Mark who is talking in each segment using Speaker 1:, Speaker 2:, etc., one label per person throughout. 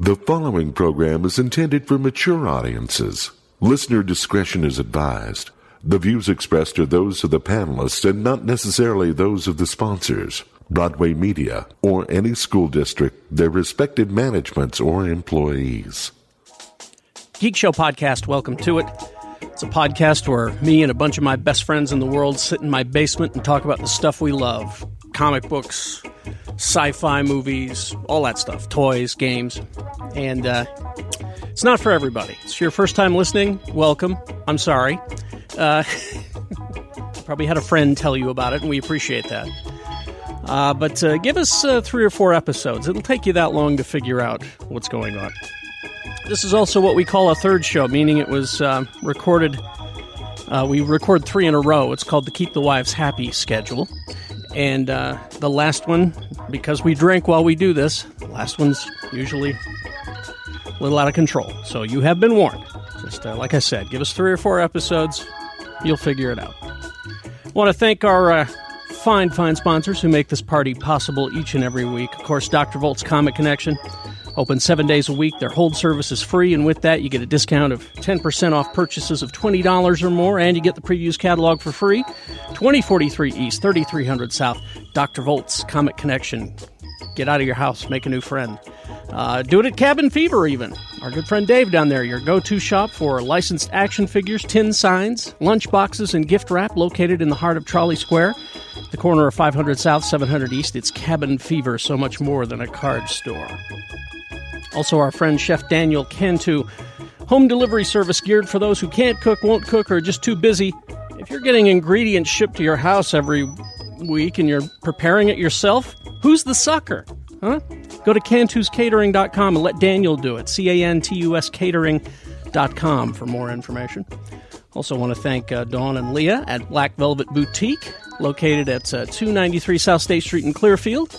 Speaker 1: The following program is intended for mature audiences. Listener discretion is advised. The views expressed are those of the panelists and not necessarily those of the sponsors, Broadway Media, or any school district, their respected managements, or employees.
Speaker 2: Geek Show Podcast, welcome to it. It's a podcast where me and a bunch of my best friends in the world sit in my basement and talk about the stuff we love comic books, sci fi movies, all that stuff, toys, games. And uh, it's not for everybody. It's your first time listening. Welcome. I'm sorry. Uh, probably had a friend tell you about it, and we appreciate that. Uh, but uh, give us uh, three or four episodes. It'll take you that long to figure out what's going on. This is also what we call a third show, meaning it was uh, recorded. Uh, we record three in a row. It's called the Keep the Wives Happy schedule. And uh, the last one, because we drink while we do this, the last one's usually a little out of control. So you have been warned. Just uh, like I said, give us three or four episodes, you'll figure it out. want to thank our uh, fine, fine sponsors who make this party possible each and every week. Of course, Dr. Volt's Comic Connection, open seven days a week. Their hold service is free, and with that, you get a discount of 10% off purchases of $20 or more, and you get the previews catalog for free. 2043 East, 3300 South, Dr. Volt's Comic Connection. Get out of your house, make a new friend. Uh, do it at Cabin Fever, even. Our good friend Dave down there, your go to shop for licensed action figures, tin signs, lunch boxes, and gift wrap located in the heart of Trolley Square, the corner of 500 South, 700 East. It's Cabin Fever, so much more than a card store. Also, our friend Chef Daniel Cantu, home delivery service geared for those who can't cook, won't cook, or are just too busy. If you're getting ingredients shipped to your house every week and you're preparing it yourself, who's the sucker? Huh? Go to cantuscatering.com and let Daniel do it. C A N T U S catering.com for more information. Also, want to thank uh, Dawn and Leah at Black Velvet Boutique, located at uh, 293 South State Street in Clearfield.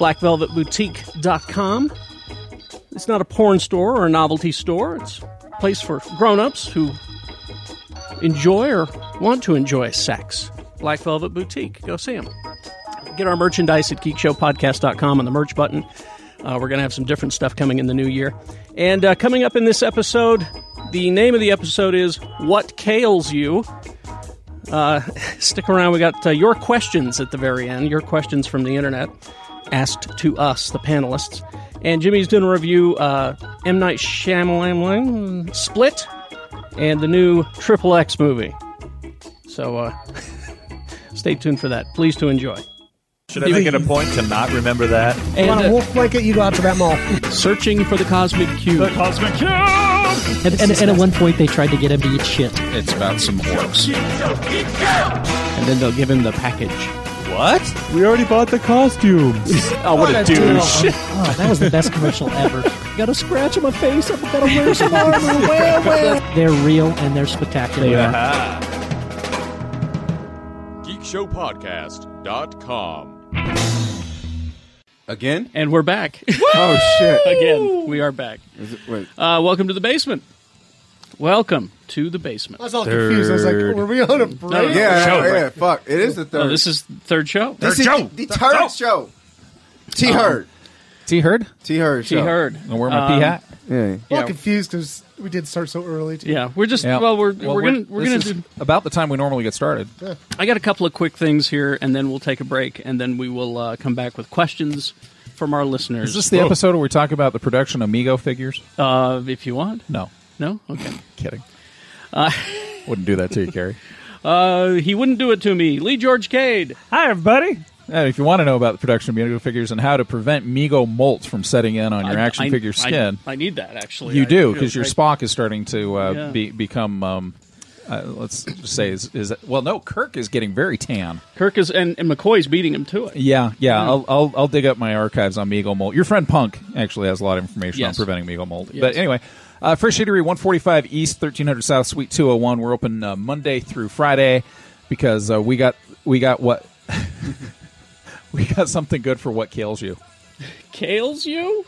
Speaker 2: BlackVelvetBoutique.com. It's not a porn store or a novelty store. It's a place for grown-ups who enjoy or want to enjoy sex. Black Velvet Boutique. Go see them. Get our merchandise at geekshowpodcast.com on the merch button. Uh, we're going to have some different stuff coming in the new year. And uh, coming up in this episode, the name of the episode is What Kales You? Uh, stick around. We got uh, your questions at the very end, your questions from the internet asked to us, the panelists. And Jimmy's doing a review uh, M. Night Shyamalan Split and the new Triple X movie. So uh, stay tuned for that. Please to enjoy.
Speaker 3: Should I make it a point to not remember that?
Speaker 2: And
Speaker 4: on a
Speaker 2: uh,
Speaker 4: wolf blanket, you go out to that mall.
Speaker 2: searching for the cosmic cube.
Speaker 3: Cosmic Cube!
Speaker 5: And, and, and at one point, they tried to get him to eat shit,
Speaker 6: It's about some orcs.
Speaker 2: And then they'll give him the package.
Speaker 3: What?
Speaker 7: We already bought the costumes.
Speaker 3: Oh, what, a douche.
Speaker 5: Oh, that was the best commercial ever.
Speaker 4: Got a scratch on my face. I've got to wear some armor. Well, well.
Speaker 5: They're real and they're spectacular.
Speaker 6: GeekShowPodcast.com. Again?
Speaker 2: And we're back.
Speaker 7: oh shit!
Speaker 2: Again, we are back.
Speaker 7: Is it- wait.
Speaker 2: Uh, welcome to the basement. Welcome to the basement.
Speaker 4: I was all confused. I was like, were we on a break?
Speaker 2: No, no, no.
Speaker 7: yeah,
Speaker 2: Show,
Speaker 7: yeah,
Speaker 2: right?
Speaker 7: yeah, fuck. It is the third.
Speaker 2: Oh, this is the third show.
Speaker 7: This is the third show. T heard.
Speaker 8: T heard?
Speaker 7: T heard.
Speaker 2: She heard.
Speaker 8: I wear my
Speaker 2: Um,
Speaker 8: P hat.
Speaker 7: Yeah.
Speaker 4: I'm all
Speaker 2: Yeah.
Speaker 4: confused because we did start so early. Too.
Speaker 2: Yeah, we're just well, we're we're gonna we're gonna
Speaker 8: this
Speaker 2: do.
Speaker 8: is about the time we normally get started.
Speaker 2: I got a couple of quick things here, and then we'll take a break, and then we will uh, come back with questions from our listeners.
Speaker 8: Is this the episode where we talk about the production of Mego figures?
Speaker 2: uh, if you want?
Speaker 8: No,
Speaker 2: No, okay.
Speaker 8: kidding. Wouldn't do that to you, Gary.
Speaker 2: Uh, he wouldn't do it to me. Lee George Cade.
Speaker 8: Hi, everybody. if you want to know about the production of Mego figures and how to prevent Mego molt from setting in on your
Speaker 2: I-
Speaker 8: action
Speaker 2: I-
Speaker 8: figure
Speaker 2: I-
Speaker 8: skin,
Speaker 2: I, need that actually.
Speaker 8: you
Speaker 2: I
Speaker 8: do because your
Speaker 2: I-
Speaker 8: Spock is starting to uh,
Speaker 2: Yeah.
Speaker 8: be, become. Um, uh, let's just say is, is well, no, Kirk is getting very tan.
Speaker 2: Kirk is and, and McCoy's beating him to it.
Speaker 8: Yeah, yeah. I'll, I'll I'll dig up my archives on Meagle mold. Your friend Punk actually has a lot of information
Speaker 2: Yes.
Speaker 8: on preventing Meagle mold.
Speaker 2: Yes.
Speaker 8: But anyway, uh, Fresh Eatery, one forty five East, thirteen hundred South, Suite two hundred one. We're open uh, Monday through Friday because uh, we got we got what we got something good for what kills you.
Speaker 2: Kales you?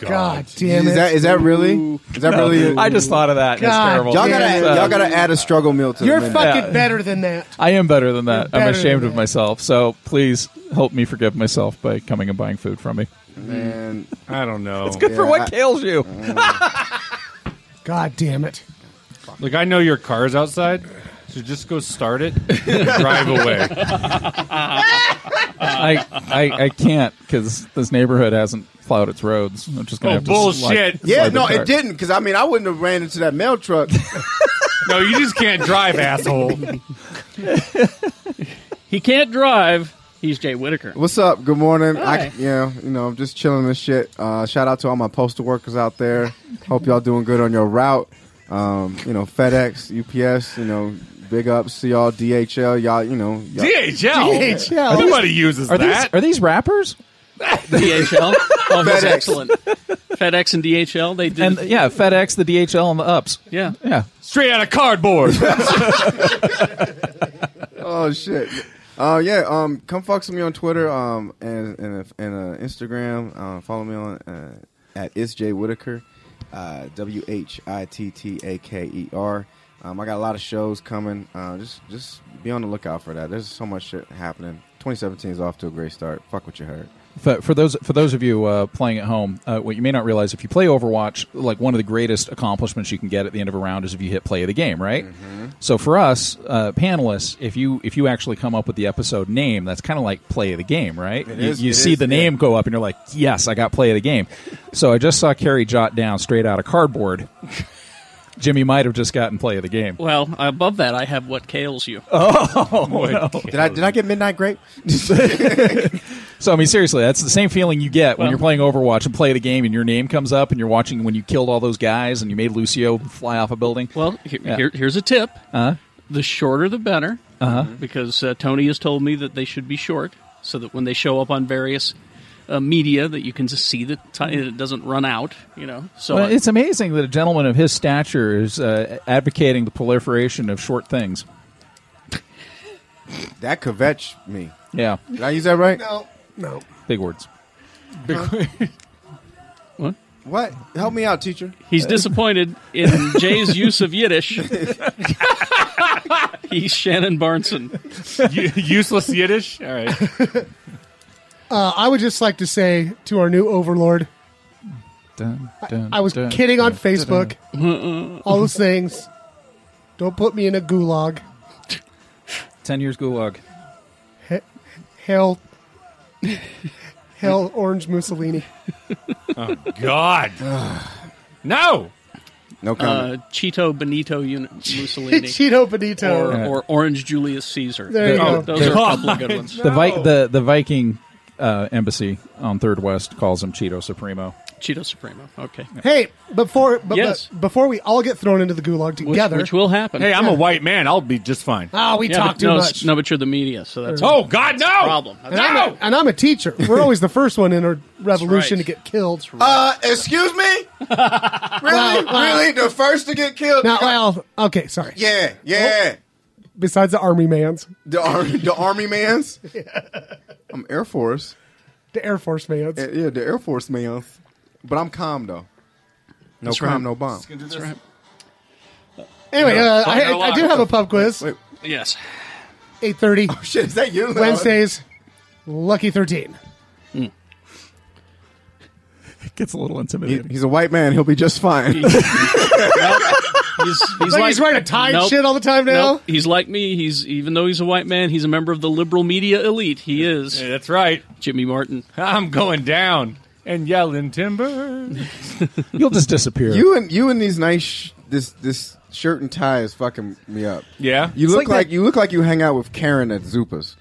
Speaker 4: God damn it.
Speaker 7: Is that is that really? Is that really?
Speaker 8: I just thought of that. and
Speaker 4: God
Speaker 8: it's terrible.
Speaker 7: y'all
Speaker 4: Yeah.
Speaker 7: gotta y'all gotta add a struggle meal to
Speaker 4: You're
Speaker 7: the menu.
Speaker 4: fucking
Speaker 8: Yeah.
Speaker 4: better than that.
Speaker 8: I am better than that.
Speaker 4: You're
Speaker 8: I'm
Speaker 4: better
Speaker 8: ashamed
Speaker 4: than
Speaker 8: of
Speaker 4: that.
Speaker 8: myself. So please help me forgive myself by coming and buying food from me.
Speaker 7: Man,
Speaker 9: I don't know.
Speaker 8: It's good for
Speaker 7: Yeah,
Speaker 8: what
Speaker 7: I-
Speaker 8: kills you.
Speaker 4: God damn it.
Speaker 9: Look, I know your car's outside, so just go start it, and drive away.
Speaker 8: I, I I can't because this neighborhood hasn't plowed its roads. I'm just gonna
Speaker 9: Oh,
Speaker 8: have to slide-
Speaker 9: bullshit.
Speaker 8: slide
Speaker 7: yeah,
Speaker 8: the
Speaker 7: no,
Speaker 8: cart.
Speaker 7: it didn't because I mean I wouldn't have ran into that mail truck.
Speaker 9: No, you just can't drive, asshole.
Speaker 2: He can't drive. He's Jay Whitaker.
Speaker 7: What's up? Good morning.
Speaker 2: Hi.
Speaker 7: I, yeah, you know I'm just chilling and shit. Uh, shout out to all my postal workers out there. Hope y'all doing good on your route. Um, you know FedEx, UPS. You know, big ups to y'all DHL. Y'all, you know, y'all,
Speaker 9: DHL.
Speaker 10: DHL.
Speaker 9: Nobody uses
Speaker 8: Are these
Speaker 9: that.
Speaker 8: are these rappers?
Speaker 2: DHL. Oh, he's
Speaker 7: FedEx.
Speaker 2: excellent. FedEx and DHL. They did.
Speaker 8: And yeah, FedEx, the DHL, and the ups.
Speaker 2: yeah.
Speaker 8: Yeah,
Speaker 9: Straight out of cardboard.
Speaker 7: Oh shit. Uh, yeah. Um, come fuck with me on Twitter. Um, and and uh, and uh, Instagram. Uh, follow me on uh, at is Jay Whitaker. Uh, W H I T T A K E R. Um, I got a lot of shows coming. Uh, just just be on the lookout for that. There's so much shit happening. 2017 is off to a great start. Fuck what you heard.
Speaker 8: for, for those for those of you uh, playing at home, uh, what you may not realize if you play Overwatch, like one of the greatest accomplishments you can get at the end of a round is if you hit play of the game, right?
Speaker 7: Mm-hmm.
Speaker 8: So for us uh, panelists, if you if you actually come up with the episode name, that's kind of like play of the game, right? you
Speaker 7: is-
Speaker 8: you
Speaker 7: it
Speaker 8: see
Speaker 7: is,
Speaker 8: the
Speaker 7: yeah.
Speaker 8: name go up, and you're like, yes, I got play of the game. so I just saw Carrie jot down straight out of cardboard. Jimmy might have just gotten play of the game.
Speaker 2: Well, above that, I have what kills you.
Speaker 8: Oh.
Speaker 7: Did I did I get Midnight Grape?
Speaker 8: So I mean, seriously, that's the same feeling you get when you're playing Overwatch and play the game, and your name comes up, and you're watching when you killed all those guys, and you made Lucio fly off a building.
Speaker 2: Well, he-
Speaker 8: Yeah.
Speaker 2: here, here's a tip. Uh-huh. The shorter, the better. Uh-huh. Because uh, Tony has told me that they should be short, so that when they show up on various uh, media, that you can just see the time. It doesn't run out. You know. So
Speaker 8: Well,
Speaker 2: I-
Speaker 8: it's amazing that a gentleman of his stature is uh, advocating the proliferation of short things.
Speaker 7: that kvetch me.
Speaker 8: Yeah,
Speaker 7: Did I use that right? No.
Speaker 8: big words.
Speaker 7: What? Help me out, teacher.
Speaker 2: He's disappointed in Jay's use of Yiddish. He's Shannon Barneson.
Speaker 9: U- useless Yiddish. All right.
Speaker 4: Uh, I would just like to say to our new overlord,
Speaker 8: Dun, dun,
Speaker 4: I was
Speaker 8: dun.
Speaker 4: kidding on Facebook. All those things. Don't put me in a gulag.
Speaker 8: Ten years gulag.
Speaker 4: Hell. Hell, Orange Mussolini.
Speaker 9: God. no.
Speaker 7: No comment.
Speaker 2: Uh, Cheeto Benito Un- Mussolini.
Speaker 4: Cheeto
Speaker 2: or,
Speaker 4: Benito.
Speaker 2: or Orange Julius Caesar. Oh,
Speaker 4: There you
Speaker 2: Those-
Speaker 4: go.
Speaker 2: Those are a couple of good ones.
Speaker 8: The, Vi- the the Viking uh, embassy on Third West calls him Cheeto Supremo.
Speaker 2: Cheeto Supremo. Okay.
Speaker 4: hey, before but,
Speaker 2: Yes.
Speaker 4: but before we all get thrown into the gulag
Speaker 2: Which,
Speaker 4: together.
Speaker 2: which will happen.
Speaker 9: Hey, I'm a white man. I'll be just fine.
Speaker 4: Ah, we
Speaker 2: Yeah,
Speaker 4: talk
Speaker 2: but
Speaker 4: too
Speaker 2: no,
Speaker 4: much.
Speaker 2: No, but you're the media, so that's
Speaker 9: Oh God, no.
Speaker 2: problem.
Speaker 4: and, I'm a, and I'm a teacher. We're always the first one in a revolution
Speaker 2: right.
Speaker 4: to get killed.
Speaker 7: Uh, excuse me. really, really, the first to get killed.
Speaker 4: Not well. Okay, sorry.
Speaker 7: Yeah, yeah.
Speaker 4: Besides the army man's,
Speaker 7: The ar- the army man's. I'm Air Force.
Speaker 4: the Air Force man's.
Speaker 7: Uh, Yeah, the Air Force man's. But I'm calm though. No crime, no bomb.
Speaker 4: Anyway, uh, I,
Speaker 9: no
Speaker 4: I do have a pub quiz.
Speaker 7: Wait.
Speaker 2: Yes.
Speaker 4: Eight
Speaker 9: Uh,
Speaker 4: thirty
Speaker 7: Shit, is that you?
Speaker 4: Wednesdays. Lucky thirteen.
Speaker 8: It gets a little
Speaker 7: He-
Speaker 8: intimidating.
Speaker 7: he's a white man. He'll be just fine.
Speaker 2: He's, he's
Speaker 4: Like he's wearing a tie and
Speaker 2: Nope.
Speaker 4: shit all the time now?
Speaker 2: Nope. He's like me. He's even though he's a white man, he's a member of the liberal media elite. He is
Speaker 9: Yeah, that's right.
Speaker 2: Jimmy Martin.
Speaker 9: I'm going down and yelling timber.
Speaker 8: You'll just disappear.
Speaker 7: you and you and these nice sh- this this shirt and tie is fucking me up.
Speaker 9: Yeah.
Speaker 7: You
Speaker 9: It's
Speaker 7: look
Speaker 9: like
Speaker 7: like, you look like you hang out with Karen at Zupa's.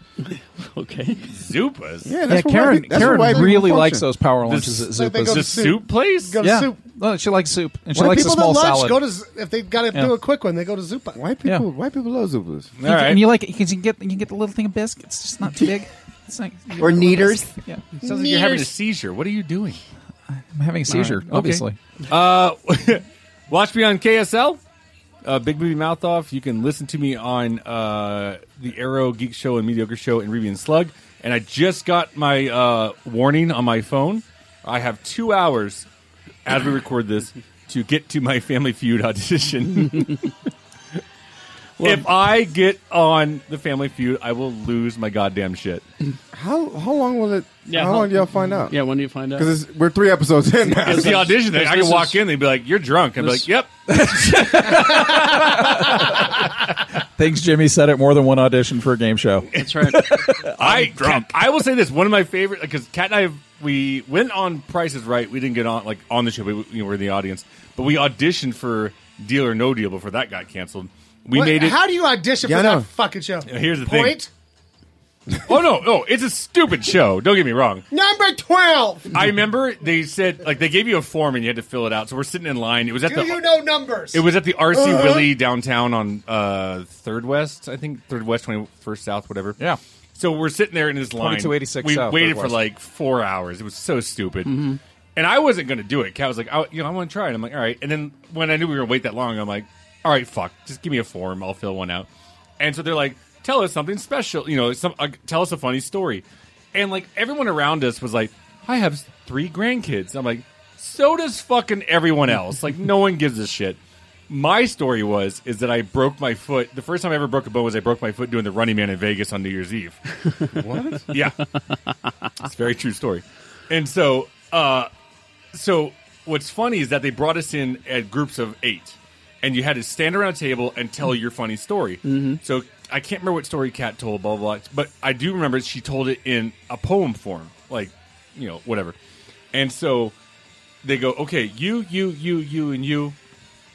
Speaker 2: Okay.
Speaker 9: Zupas.
Speaker 7: Yeah,
Speaker 8: yeah,
Speaker 7: that's what
Speaker 8: Karen.
Speaker 7: white- that's what
Speaker 8: Karen
Speaker 7: white people
Speaker 8: really
Speaker 7: function.
Speaker 8: likes those power
Speaker 9: This-
Speaker 8: lunches at
Speaker 4: like they
Speaker 8: Zupa's.
Speaker 4: go
Speaker 9: The
Speaker 4: Soup.
Speaker 9: soup place.
Speaker 4: Go to
Speaker 8: yeah.
Speaker 4: soup.
Speaker 8: No, she likes soup, and she
Speaker 4: White
Speaker 8: likes a
Speaker 4: people
Speaker 8: small
Speaker 4: that lunch
Speaker 8: salad.
Speaker 4: go to Z- if they got to
Speaker 8: Yeah.
Speaker 4: do a quick one, they go to Zupa.
Speaker 7: White
Speaker 8: Yeah.
Speaker 7: people. White people love Zupa's.
Speaker 9: All right.
Speaker 8: And you like because you can get you can get the little thing of biscuits, it's just not too big. It's like
Speaker 7: Or kneaders.
Speaker 8: Yeah,
Speaker 9: Sounds like you're having a seizure. What are you doing?
Speaker 8: I'm having a seizure, obviously.
Speaker 9: Uh, Watch me on KSL. Uh, Big Booty Mouth Off. You can listen to me on uh, the Arrow Geek Show and Mediocre Show and Ruby and Slug. And I just got my uh, warning on my phone. I have two hours as we record this to get to my Family Feud audition. if I get on the Family Feud, I will lose my goddamn shit.
Speaker 7: How how long was it?
Speaker 9: Yeah,
Speaker 7: how,
Speaker 9: how-
Speaker 7: long did y'all find out?
Speaker 2: Yeah, when do you find out?
Speaker 7: Because we're three episodes in now.
Speaker 9: It's the audition. thing. I can walk in, they'd be like, "You're drunk." I'd be like,
Speaker 2: This-
Speaker 9: "Yep."
Speaker 8: Thanks, Jimmy. Said it more than one audition for a game show.
Speaker 2: That's right.
Speaker 9: i drunk. I will say this: one of my favorite because Kat and I we went on Prices Right. We didn't get on like on the show. We you know, were in the audience, but we auditioned for Deal or No Deal before that got canceled. We
Speaker 4: What-
Speaker 9: made it.
Speaker 4: How do you audition
Speaker 9: Yeah, I
Speaker 4: for
Speaker 9: know.
Speaker 4: that fucking show?
Speaker 9: Yeah, here's the thing.
Speaker 4: Point
Speaker 9: oh no, no! It's a stupid show. Don't get me wrong.
Speaker 4: number twelve.
Speaker 9: I remember they said like they gave you a form and you had to fill it out. So we're sitting in line. It was at
Speaker 4: Do
Speaker 9: the
Speaker 4: you know numbers?
Speaker 9: It was at the RC
Speaker 4: Uh-huh.
Speaker 9: Willie downtown on uh, Third West, I think Third West, Twenty First South, whatever. Yeah. So we're sitting there in this line.
Speaker 8: 2286
Speaker 9: We
Speaker 8: South,
Speaker 9: waited
Speaker 8: Third
Speaker 9: for
Speaker 8: West.
Speaker 9: like four hours. It was so stupid.
Speaker 8: Mhm.
Speaker 9: And I wasn't going to do it. Kat was like, I, you know, I want to try it. I'm like, all right. And then when I knew we were going to wait that long, I'm like, all right, fuck, just give me a form. I'll fill one out. And so they're like, tell us something special. You know, some, uh, tell us a funny story. And like everyone around us was like, I have three grandkids. I'm like, so does fucking everyone else. Like no one gives a shit. My story was is that I broke my foot. The first time I ever broke a bone was I broke my foot doing the Running Man in Vegas on New Year's Eve. what? Yeah, it's a very true story. And so, uh, so what's funny is that they brought us in at groups of eight, and you had to stand around a table and tell your funny story.
Speaker 3: Mhm.
Speaker 9: So I can't remember what story Kat told, blah, blah, blah, but I do remember she told it in a poem form, like, you know, whatever. And so they go, okay, you, you, you, you, and you.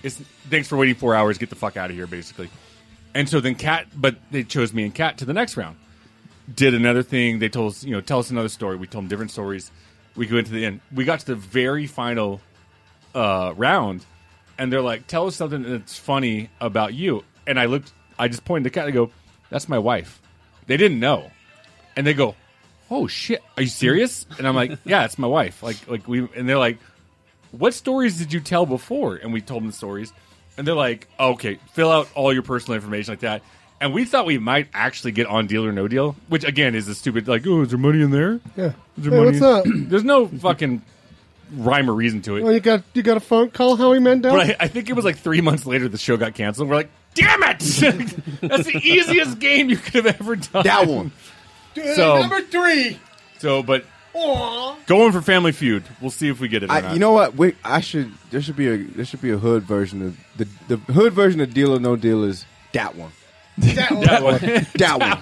Speaker 9: It's, thanks for waiting four hours. Get the fuck out of here, basically. And so then Kat, but they chose me and Kat to the next round. Did another thing. They told us, you know, tell us another story. We told them different stories. We go into the end. We got to the very final uh, round, and they're like, "Tell us something that's funny about you." And I looked, I just pointed to Kat. I go, "That's my wife." They didn't know, and they go, "Oh shit, are you serious?" And I'm like, "Yeah, it's my wife." Like, like we, and they're like, "What stories did you tell before?" And we told them stories, and they're like, "Okay, fill out all your personal information like that." And we thought we might actually get on Deal or No Deal, which again is a stupid like, "Oh, is there money in there?"
Speaker 4: Yeah.
Speaker 9: Is there
Speaker 4: Hey,
Speaker 9: money
Speaker 4: what's
Speaker 9: in-"
Speaker 4: up?
Speaker 9: There's no fucking rhyme or reason to it.
Speaker 4: Well, you got you got a phone call, Howie
Speaker 7: Oh.
Speaker 4: Mendel.
Speaker 9: But I, I think it was like three months later the show got canceled. We're like, damn it! That's the easiest game you could have ever done.
Speaker 4: That one.
Speaker 9: So-
Speaker 4: number three.
Speaker 9: So, but
Speaker 4: Aw.
Speaker 9: going for Family Feud. We'll see if we get it. Or
Speaker 7: I,
Speaker 9: not.
Speaker 7: you know what? We, I should. There should be a. There should be a hood version of the the hood version of Deal or No Deal is that one.
Speaker 4: That
Speaker 7: one. That one.
Speaker 8: Well,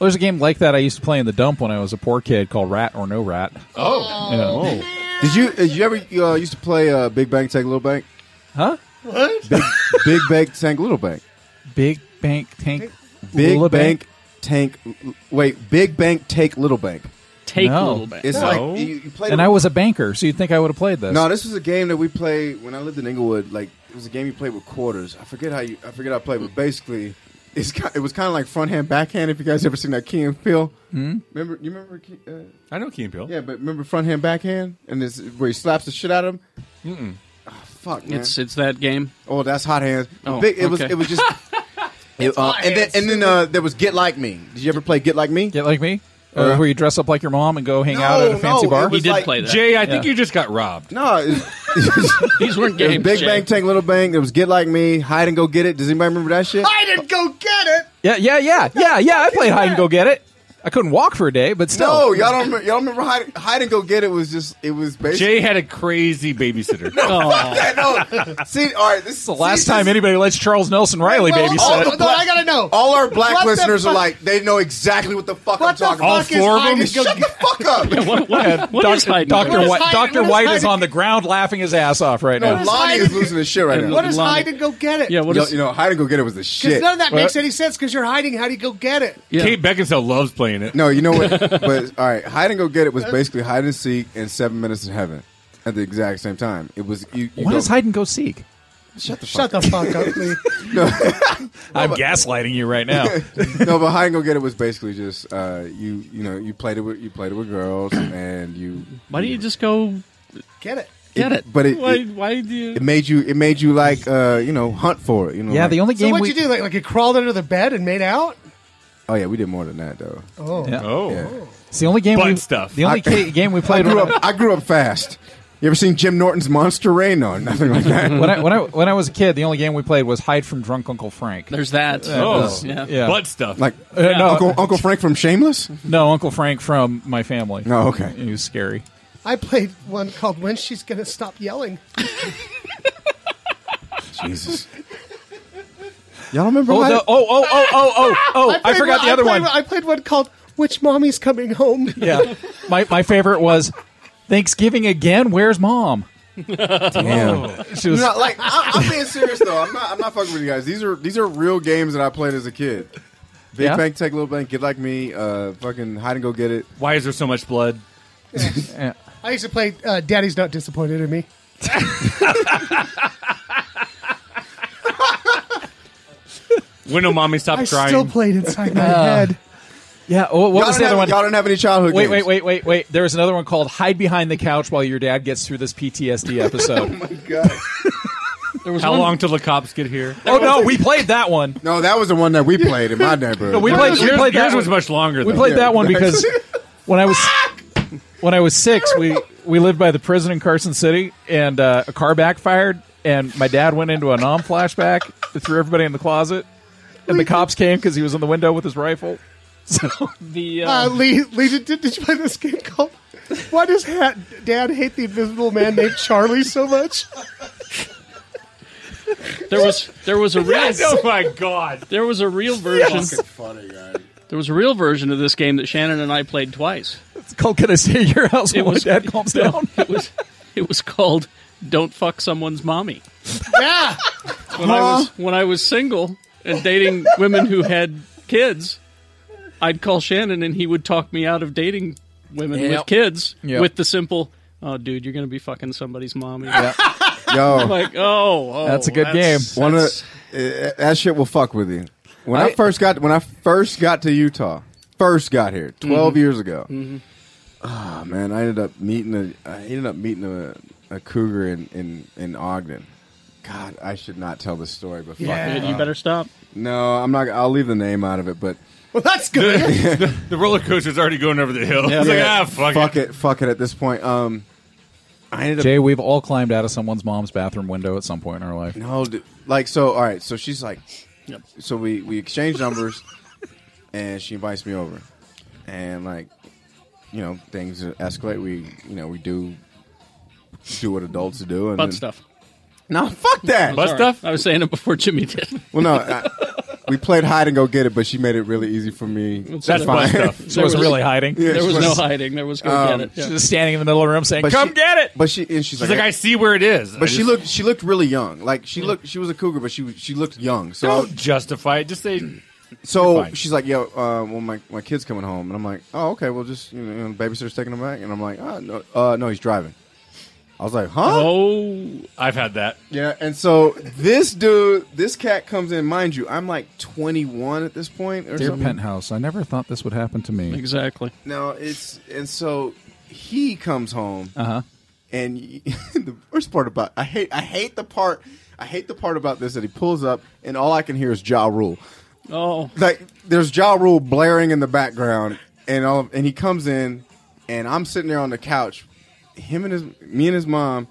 Speaker 8: there's a game like that I used to play in the dump when I was a poor kid called Rat or No Rat.
Speaker 7: Oh.
Speaker 8: Yeah.
Speaker 7: Did you? Did you ever uh, used to play uh, Big Bang Take Little Bank?
Speaker 8: Huh?
Speaker 4: What?
Speaker 7: Big, Big Bang Tank Little Bank.
Speaker 8: Big Bank Tank.
Speaker 7: Big
Speaker 8: Little
Speaker 7: Bank Tank. Wait, Big Bank Take Little Bank.
Speaker 8: No.
Speaker 7: It's like you, you play.
Speaker 8: and
Speaker 7: the-
Speaker 8: I was a banker, so you'd think I would have played this.
Speaker 7: No, this was a game that we played when I lived in Inglewood. Like it was a game you played with quarters. I forget how you. I forget how I played, but basically, it's ki it was kind of like front hand, backhand. If you guys ever seen that Key and Peele,
Speaker 9: Hmm?
Speaker 7: remember you remember. Key- Uh,
Speaker 9: I know Key and Peele.
Speaker 7: Yeah, but remember front hand, backhand, and this where he slaps the shit out of him. Ah,
Speaker 2: Mm-mm.
Speaker 7: Fuck, man.
Speaker 2: It's it's that game.
Speaker 7: Oh, that's hot hands.
Speaker 2: Oh,
Speaker 7: Big- it was
Speaker 2: okay.
Speaker 7: it was just. It, uh, and then and then uh, there was Get Like Me. Did you ever play Get Like Me?
Speaker 8: Get Like Me? Or
Speaker 7: Uh-huh.
Speaker 8: where you dress up like your mom and go hang out at a fancy bar?
Speaker 9: Jay, I think
Speaker 8: Yeah.
Speaker 9: you just got robbed.
Speaker 7: No, it was-
Speaker 2: these weren't
Speaker 7: There was
Speaker 8: games,
Speaker 7: Big
Speaker 8: Jay.
Speaker 7: Bang Tank, Little Bang. There was Get Like Me, Hide and Go Get It. Does anybody remember that shit?
Speaker 4: I didn't go get it.
Speaker 8: Yeah, yeah, yeah, yeah, yeah. I played hide and go get it. I couldn't walk for a day, but still.
Speaker 7: No, y'all don't. Y'all remember hide, hide and go get it was just it was basically.
Speaker 9: Jay had a crazy babysitter. Uh,
Speaker 7: no, see, all right, this is
Speaker 8: The last time anybody lets Charles Nelson Riley
Speaker 7: Well,
Speaker 8: babysit.
Speaker 7: all the black-
Speaker 4: I gotta know.
Speaker 7: All our black
Speaker 4: What the
Speaker 7: listeners are
Speaker 4: fuck-
Speaker 7: like, they know exactly what the fuck I'm talking
Speaker 4: fuck All
Speaker 7: about.
Speaker 4: is four of hide them? and go
Speaker 7: Shut the fuck up.
Speaker 8: Doctor- Doctor
Speaker 4: What
Speaker 8: White,
Speaker 4: is hiding?
Speaker 8: Doctor
Speaker 4: What is
Speaker 8: White is
Speaker 4: hiding?
Speaker 8: on the ground laughing his ass off right
Speaker 7: No,
Speaker 8: now.
Speaker 7: Lonnie is losing his shit right now.
Speaker 4: What is hide and go get it?
Speaker 7: you, know, you know, hide and go get it was the
Speaker 4: Because
Speaker 7: shit.
Speaker 4: none of that makes any sense. Because you're hiding. How do you go get it?
Speaker 9: Kate Beckinsale loves playing it.
Speaker 7: No, you know what? but all right, hide and go get it was basically hide and seek and seven minutes in heaven at the exact same time. It was you. you
Speaker 8: What
Speaker 7: go-
Speaker 8: is hide and go seek?
Speaker 7: Shut the
Speaker 4: Shut the fuck up, Lee.
Speaker 8: I'm gaslighting you right now.
Speaker 7: no, but hide and go get it was basically just uh, you. You know, you played it with you played it with girls, and you.
Speaker 2: Why don't you just go
Speaker 4: get it?
Speaker 2: Get it.
Speaker 7: But it,
Speaker 2: why,
Speaker 7: it,
Speaker 2: why do you?
Speaker 7: it made you. It made you like uh, you know hunt for it. You know. like-
Speaker 4: So what'd you do? Like, like you crawled under the bed and made out?
Speaker 7: Oh yeah, we did more than that though.
Speaker 4: Oh.
Speaker 8: Yeah.
Speaker 9: Oh.
Speaker 8: It's the only game
Speaker 7: Butt
Speaker 8: we
Speaker 7: stuff.
Speaker 8: The only
Speaker 7: I-
Speaker 8: ca- game we
Speaker 7: I
Speaker 8: played.
Speaker 7: grew
Speaker 8: when-
Speaker 7: up. I grew up fast. You ever seen Jim Norton's Monster Rain? No, nothing like that.
Speaker 8: when I when I when I was a kid, the only game we played was Hide from Drunk Uncle Frank.
Speaker 2: There's that.
Speaker 7: Oh.
Speaker 2: Yeah.
Speaker 7: Blood
Speaker 9: stuff.
Speaker 7: Like
Speaker 8: Uh, no,
Speaker 7: Uncle Uncle Frank from Shameless.
Speaker 8: no, Uncle Frank from my family.
Speaker 7: Oh, okay.
Speaker 8: he was scary.
Speaker 4: I played one called When She's Gonna Stop Yelling.
Speaker 7: Jesus. Y'all remember?
Speaker 8: Oh,
Speaker 7: Hide-
Speaker 8: the- oh, oh, oh, oh, oh, oh! I,
Speaker 4: played
Speaker 8: forgot
Speaker 4: one-
Speaker 8: the other
Speaker 4: played
Speaker 8: one.
Speaker 4: I played one called Which Mommy's Coming Home.
Speaker 8: yeah, my my favorite was Thanksgiving again. Where's mom? Damn, she was.
Speaker 7: No, like I, I'm being serious though. I'm not. I'm not fucking with you guys. These are these are real games that I played as a kid. Big
Speaker 8: Yeah?
Speaker 7: Bank, Take Little Bank, Get Like Me, uh, fucking Hide and Go Get It.
Speaker 9: Why is there so much blood?
Speaker 4: I used to play uh, Daddy's Not Disappointed in Me.
Speaker 9: When will mommy stop
Speaker 4: I
Speaker 9: crying?
Speaker 4: still played inside my
Speaker 8: Uh,
Speaker 4: head.
Speaker 8: yeah. Oh, what was
Speaker 7: y'all don't
Speaker 8: the other
Speaker 7: have,
Speaker 8: one?
Speaker 7: Y'all don't have any childhood
Speaker 8: Wait,
Speaker 7: games.
Speaker 8: wait, wait, wait, wait. There was another one called "Hide Behind the Couch While Your Dad Gets Through This PTSD Episode."
Speaker 7: Oh my god.
Speaker 2: There was
Speaker 9: How
Speaker 2: one-
Speaker 9: long till the cops get here?
Speaker 8: oh no, we played that one.
Speaker 7: No, that was the one that we played in my neighborhood.
Speaker 8: No, we played. We
Speaker 9: Yours,
Speaker 8: played that
Speaker 9: yours
Speaker 8: one.
Speaker 9: was much longer.
Speaker 8: We
Speaker 9: though.
Speaker 8: played that one
Speaker 7: Yeah,
Speaker 8: because when I was when I was six, we we lived by the prison in Carson City, and uh, a car backfired, and my dad went into a non flashback, threw everybody in the closet, and the cops came because he was in the window with his rifle. So
Speaker 2: The,
Speaker 4: Uh,
Speaker 2: uh,
Speaker 4: Lee, Lee did, did, did you play this game called Why Does ha- Dad Hate the Invisible Man Named Charlie so much?
Speaker 2: there was there was a real
Speaker 9: Oh my god!
Speaker 2: there was a real version. There was a real version of this game that Shannon and I played twice.
Speaker 8: it's called "Can I Stay at Your House?" When my
Speaker 2: was-
Speaker 8: dad calms down.
Speaker 2: It was it was called "Don't Fuck Someone's Mommy."
Speaker 4: Yeah.
Speaker 2: When I was when I was single and dating women who had kids, I'd call Shannon and he would talk me out of dating women with kids
Speaker 8: Yep.
Speaker 2: with the simple, "Oh, dude, you're gonna be fucking somebody's mommy."
Speaker 7: Yo,
Speaker 2: Like, oh, oh,
Speaker 8: That's a good game.
Speaker 7: one of
Speaker 2: that's-
Speaker 7: the, uh, that shit will fuck with you. When I,
Speaker 8: I-
Speaker 7: first got when I first got to Utah, first got here
Speaker 9: Mm-hmm.
Speaker 7: 12 years ago. Ah man, I ended up meeting a I ended up meeting a, a cougar in, in in Ogden. God, I should not tell this story, but fuck
Speaker 4: Yeah.
Speaker 7: it.
Speaker 2: You better stop.
Speaker 7: No, I'm not. I'll leave the name out of it, but
Speaker 4: Well, that's good.
Speaker 9: The roller coaster's already going over the hill. It's
Speaker 7: Yeah.
Speaker 9: like, ah, fuck,
Speaker 7: fuck
Speaker 9: it.
Speaker 7: it, fuck it. At this point, um, I ended up
Speaker 8: Jay, we've all climbed out of someone's mom's bathroom window at some point in our life.
Speaker 7: No, dude. like so. All right, so she's like,
Speaker 2: Yep.
Speaker 7: so we we exchange numbers, and she invites me over, and like, you know, things escalate. We you know we do do what adults do, and
Speaker 2: Butt
Speaker 7: then-
Speaker 8: Mm.
Speaker 2: stuff.
Speaker 7: No, fuck that.
Speaker 9: Butt
Speaker 2: Sorry.
Speaker 9: stuff?
Speaker 2: I was saying it before Jimmy did.
Speaker 7: well, no, I, we played hide and go get it, but she made it really easy for me.
Speaker 9: That's butt stuff.
Speaker 8: She wasn't
Speaker 2: was-
Speaker 8: really hiding.
Speaker 7: Yeah,
Speaker 2: There
Speaker 7: she
Speaker 2: was no hiding. There was go
Speaker 7: Um,
Speaker 2: get it.
Speaker 8: She
Speaker 2: Yeah.
Speaker 8: was just standing in the middle of the room saying,
Speaker 7: But
Speaker 8: "Come
Speaker 7: she-
Speaker 8: get it."
Speaker 7: But she and she's
Speaker 9: It's
Speaker 7: like,
Speaker 9: like I see where it is. I
Speaker 7: but she
Speaker 9: just-
Speaker 7: looked she looked really young. Like she looked she was a cougar, but she was- she looked young. So I-
Speaker 9: Don't justify it. Just say
Speaker 7: So
Speaker 9: Fine.
Speaker 7: she's like, "Yo, uh, well, my my kid's coming home," and I'm like, "Oh, okay. Well, just you know, the babysitter's taking him back," and I'm like, "Ah, no, uh, no, he's driving." I was like, "Huh?"
Speaker 2: Oh,
Speaker 9: I've had that.
Speaker 7: Yeah. And so this dude, this cat comes in. Mind you, I'm like 21 at this point, or
Speaker 8: Dear
Speaker 7: something.
Speaker 8: penthouse, I never thought this would happen to me.
Speaker 2: exactly.
Speaker 7: No, it's and so he comes home,
Speaker 8: Uh huh.
Speaker 7: and y- the worst part about I hate I hate the part I hate the part about this that he pulls up, and all I can hear is jaw rule.
Speaker 2: Oh,
Speaker 7: like there's Ja Rule blaring in the background, and all and he comes in, and I'm sitting there on the couch, him and his me and his mom,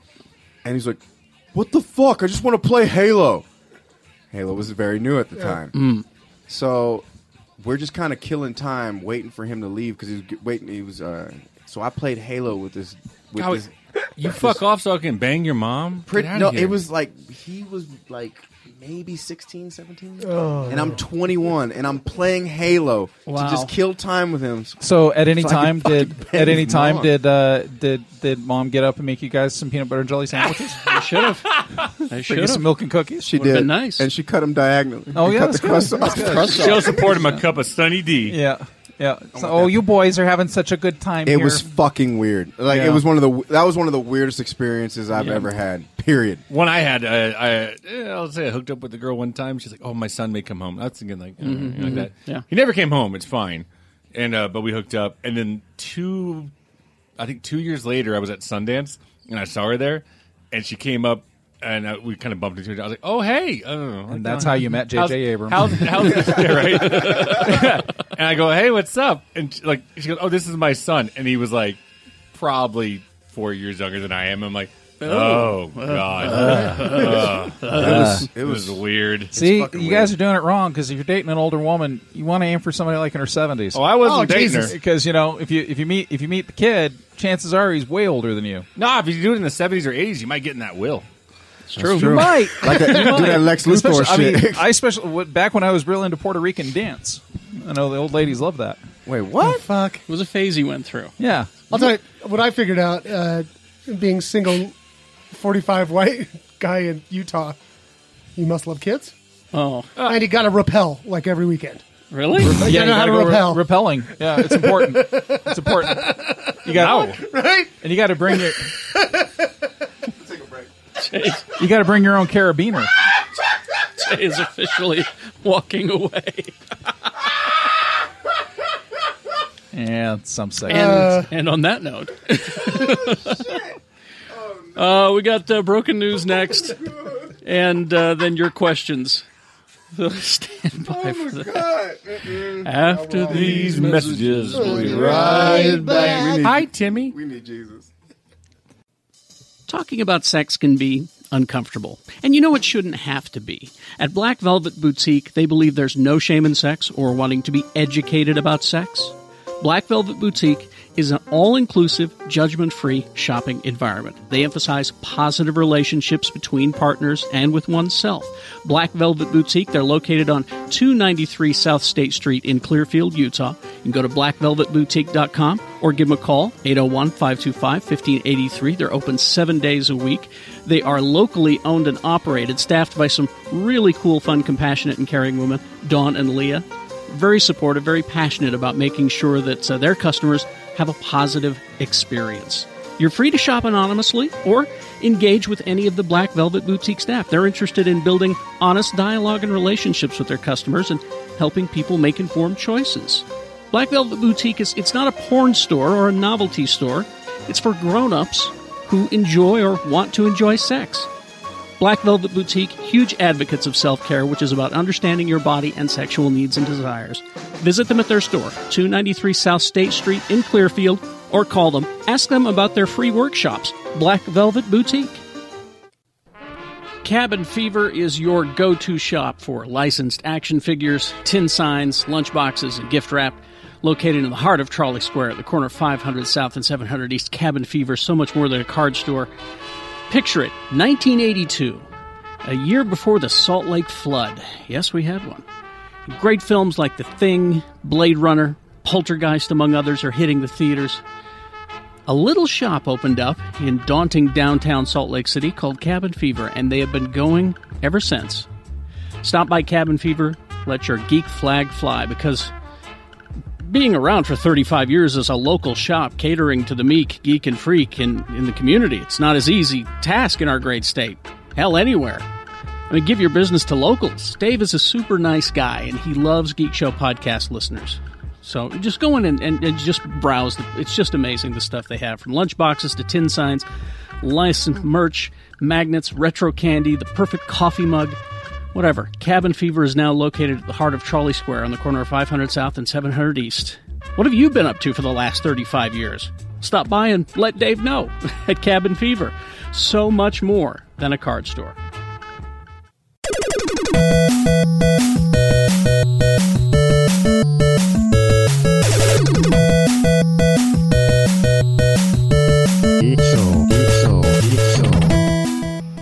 Speaker 7: and he's like, "What the fuck? I just want to play Halo." Halo was very new at the time, so we're just kind of killing time, waiting for him to leave because he was g- waiting. He was uh, so I played Halo with this. With
Speaker 9: God,
Speaker 7: this
Speaker 9: You fuck off so I can bang your mom?
Speaker 7: pretty,
Speaker 9: Get outta
Speaker 7: no,
Speaker 9: here.
Speaker 7: it was like he was like maybe 16, 17, and I'm 21, and I'm playing Halo
Speaker 2: Wow.
Speaker 7: to just kill time with him.
Speaker 8: So at any
Speaker 7: So I can
Speaker 8: time
Speaker 7: fucking
Speaker 8: did
Speaker 7: bang
Speaker 8: at any
Speaker 7: his
Speaker 8: time
Speaker 7: mom.
Speaker 8: did uh, did did mom get up and make you guys some peanut butter and jelly sandwiches?
Speaker 2: I should have. I
Speaker 8: Bring
Speaker 2: should
Speaker 8: you
Speaker 2: have.
Speaker 8: some milk and cookies?
Speaker 7: She
Speaker 2: Would've
Speaker 7: did
Speaker 2: been nice.
Speaker 7: and she cut him diagonally.
Speaker 8: Oh,
Speaker 7: She
Speaker 8: yeah,
Speaker 7: cut
Speaker 8: that's
Speaker 7: the
Speaker 8: good,
Speaker 7: crust
Speaker 8: that's
Speaker 7: off.
Speaker 8: good.
Speaker 2: Crust
Speaker 9: She'll
Speaker 2: off.
Speaker 9: support him a cup of Sunny D.
Speaker 8: Yeah, yeah. So, oh, you boys are having such a good time.
Speaker 7: It
Speaker 8: here.
Speaker 7: was fucking weird. Like
Speaker 8: Yeah.
Speaker 7: it was one of the that was one of the weirdest experiences I've ever had. Period.
Speaker 9: One I had, uh, I eh, I'll say I hooked up with a girl one time. She's like, "Oh, my son may come home." I was thinking like, eh,
Speaker 7: Mm-hmm,
Speaker 9: you know, like that.
Speaker 2: Yeah.
Speaker 9: he never came home. It's fine. And uh, but we hooked up, and then two, I think two years later, I was at Sundance and I saw her there, and she came up. And uh, we kind of bumped into each other. I was like, "Oh, hey!" I don't know.
Speaker 8: And that's how you met
Speaker 9: How's-
Speaker 8: J.J. Abrams.
Speaker 9: How's, how's yeah, right? and I go, "Hey, what's up?" And she, like she goes, "Oh, this is my son." And he was like, probably four years younger than I am. I'm like,
Speaker 3: Oh.
Speaker 9: oh, god,
Speaker 8: Uh.
Speaker 9: Uh,
Speaker 8: It was-
Speaker 9: it was weird.
Speaker 8: See, you guys are doing it wrong because if you're dating an older woman, you want to aim for somebody like in her seventies.
Speaker 9: Oh, I wasn't Oh, dating Jesus. her.
Speaker 8: because you know if you if you meet if you meet the kid, chances are he's way older than you.
Speaker 9: Nah, if you do it in the seventies or eighties, you might get in that will. It's
Speaker 8: You might
Speaker 9: might.
Speaker 8: Especially- I mean, I especially back when I was real into Puerto Rican dance. I know the old ladies love that.
Speaker 7: Wait, what?
Speaker 4: fuck!
Speaker 2: It was a phase he went through.
Speaker 8: Yeah,
Speaker 4: I'll tell you what I figured out uh, being single, 45 white guy in Utah. You must love kids.
Speaker 2: Oh,
Speaker 4: and you got to rappel like every weekend.
Speaker 2: really?
Speaker 4: You gotta know how to rappel.
Speaker 8: Repelling. Yeah, it's important. it's important. You got to
Speaker 4: right,
Speaker 8: and you got to bring your. You got to bring your own carabiner.
Speaker 2: Jay is officially walking away.
Speaker 8: Yeah, some segment.
Speaker 2: And, and on that note, uh, we got uh, broken news next, and uh, then your questions. So stand by for that. After these messages, we
Speaker 3: right back.
Speaker 2: We need-
Speaker 9: Hi, Timmy.
Speaker 7: We need Jesus.
Speaker 2: Talking about sex can be uncomfortable. And you know it shouldn't have to be. At Black Velvet Boutique, they believe there's no shame in sex or wanting to be educated about sex. Black Velvet Boutique is an all inclusive, judgment free shopping environment. They emphasize positive relationships between partners and with oneself. Black Velvet Boutique, they're located on 293 South State Street in Clearfield, Utah. You can go to blackvelvetboutique.com or give them a call, 801 525 1583. They're open seven days a week. They are locally owned and operated, staffed by some really cool, fun, compassionate, and caring women, Dawn and Leah. Very supportive, very passionate about making sure that uh, their customers have a positive experience. You're free to shop anonymously or engage with any of the Black Velvet Boutique staff. They're interested in building honest dialogue and relationships with their customers and helping people make informed choices. Black Velvet Boutique is it's not a porn store or a novelty store. It's for grown-ups who enjoy or want to enjoy sex. Black Velvet Boutique, huge advocates of self care, which is about understanding your body and sexual needs and desires. Visit them at their store, 293 South State Street in Clearfield, or call them. Ask them about their free workshops. Black Velvet Boutique. Cabin Fever is your go to shop for licensed action figures, tin signs, lunchboxes, and gift wrap. Located in the heart of Trolley Square at the corner of 500 South and 700 East, Cabin Fever, so much more than a card store. Picture it 1982, a year before the Salt Lake flood. Yes, we had one. Great films like The Thing, Blade Runner, Poltergeist, among others, are hitting the theaters. A little shop opened up in daunting downtown Salt Lake City called Cabin Fever, and they have been going ever since. Stop by Cabin Fever, let your geek flag fly, because being around for 35 years as a local shop catering to the meek, geek, and freak in, in the community, it's not as easy task in our great state. Hell, anywhere. I mean, give your business to locals. Dave is a super nice guy, and he loves Geek Show podcast listeners. So just go in and, and, and just browse. The, it's just amazing the stuff they have from lunchboxes to tin signs, licensed merch, magnets, retro candy, the perfect coffee mug. Whatever. Cabin Fever is now located at the heart of Trolley Square on the corner of 500 South and 700 East. What have you been up to for the last 35 years? Stop by and let Dave know at Cabin Fever. So much more than a card store.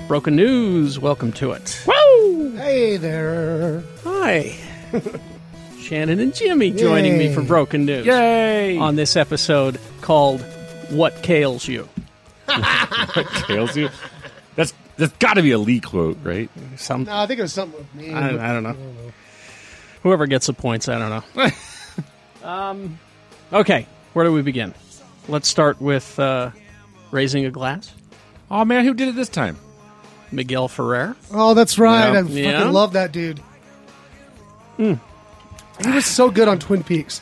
Speaker 2: Broken news. Welcome to it. Woo!
Speaker 4: Hey there.
Speaker 5: Hi. Shannon and Jimmy joining me
Speaker 4: Yay.
Speaker 5: for Broken News.
Speaker 9: Yay!
Speaker 5: On this episode called What Kales You.
Speaker 9: Tails you. That's that's got to be a Lee quote, right?
Speaker 5: Some
Speaker 4: No, I think it was something with me.
Speaker 5: I, I don't know. Whoever gets the points, I don't know. um, okay, where do we begin? Let's start with uh, raising a glass.
Speaker 9: Oh man, who did it this time?
Speaker 5: Miguel Ferrer.
Speaker 4: Oh, that's right.
Speaker 9: Yeah.
Speaker 4: I fucking
Speaker 5: Yeah.
Speaker 4: love that dude. He was so good on Twin Peaks.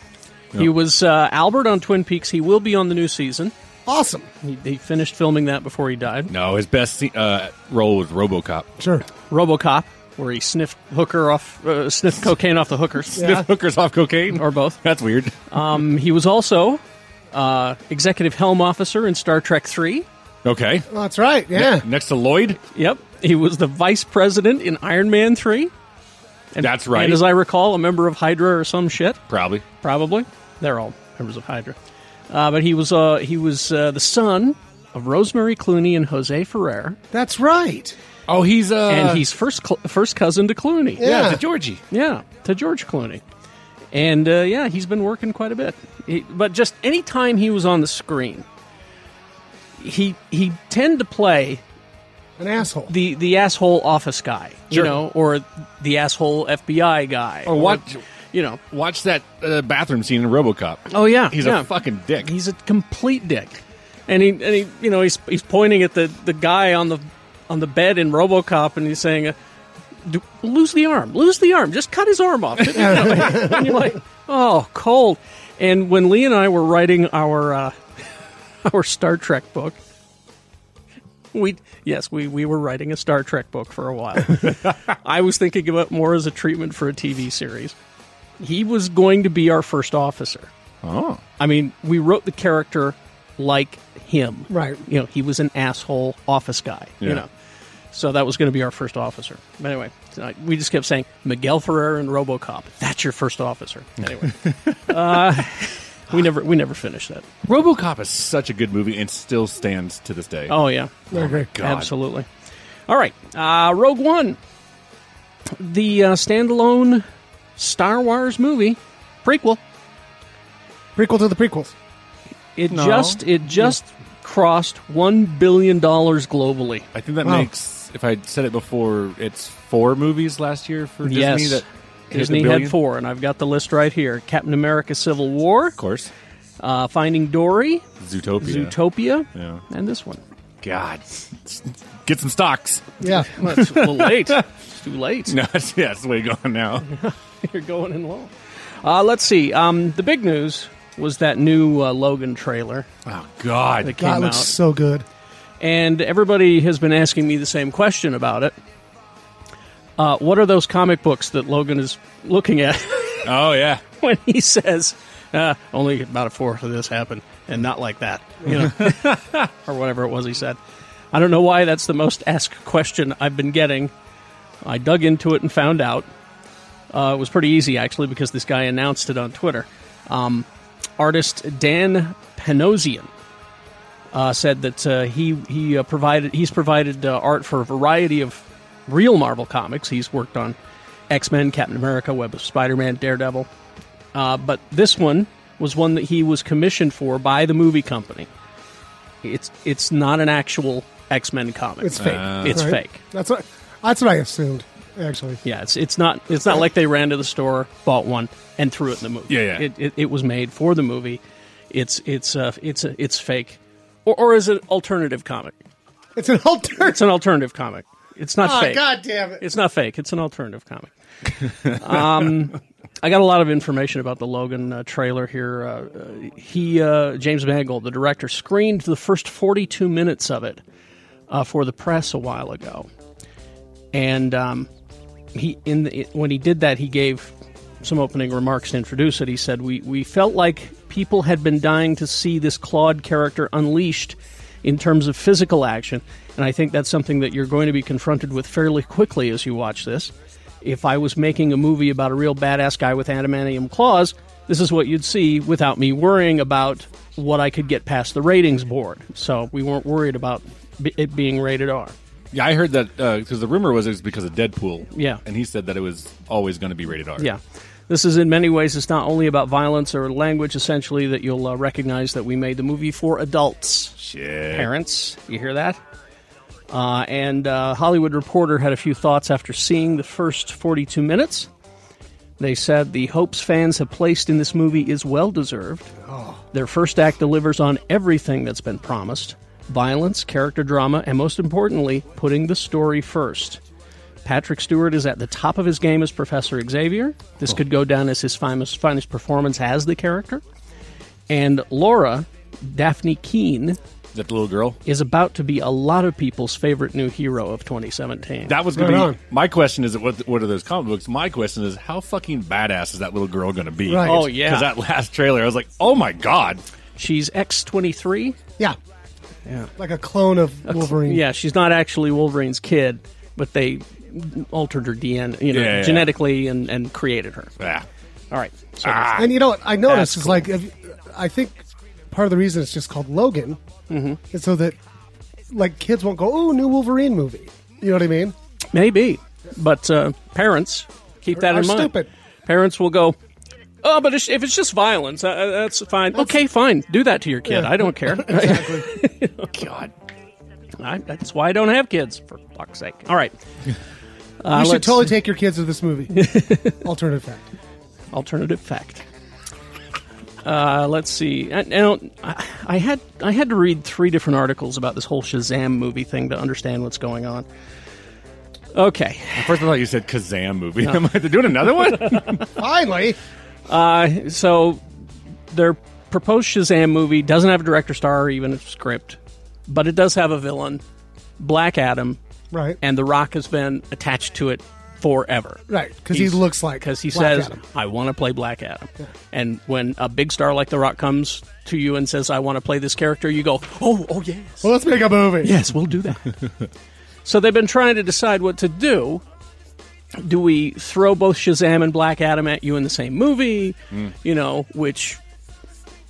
Speaker 5: He was uh, Albert on Twin Peaks. He will be on the new season.
Speaker 4: Awesome.
Speaker 5: He, he finished filming that before he died.
Speaker 9: No, his best se- uh, role was RoboCop.
Speaker 4: Sure.
Speaker 5: RoboCop, where he sniffed hooker off, uh, sniffed cocaine off the hookers,
Speaker 9: Sniff hookers off cocaine.
Speaker 5: or both.
Speaker 9: That's weird.
Speaker 5: Um, he was also uh, executive helm officer in Star Trek Three.
Speaker 9: Okay.
Speaker 4: that's right. Yeah.
Speaker 9: Next to Lloyd.
Speaker 5: Yep. He was the vice president in Iron Man Three. And,
Speaker 9: That's right.
Speaker 5: And as I recall, a member of Hydra or some shit.
Speaker 9: Probably.
Speaker 5: Probably. They're all members of Hydra. Uh, but he was uh, he was uh, the son of Rosemary Clooney and Jose Ferrer.
Speaker 4: That's right.
Speaker 9: Oh, he's uh,
Speaker 5: and he's first cl- first cousin to Clooney.
Speaker 4: Yeah. Yeah, to
Speaker 9: Georgie.
Speaker 5: Yeah, to George Clooney. And uh, yeah, he's been working quite a bit. He, but just any time he was on the screen, he he tend to play
Speaker 4: An asshole.
Speaker 5: the the asshole office guy, you
Speaker 9: Sure.
Speaker 5: know, or the asshole FBI guy,
Speaker 9: Or watch,
Speaker 5: you know.
Speaker 9: watch that uh, bathroom scene in RoboCop.
Speaker 5: Oh yeah,
Speaker 9: He's
Speaker 5: yeah.
Speaker 9: a fucking dick.
Speaker 5: He's a complete dick, and he and he you know he's he's pointing at the the guy on the on the bed in RoboCop, and he's saying, uh, Do, "Lose the arm, lose the arm, just cut his arm off." You know, and you're like, "Oh, cold." And when Lee and I were writing our uh, our Star Trek book, we yes we we were writing a Star Trek book for a while. I was thinking about it more as a treatment for a TV series. He was going to be our first officer.
Speaker 9: Oh.
Speaker 5: I mean, we wrote the character like him.
Speaker 4: Right.
Speaker 5: You know, he was an asshole office guy, you
Speaker 9: Yeah.
Speaker 5: know. So that was going to be our first officer. But anyway, so I- we just kept saying Miguel Ferrer and RoboCop. That's your first officer. Anyway, uh, we never we never finished that.
Speaker 9: RoboCop is such a good movie and still stands to this day.
Speaker 5: Oh yeah,
Speaker 4: Okay.
Speaker 5: absolutely. All right, uh, Rogue One, the uh, standalone Star Wars movie prequel.
Speaker 4: Prequel to the prequels.
Speaker 5: It just it just crossed one billion dollars globally.
Speaker 9: I think that
Speaker 4: Wow.
Speaker 9: makes, if I said it before, it's four movies last year for Disney.
Speaker 5: Yes.
Speaker 9: That hit a
Speaker 5: Disney
Speaker 9: billion.
Speaker 5: had four, and I've got the list right here: Captain America: Civil War,
Speaker 9: Of course.
Speaker 5: uh, Finding Dory,
Speaker 9: Zootopia.
Speaker 5: Zootopia,
Speaker 9: Yeah.
Speaker 5: and this one.
Speaker 9: God. Get some stocks.
Speaker 4: Yeah.
Speaker 5: Well, it's a little late. It's too late.
Speaker 9: No, it's, yeah, it's way gone now.
Speaker 5: You're going in low. Uh, let's see. Um, the big news was that new uh, Logan trailer
Speaker 9: Oh, God.
Speaker 5: that came
Speaker 4: God, it
Speaker 5: out,
Speaker 4: looks so good.
Speaker 5: and everybody has been asking me the same question about it. Uh, what are those comic books that Logan is looking at?
Speaker 9: Oh, yeah.
Speaker 5: when he says uh, only about a fourth of this happened and not like that you know or whatever it was he said i don't know why that's the most asked question i've been getting i dug into it and found out uh, it was pretty easy actually because this guy announced it on twitter um, artist dan panosian uh, said that uh, he he uh, provided he's provided uh, art for a variety of real Marvel comics. He's worked on X Men, Captain America, Web of Spider Man, Daredevil, uh, but this one was one that he was commissioned for by the movie company. It's it's not an actual X Men comic.
Speaker 4: It's fake.
Speaker 5: Uh, it's
Speaker 4: right?
Speaker 5: fake.
Speaker 4: That's what. That's what I assumed. Actually,
Speaker 5: Yeah, it's it's not it's not like they ran to the store, bought one, and threw it in the movie.
Speaker 9: Yeah, yeah.
Speaker 5: It, it, it was made for the movie. It's it's uh, it's uh, it's fake, or or is it alternative comic?
Speaker 4: it's an alternative.
Speaker 5: It's an alternative comic. It's not
Speaker 4: Oh,
Speaker 5: fake.
Speaker 4: God damn it!
Speaker 5: It's not fake. It's an alternative comic. um, I got a lot of information about the Logan uh, trailer here. Uh, uh, he, uh, James Mangold, the director, screened the first 42 minutes of it uh, for the press a while ago, and um, he in the, when he did that, he gave some opening remarks to introduce it. He said, "We we felt like people had been dying to see this clawed character unleashed in terms of physical action, and I think that's something that you're going to be confronted with fairly quickly as you watch this. If I was making a movie about a real badass guy with adamantium claws, this is what you'd see without me worrying about what I could get past the ratings board. So we weren't worried about b- it being rated R."
Speaker 9: Yeah, I heard that because the rumor was it was because of Deadpool.
Speaker 5: Yeah.
Speaker 9: and he said that it was always going to be rated R.
Speaker 5: Yeah. This is in many ways, it's not only about violence or language, essentially, that you'll uh, recognize that we made the movie for adults.
Speaker 9: shit.
Speaker 5: Parents, you hear that? Uh, and uh, Hollywood Reporter had a few thoughts after seeing the first 42 minutes. They said the hopes fans have placed in this movie is well deserved. Their first act delivers on everything that's been promised violence, character drama, and most importantly, putting the story first. Patrick Stewart is at the top of his game as Professor Xavier. This could go down as his finest, finest performance as the character. And Laura, Daphne Keene,
Speaker 9: Is that the little girl.
Speaker 5: is about to be a lot of people's favorite new hero of 2017.
Speaker 9: That was going
Speaker 4: Right
Speaker 9: to be my question. Is what what are those comic books? My question is how fucking badass is that little girl going to be?
Speaker 4: Right.
Speaker 5: Oh, yeah.
Speaker 9: because that last trailer, I was like, oh my god,
Speaker 5: She's X23.
Speaker 4: Yeah.
Speaker 5: Yeah.
Speaker 4: Like a clone of
Speaker 5: A cl-
Speaker 4: Wolverine.
Speaker 5: Yeah, she's not actually Wolverine's kid, but they altered her DNA, you know,
Speaker 4: Yeah, yeah.
Speaker 5: genetically and, and created her.
Speaker 9: Yeah.
Speaker 5: All right. So
Speaker 4: And you know what I noticed
Speaker 5: That's
Speaker 4: is like if, I think part of the reason it's just called Logan
Speaker 5: Mm-hmm.
Speaker 4: is so that like kids won't go, "Oh, new Wolverine movie." You know what I mean?
Speaker 5: Maybe, but uh, parents keep that
Speaker 4: Are
Speaker 5: in mind.
Speaker 4: stupid.
Speaker 5: Parents will go. Oh, but it's- if it's just violence, uh, uh, that's fine. okay, fine. Do that to your kid.
Speaker 4: Yeah.
Speaker 5: I don't care.
Speaker 4: Exactly.
Speaker 5: God, I, that's why I don't have kids. For fuck's sake. All right. Uh,
Speaker 4: you should
Speaker 5: let's-
Speaker 4: totally take your kids to this movie. Alternative fact.
Speaker 5: alternative fact. Uh, let's see. I, I, don't, I, I had I had to read three different articles about this whole Shazam movie thing to understand what's going on. Okay.
Speaker 9: At first, I thought you said Kazam movie.
Speaker 5: No.
Speaker 9: I'm like, they're doing another one?
Speaker 4: Finally.
Speaker 5: Uh, so their proposed Shazam movie doesn't have a director star or even a script, but it does have a villain, Black Adam.
Speaker 4: Right.
Speaker 5: And The Rock has been attached to it forever.
Speaker 4: Right, 'cause he looks like
Speaker 5: Because he
Speaker 4: Black
Speaker 5: says,
Speaker 4: Adam.
Speaker 5: I want to play Black Adam. And when a big star like The Rock comes to you and says, I want to play this character, you go, oh, oh, yes.
Speaker 4: Well, let's make a movie.
Speaker 5: Yes, we'll do that. So they've been trying to decide what to do. Do we throw both Shazam and Black Adam at you in the same movie?
Speaker 9: Mm.
Speaker 5: You know, which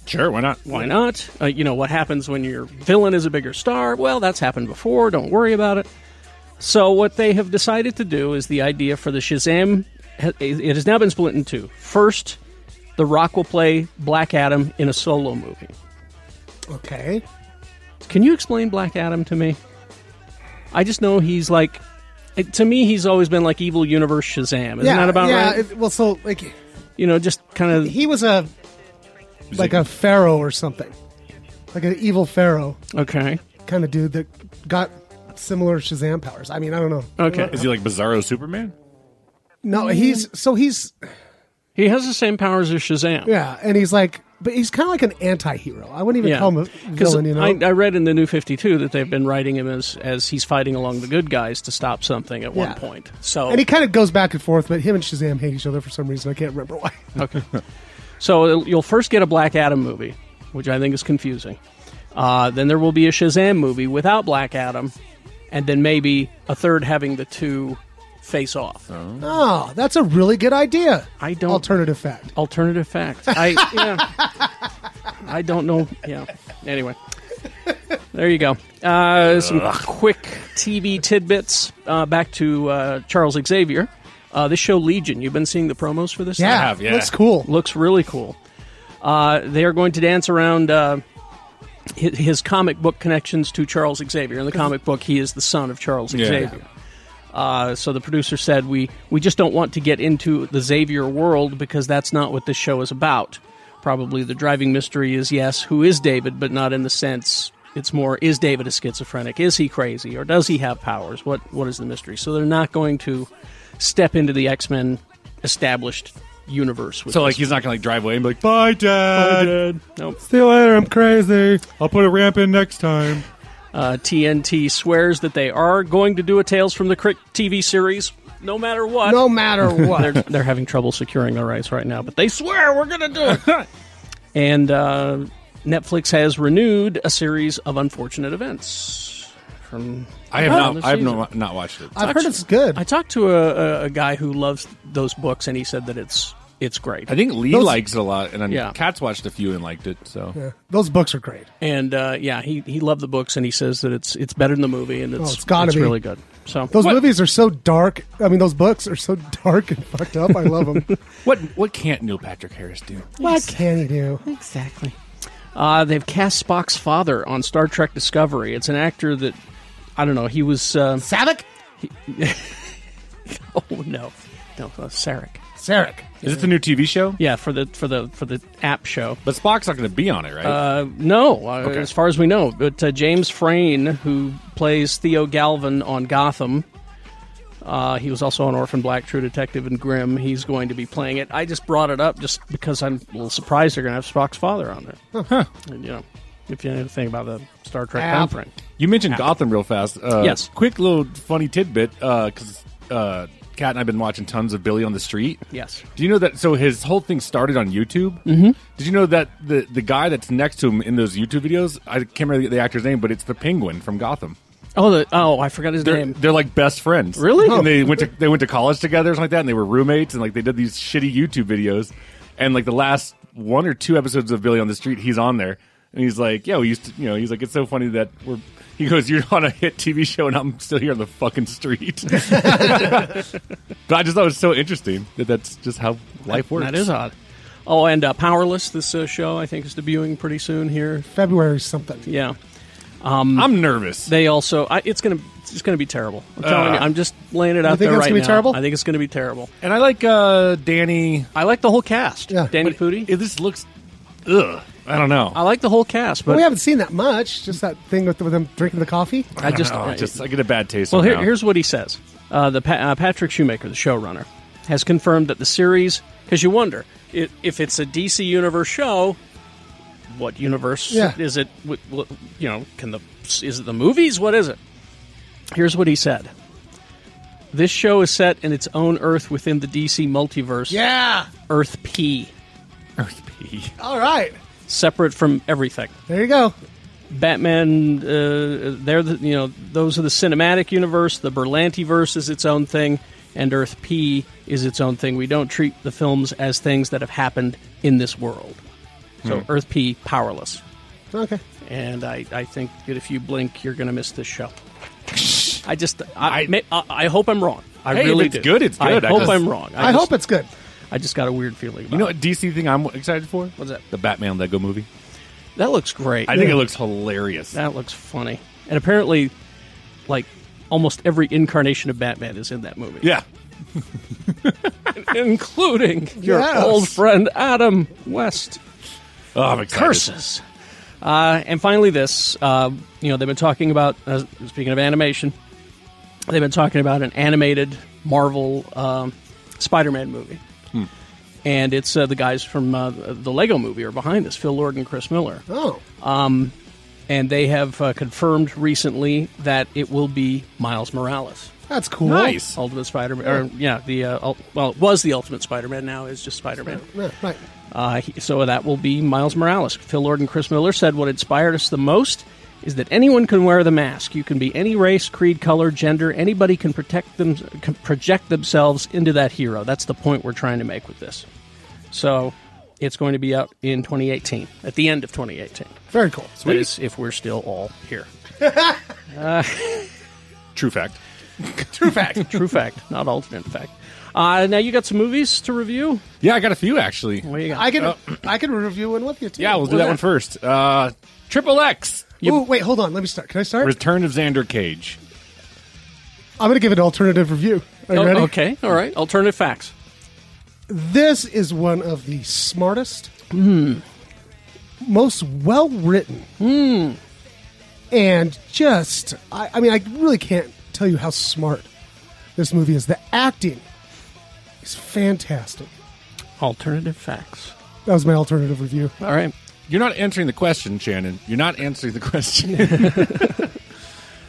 Speaker 9: sure, why not?
Speaker 5: Why not? Uh, you know what happens when your villain is a bigger star? Well, that's happened before. Don't worry about it. So what they have decided to do is the idea for the Shazam. It has now been split in two. First, The Rock will play Black Adam in a solo movie.
Speaker 4: Okay.
Speaker 5: Can you explain Black Adam to me? I just know he's like, it- to me, he's always been like evil universe Shazam. Isn't
Speaker 4: yeah,
Speaker 5: that about
Speaker 4: yeah,
Speaker 5: right?
Speaker 4: it- well, so like
Speaker 5: you know, just kind of.
Speaker 4: He was a like a pharaoh or something, like an evil pharaoh
Speaker 5: Okay.
Speaker 4: kind of dude that got similar Shazam powers. I mean, I don't know.
Speaker 9: Is he like Bizarro Superman?
Speaker 4: No, he's so he's
Speaker 5: he has the same powers as Shazam.
Speaker 4: Yeah, and he's like, but he's kind of like an anti-hero. I wouldn't even call him a
Speaker 5: 'Cause
Speaker 4: villain, you know.
Speaker 5: I, I read in the New Fifty Two that they've been writing him as as he's fighting along the good guys to stop something at one
Speaker 4: Yeah.
Speaker 5: point. So
Speaker 4: and he kind of goes back and forth, but him and Shazam hate each other for some reason. I can't remember why.
Speaker 5: okay. So it'll- you'll first get a Black Adam movie, which I think is confusing. Uh, then there will be a Shazam movie without Black Adam, and then maybe a third having the two face off.
Speaker 4: Oh, that's a really good idea.
Speaker 5: I don't
Speaker 4: alternative fact.
Speaker 5: Alternative fact. I yeah. I don't know. Yeah. Anyway, there you go. Uh, some
Speaker 3: Ugh.
Speaker 5: quick TV tidbits. Uh, back to uh, Charles Xavier. Uh, this show Legion. You've been seeing the promos for this.
Speaker 3: Yeah, I have, yeah. looks
Speaker 4: cool.
Speaker 5: Looks really cool. Uh, they are going to dance around. Uh, hi- his comic book connections to Charles Xavier. In the comic book, he is the son of Charles
Speaker 2: Yeah.
Speaker 5: Xavier. Uh, so the producer said, "We we just don't want to get into the Xavier world because that's not what this show is about. Probably the driving mystery is yes, who is David, but not in the sense it's more is David a schizophrenic? Is he crazy, or does he have powers? What what is the mystery? So they're not going to step into the X Men established universe. With
Speaker 9: So, like,
Speaker 5: this.
Speaker 9: he's not going to like drive away and be like, bye, Dad.
Speaker 5: Nope.
Speaker 9: See you later. I'm crazy. I'll put a ramp in next time.
Speaker 5: Uh, TNT swears that they are going to do a Tales from the Crypt TV series, no matter what.
Speaker 4: No matter what.
Speaker 5: they're, they're having trouble securing the rights right now, but they swear we're going to do it. and uh, Netflix has renewed a series of unfortunate events. From
Speaker 9: I have
Speaker 5: from
Speaker 9: not.
Speaker 5: this
Speaker 9: I have
Speaker 5: season.
Speaker 9: not, not watched it.
Speaker 5: Talked- I talked to a, a, a guy who loves those books, and he said that it's it's great.
Speaker 9: I think Lee
Speaker 5: Those-
Speaker 9: likes it a lot, and then
Speaker 5: Yeah.
Speaker 9: Cat's watched a few and liked it. So
Speaker 4: Yeah. Those books are great.
Speaker 5: And uh, yeah, he, he loved the books, and he says that it's it's better than the movie, and it's,
Speaker 4: Oh, it's gotta be.
Speaker 5: really good. So
Speaker 4: Those
Speaker 5: What-
Speaker 4: movies are so dark. I mean, those books are so dark and fucked up. I love them.
Speaker 9: what what can't Neil Patrick Harris do?
Speaker 4: what can he do?
Speaker 5: Exactly. Uh, they've cast Spock's father on Star Trek Discovery. It's an actor that I don't know. He was uh,
Speaker 4: Savick.
Speaker 5: oh no, no, uh, Sarek.
Speaker 4: Sarek.
Speaker 9: Is it the new TV show?
Speaker 5: Yeah, for the for the for the app show.
Speaker 9: But Spock's not going to be on it, right?
Speaker 5: Uh, no, uh, as far as we know. But uh, James Frain, who plays Theo Galvin on Gotham, uh, he was also on Orphan Black, True Detective, and Grimm. He's going to be playing it. I just brought it up just because I'm a little surprised they're going to have Spock's father on there. And, you know, if you know anything about the Star Trek
Speaker 9: App.
Speaker 5: thumbprint.
Speaker 9: You mentioned Gotham real fast. Uh,
Speaker 5: Yes.
Speaker 9: Quick little funny tidbit because uh, Kat and I've been watching tons of Billy on the Street.
Speaker 5: Yes.
Speaker 9: Do you know that? So his whole thing started on YouTube.
Speaker 5: Mhm.
Speaker 9: Did you know that the the guy that's next to him in those YouTube videos? I can't remember the, the actor's name, but it's the Penguin from Gotham.
Speaker 5: Oh, the, oh, I forgot his
Speaker 9: They're,
Speaker 5: name.
Speaker 9: they're like best friends.
Speaker 5: Really? Oh.
Speaker 9: And they went to they went to college together, or something like that, and they were roommates, and like they did these shitty YouTube videos, and like the last one or two episodes of Billy on the Street, he's on there, and he's like, "Yeah, we used to," you know, he's like, "It's so funny that we're." He goes, "You're on a hit TV show, and I'm still here on the fucking street." but I just thought it was so interesting that that's just how life works.
Speaker 5: That is odd. Oh, and uh, Powerless, this uh, show I think is debuting pretty soon here.
Speaker 4: February something.
Speaker 5: Yeah, um,
Speaker 9: I'm nervous.
Speaker 5: They also, I, it's gonna, it's just gonna be terrible. I'm telling
Speaker 9: Uh.
Speaker 5: you, I'm just laying it out
Speaker 9: You think
Speaker 5: there
Speaker 9: it's
Speaker 5: right
Speaker 9: gonna be
Speaker 5: now.
Speaker 9: terrible?
Speaker 5: I think it's gonna be terrible.
Speaker 9: And I like uh, Danny.
Speaker 5: I like the whole cast. Yeah. Danny Pudi.
Speaker 9: this looks, ugh, I don't know.
Speaker 5: I like the whole cast,
Speaker 9: Oh,
Speaker 5: but
Speaker 4: we haven't seen that much. Just that thing with, with them drinking the coffee.
Speaker 5: I just,
Speaker 9: Oh, I just I get a bad taste.
Speaker 5: Well, here,
Speaker 9: somehow.
Speaker 5: here's what he says. Uh, the pa- uh, Patrick Shoemaker, the showrunner, has confirmed that the series, because you wonder i if it's a DC Universe show, what universe
Speaker 3: Yeah.
Speaker 5: is it? W- w- you know, can the is it the movies? What is it? Here's what he said. This show is set in its own Earth within the DC multiverse.
Speaker 4: Yeah.
Speaker 5: Earth P.
Speaker 9: Earth P.
Speaker 4: All right.
Speaker 5: Separate from everything.
Speaker 4: There you go.
Speaker 5: Batman, uh, they're the, you know those are the cinematic universe. The Berlantiverse is its own thing, and Earth P is its own thing. We don't treat the films as things that have happened in this world. So
Speaker 4: Hmm.
Speaker 5: Earth P powerless,
Speaker 4: Okay.
Speaker 5: and I, I think that if you blink, you're going to miss this show. I just I I, may- I, I hope I'm wrong. I
Speaker 9: Hey, if
Speaker 5: really
Speaker 9: it's
Speaker 5: do.
Speaker 9: good, it's good.
Speaker 5: I,
Speaker 9: I
Speaker 5: hope
Speaker 9: just-
Speaker 5: I'm wrong.
Speaker 9: I
Speaker 5: just-
Speaker 9: hope
Speaker 4: it's good.
Speaker 5: I just got a weird feeling. About
Speaker 9: You know
Speaker 5: it.
Speaker 9: what DC thing I'm excited for?
Speaker 5: What's that?
Speaker 9: The Batman Lego movie.
Speaker 5: That looks great.
Speaker 9: I think it looks hilarious.
Speaker 5: That looks funny. And apparently, like almost every incarnation of Batman is in that movie.
Speaker 9: Yeah.
Speaker 5: Including your
Speaker 3: Yes.
Speaker 5: old friend Adam West.
Speaker 9: Oh, I'm excited.
Speaker 5: Curses. Uh, and finally, this. Uh, you know, they've been talking about, uh, speaking of animation, they've been talking about an animated Marvel um, Spider Man movie.
Speaker 3: Hmm.
Speaker 5: And it's uh, the guys from uh, the Lego movie are behind this Phil Lord and Chris Miller.
Speaker 4: Oh.
Speaker 5: Um, and they have uh, confirmed recently that it will be Miles Morales.
Speaker 4: That's cool.
Speaker 5: Nice. Ultimate Spider-Man. Or, yeah, the uh, ul- well, it was the Ultimate Spider-Man. Now is just Spider-Man.
Speaker 4: Yeah, right.
Speaker 5: Uh, he- so that will be Miles Morales. Phil Lord and Chris Miller said what inspired us the most is that anyone can wear the mask. You can be any race, creed, color, gender. Anybody can protect them, can project themselves into that hero. That's the point we're trying to make with this. So it's going to be out in 2018, at the end of 2018.
Speaker 4: Very cool.
Speaker 5: That is, if we're still all here. Uh,
Speaker 9: True fact.
Speaker 5: True fact. True fact. Not alternate fact. Uh, now you got some movies to review.
Speaker 9: Yeah, I got a few actually.
Speaker 5: What you got?
Speaker 4: I can I can review one with you too.
Speaker 9: Yeah, we'll do that one first. Uh, Triple X.
Speaker 4: Ooh, wait, hold on. Let me start. Can I start?
Speaker 9: Return of Xander Cage.
Speaker 4: I'm going to give an alternative review. Are you
Speaker 5: Oh,
Speaker 4: ready?
Speaker 5: Okay. All right. Alternative facts.
Speaker 4: This is one of the smartest, most well written, and just, I, I mean, I really can't tell you how smart this movie is. The acting is fantastic.
Speaker 5: Alternative facts.
Speaker 4: That was my alternative review.
Speaker 5: All right.
Speaker 9: You're not answering the question, Shannon. You're not answering the question.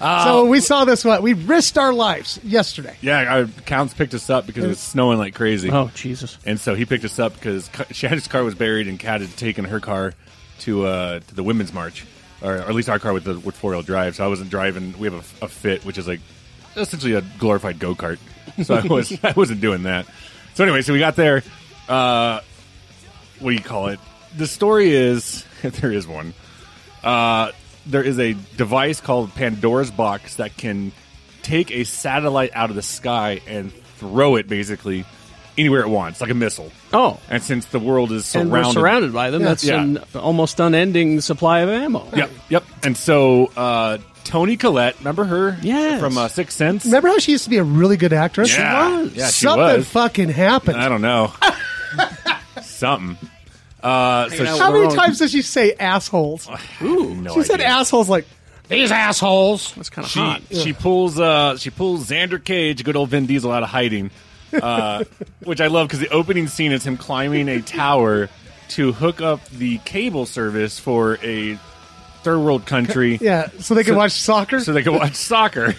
Speaker 9: Uh,
Speaker 4: so we saw this one. We risked our lives yesterday.
Speaker 9: yeah, I, Counts picked us up because it was snowing like crazy.
Speaker 5: Oh, Jesus.
Speaker 9: And so he picked us up because Shannon's car was buried, and Kat had taken her car to uh, to the women's march, or, or at least our car with the with four wheel drive. So I wasn't driving. We have a, a Fit, which is like essentially a glorified go kart. So I was I wasn't doing that. So anyway, so we got there. Uh, what do you call it? The story is if there is one. Uh, there is a device called Pandora's box that can take a satellite out of the sky and throw it basically anywhere it wants, like a missile.
Speaker 5: Oh,
Speaker 9: and since the world is surrounded,
Speaker 5: And we're surrounded by them. That's
Speaker 9: Yeah.
Speaker 5: an almost unending supply of ammo.
Speaker 9: Yep, yep. And so uh, Tony Collette, remember her? Yeah, from uh, Sixth Sense.
Speaker 4: Remember how she used to be a really good actress?
Speaker 9: Yeah. She was. Yeah, she
Speaker 4: Something
Speaker 9: was.
Speaker 4: fucking happened.
Speaker 9: I don't know, something. Uh, so
Speaker 4: How many times does she say assholes?
Speaker 9: Ooh,
Speaker 4: she said assholes like these assholes.
Speaker 5: That's kind
Speaker 9: she she pulls uh she pulls Xander Cage, good old Vin Diesel, out of hiding, uh, which I love because the opening scene is him climbing a tower to hook up the cable service for a third world country.
Speaker 4: Yeah, so they can watch soccer.
Speaker 9: So they can watch soccer.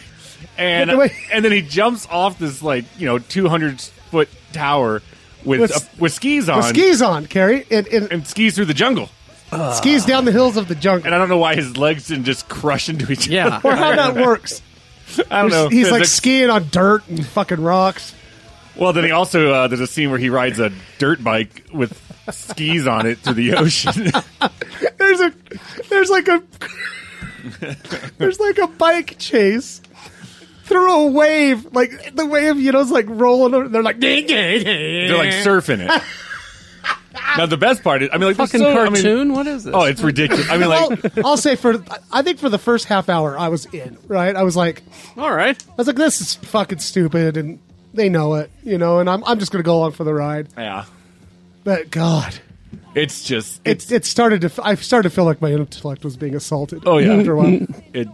Speaker 9: and
Speaker 3: Look away.
Speaker 9: and then he jumps off this like you know 200 foot tower with
Speaker 4: With-
Speaker 9: uh, with skis on,
Speaker 4: With skis on, Carrie, and, and,
Speaker 9: skis through the jungle.
Speaker 4: skis down the hills of the jungle.
Speaker 9: Uh, And I don't know why his legs didn't just crush into each other.
Speaker 4: or how that works.
Speaker 9: I don't know.
Speaker 4: He's like
Speaker 9: Physics.
Speaker 4: skiing on dirt and fucking rocks.
Speaker 9: Well, then he also uh, there's a scene where he rides a dirt bike with skis on it through the ocean.
Speaker 4: There's a, there's like a, there's like a bike chase through a wave. Like the wave, you know, is like rolling. Over, they're like,
Speaker 9: They're
Speaker 4: they're
Speaker 9: like surfing it. now the best part is, I mean, like
Speaker 4: Fucking
Speaker 9: so, I mean-
Speaker 4: cartoon? What is this?
Speaker 9: Oh, it's ridiculous. I mean, like
Speaker 4: I'll, I'll say for, I think for the first half hour, I was in. Right, I was like,
Speaker 5: all right. I
Speaker 4: was like, this is fucking stupid, and they know it, you know, and I'm, I'm just gonna go along for the ride.
Speaker 9: yeah,
Speaker 4: But God,
Speaker 9: it's just
Speaker 4: it it started to. f- I started to feel like my intellect was being assaulted.
Speaker 9: oh yeah.
Speaker 4: after a while.
Speaker 9: it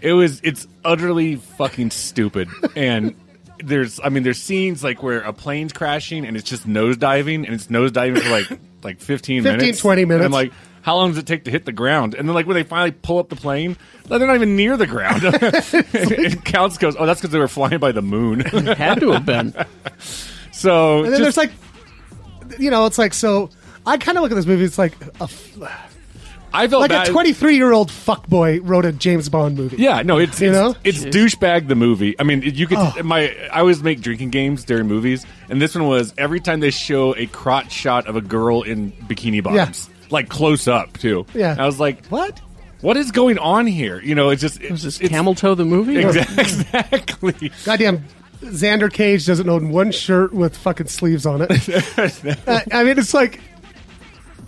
Speaker 9: it was it's utterly fucking stupid and. There's, I mean, there's scenes like where a plane's crashing and it's just nosediving and it's nosediving for like like
Speaker 4: 15,
Speaker 9: 15, minutes,
Speaker 4: 20
Speaker 9: And I'm
Speaker 4: minutes.
Speaker 9: like, how long does it take to hit the ground? And then like when they finally pull up the plane, like, they're not even near the ground. and counts goes, oh, that's because they were flying by the moon. Had
Speaker 5: to have been.
Speaker 9: So
Speaker 4: and then there's
Speaker 9: just-
Speaker 4: like, you know, it's like so. I kind of look at this movie. It's like a, f-
Speaker 9: I felt
Speaker 4: like
Speaker 9: Oh, bad.
Speaker 4: a 23 year old fuckboy wrote a James Bond movie.
Speaker 9: Yeah, no, it's
Speaker 4: you
Speaker 9: it's,
Speaker 4: know, Oh.
Speaker 9: it's douchebag the movie. I mean, you could my I always make drinking games during movies, and this one was every time they show a crotch shot of a girl in bikini bottoms, like close up too.
Speaker 5: Yeah.
Speaker 9: And I was like, what? What is going on here? You know, it's just it, was this camel
Speaker 5: toe the movie.
Speaker 9: Exactly.
Speaker 4: goddamn. Xander Cage doesn't own one shirt with fucking sleeves on it. I, I mean, it's like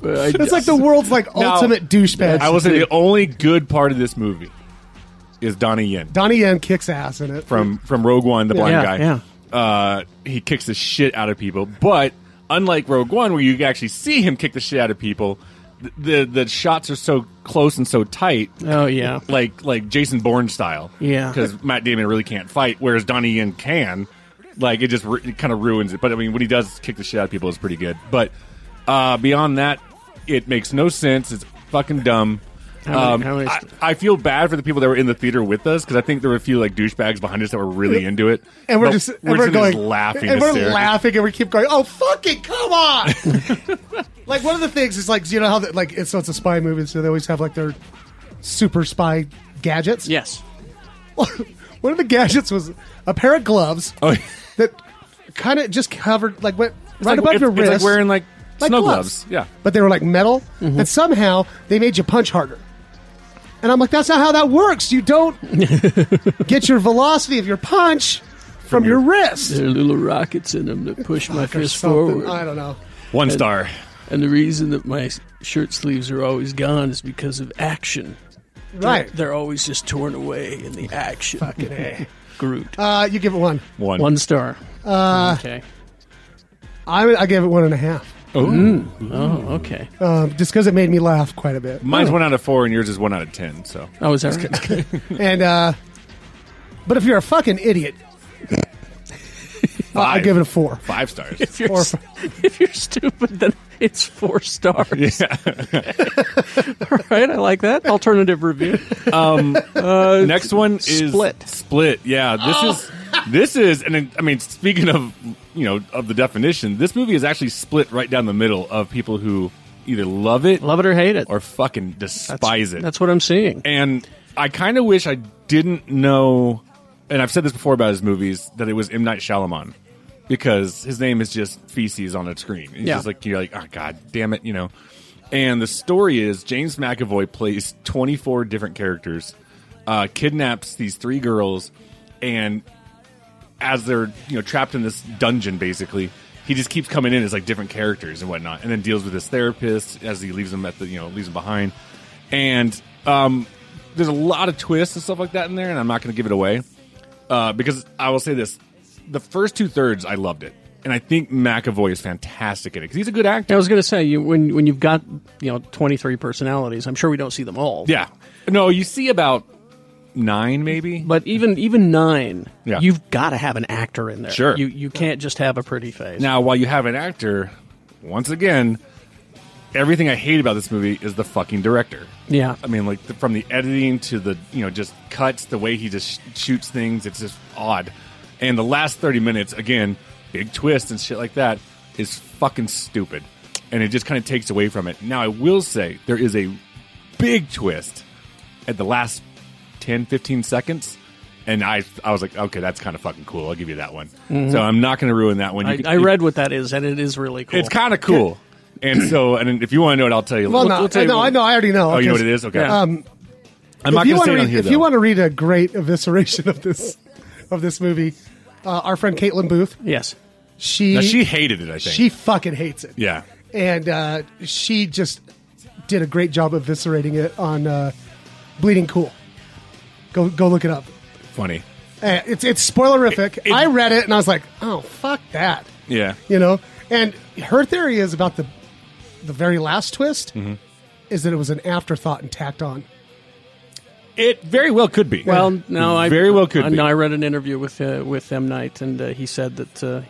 Speaker 4: it's like the world's like
Speaker 9: Now,
Speaker 4: ultimate douchebag.
Speaker 9: I will say the only good part of this movie is Donnie Yen
Speaker 4: Donnie Yen kicks ass in it.
Speaker 9: from from Rogue One, the
Speaker 4: Yeah.
Speaker 9: blind
Speaker 4: Yeah,
Speaker 9: guy.
Speaker 4: yeah.
Speaker 9: Uh, he kicks the shit out of people, but unlike Rogue One, where you actually see him kick the shit out of people, th- the the, shots are so close and so tight.
Speaker 5: Oh, yeah.
Speaker 9: like like Jason Bourne style.
Speaker 5: Yeah.
Speaker 9: because Matt Damon really can't fight, whereas Donnie Yen can. Like it just ru- it kind of ruins it. But I mean, when he does kick the shit out of people, it's pretty good. But uh, beyond that, it makes no sense. It's fucking dumb. Um,
Speaker 5: How many- how many-
Speaker 9: I, I feel bad for the people that were in the theater with us because I think there were a few like douchebags behind us that were really into it,
Speaker 4: and we're
Speaker 9: But
Speaker 4: just and we're,
Speaker 9: sitting there
Speaker 4: going
Speaker 9: just laughing,
Speaker 4: and we're
Speaker 9: hysterically.
Speaker 4: laughing and we keep going oh fucking come on like one of the things is like you know how that like it's, so it's a spy movie so they always have like their super spy gadgets
Speaker 5: yes
Speaker 4: one of the gadgets was a pair of gloves
Speaker 9: Oh,
Speaker 4: that kind of just covered like went
Speaker 9: It's
Speaker 4: right
Speaker 9: like-
Speaker 4: above
Speaker 9: it's-
Speaker 4: your
Speaker 9: it's
Speaker 4: wrist
Speaker 9: like wearing Mm-hmm. like,
Speaker 4: Like
Speaker 9: snow
Speaker 4: gloves.
Speaker 9: gloves. Yeah,
Speaker 4: but they were like metal and somehow they made you punch harder and i'm like that's not how that works you don't get your velocity of your punch from, your, wrist
Speaker 5: There are little rockets in them that push my
Speaker 4: Fuck, or
Speaker 5: fist
Speaker 4: something.
Speaker 5: forward.
Speaker 4: I don't know.
Speaker 9: One star.
Speaker 5: And the reason that my s- shirt sleeves are always gone is because of action. They're-
Speaker 4: Right.
Speaker 5: They're, always just torn away in the action.
Speaker 4: Fucking A.
Speaker 5: Groot.
Speaker 4: Uh, you give it one.
Speaker 9: One.
Speaker 5: One star.
Speaker 4: Uh,
Speaker 5: okay.
Speaker 4: I, I gave it one and a half.
Speaker 9: Oh.
Speaker 5: Oh, okay.
Speaker 4: Um, just because it made me laugh quite a bit.
Speaker 9: Mine's one out of four, and yours is one out of ten. So
Speaker 5: Oh, is that
Speaker 4: And uh, but if you're a fucking idiot, I- I
Speaker 9: Five.
Speaker 4: give it a four.
Speaker 9: Five stars.
Speaker 5: If you're, s- if you're stupid, then it's four stars. All right, I like that. Alternative review.
Speaker 9: Um,
Speaker 5: Uh,
Speaker 9: next one is
Speaker 5: Split.
Speaker 9: Split. Yeah, this
Speaker 5: Oh.
Speaker 9: is this is, and it- I mean, speaking of you know of the definition, this movie is actually split right down the middle of people who either love it,
Speaker 5: love it or hate it,
Speaker 9: or fucking despise it.
Speaker 5: That's what I'm seeing.
Speaker 9: And I kind of wish I didn't know. And I've said this before about his movies that it was M Night Shyamalan because his name is just feces on a screen. It's
Speaker 5: Yeah.
Speaker 9: just like you're like, oh god, damn it, you know. And the story is James McAvoy plays 24 different characters, uh, kidnaps these three girls, and as they're you know trapped in this dungeon basically he just keeps coming in as like different characters and whatnot and then deals with his therapist as he leaves them at the you know leaves them behind and um there's a lot of twists and stuff like that in there and i'm not going to give it away uh, because i will say this the first two thirds i loved it and i think mcavoy is fantastic in it because he's a good actor
Speaker 5: I was going to say you when when you've got you know 23 personalities, I'm sure we don't see them all.
Speaker 9: yeah no you see about nine maybe
Speaker 5: but even even nine
Speaker 9: Yeah.
Speaker 5: you've got to have an actor in there.
Speaker 9: Sure.
Speaker 5: You you can't just have a pretty face.
Speaker 9: Now, while you have an actor, once again, everything I hate about this movie is the fucking director.
Speaker 5: Yeah.
Speaker 9: I mean, like the, from the editing to the you know just cuts, the way he just sh- shoots things, it's just odd. And the last thirty minutes, again, big twist and shit like that is fucking stupid, and it just kind of takes away from it. Now, I will say there is a big twist at the last 10, 15 seconds. And I, I was like, okay, that's kind of fucking cool. I'll give you that one.
Speaker 5: Mhm.
Speaker 9: So I'm not going to ruin that one. You
Speaker 5: I,
Speaker 9: can-
Speaker 5: I
Speaker 9: you-
Speaker 5: read what that is, and it is really cool.
Speaker 9: It's kind of cool. and so, and if you want to know it, I'll tell you.
Speaker 4: Well,
Speaker 9: we'll-
Speaker 4: no,
Speaker 9: we'll tell you
Speaker 4: no,
Speaker 9: what-
Speaker 4: I know, I already know.
Speaker 9: Oh, you know what
Speaker 4: because-
Speaker 9: it is? Okay.
Speaker 4: Um,
Speaker 9: I'm
Speaker 4: if
Speaker 9: not
Speaker 4: you
Speaker 9: going to
Speaker 4: wanna
Speaker 9: say it on
Speaker 4: read-
Speaker 9: here,
Speaker 4: If
Speaker 9: though.
Speaker 4: you want to read a great evisceration of this of this movie, uh, our friend Caitlin Booth.
Speaker 5: Yes.
Speaker 4: She
Speaker 9: Now, she hated it, I think.
Speaker 4: She fucking hates it.
Speaker 9: yeah.
Speaker 4: And uh, she just did a great job eviscerating it on uh, Bleeding Cool. Go go look it up.
Speaker 9: Funny.
Speaker 4: Uh, it's it's spoilerific. I read it and I was like, oh fuck that,
Speaker 9: Yeah.
Speaker 4: you know. And her theory is about the the very last twist
Speaker 9: Mm-hmm.
Speaker 4: is that it was an afterthought and tacked on.
Speaker 9: It very well could be.
Speaker 5: Well, no, I
Speaker 9: very well could
Speaker 5: I,
Speaker 9: be.
Speaker 5: No, I read an interview with uh, with M Night, and uh, he said that uh,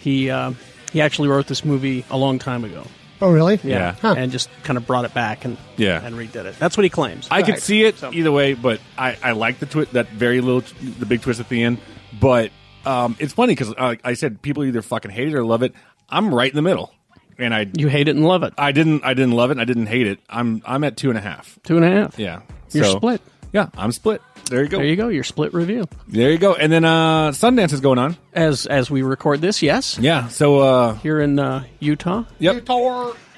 Speaker 5: he uh, he actually wrote this movie a long time ago.
Speaker 4: Oh, really?
Speaker 5: Yeah, and just kind of brought it back and
Speaker 9: Yeah.
Speaker 5: and redid it. That's what he claims.
Speaker 9: I could see it either way, but I, I like the twi- that very little the big twist at the end. But um, it's funny because uh, I said people either fucking hate it or love it. I'm right in the middle, and I
Speaker 5: you hate it and love it.
Speaker 9: I didn't I didn't love it. and I didn't hate it. I'm I'm at two and a half.
Speaker 5: Two and a half.
Speaker 9: Yeah,
Speaker 5: You're
Speaker 9: So-
Speaker 5: split.
Speaker 9: Yeah, I'm split. There you go.
Speaker 5: There you go. Your split review.
Speaker 9: There you go. And then uh, Sundance is going on
Speaker 5: as as we record this. Yes.
Speaker 9: Yeah. So uh,
Speaker 5: here in uh, Utah.
Speaker 9: Yep.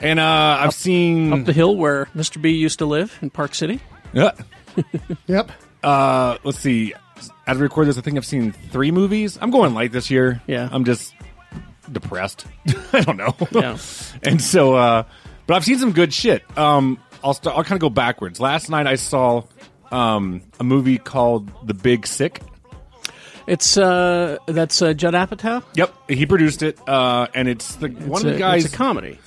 Speaker 9: And uh, I've seen
Speaker 5: up the hill where Mr. B used to live in Park City.
Speaker 9: Yeah.
Speaker 4: yep.
Speaker 9: Uh, let's see. As we record this, I think I've seen three movies. I'm going light this year. Yeah. I'm just depressed. I don't know.
Speaker 5: Yeah.
Speaker 9: and so, uh, but I've seen some good shit. Um, I'll start. I'll kind of go backwards. Last night I saw um, a movie called The Big Sick.
Speaker 5: It's uh that's uh, Judd Apatow.
Speaker 9: Yep, he produced it, uh, and it's the one of
Speaker 5: a-
Speaker 9: the guys.
Speaker 5: it's a comedy.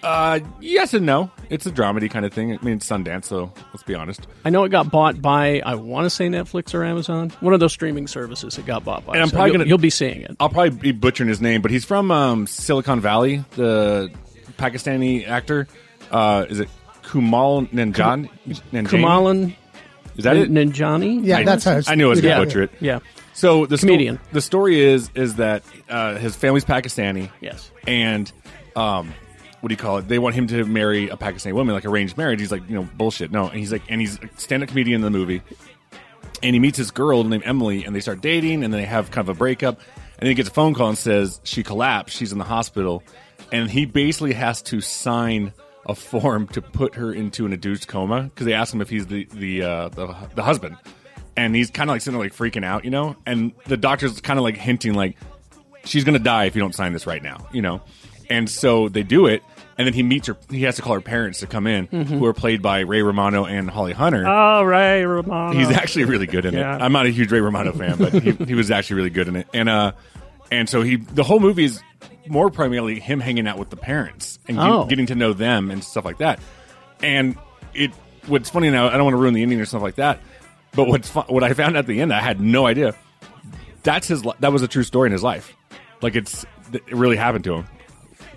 Speaker 9: Uh, yes and no. It's a dramedy kind of thing. I mean, it's Sundance, so let's be honest.
Speaker 5: I know it got bought by I want to say Netflix or Amazon, one of those streaming services. It got bought by.
Speaker 9: And I'm
Speaker 5: So
Speaker 9: probably
Speaker 5: you'll-
Speaker 9: gonna
Speaker 5: you'll be seeing it.
Speaker 9: I'll probably be butchering his name, but he's from um, Silicon Valley. The Pakistani actor uh, is it Kumal Nanjan? Nanjani?
Speaker 5: Kumalan.
Speaker 9: Is that it?
Speaker 5: Ninjani?
Speaker 9: Yeah, I- that's how it's- I knew I was gonna butcher it.
Speaker 5: Yeah.
Speaker 9: So the sto-
Speaker 5: Comedian.
Speaker 9: the story is is that uh, his family's Pakistani.
Speaker 5: Yes.
Speaker 9: And um, what do you call it? They want him to marry a Pakistani woman, like arranged marriage. He's like, you know, bullshit. No. And he's like, and he's a stand-up comedian in the movie. And he meets this girl named Emily, and they start dating, and then they have kind of a breakup. And then he gets a phone call and says she collapsed. She's in the hospital, and he basically has to sign a form to put her into an induced coma because they ask him if he's the the uh, the, the husband and he's kind of like sitting there like freaking out, you know. And the doctor's kind of like hinting like she's gonna die if you don't sign this right now, you know. And so they do it, and then he meets her. He has to call her parents to come in,
Speaker 5: Mhm.
Speaker 9: who are played by Ray Romano and Holly Hunter.
Speaker 5: All right, Romano.
Speaker 9: He's actually really good in
Speaker 5: Yeah.
Speaker 9: it. I'm not a huge Ray Romano fan, but he, he was actually really good in it. And uh, and so he the whole movie is more primarily him hanging out with the parents and get-
Speaker 5: Oh.
Speaker 9: getting to know them and stuff like that. And it what's funny now, I don't want to ruin the ending or stuff like that. But what's fu- what I found at the end, I had no idea. That's his. li- That was a true story in his life. Like it's it really happened to him.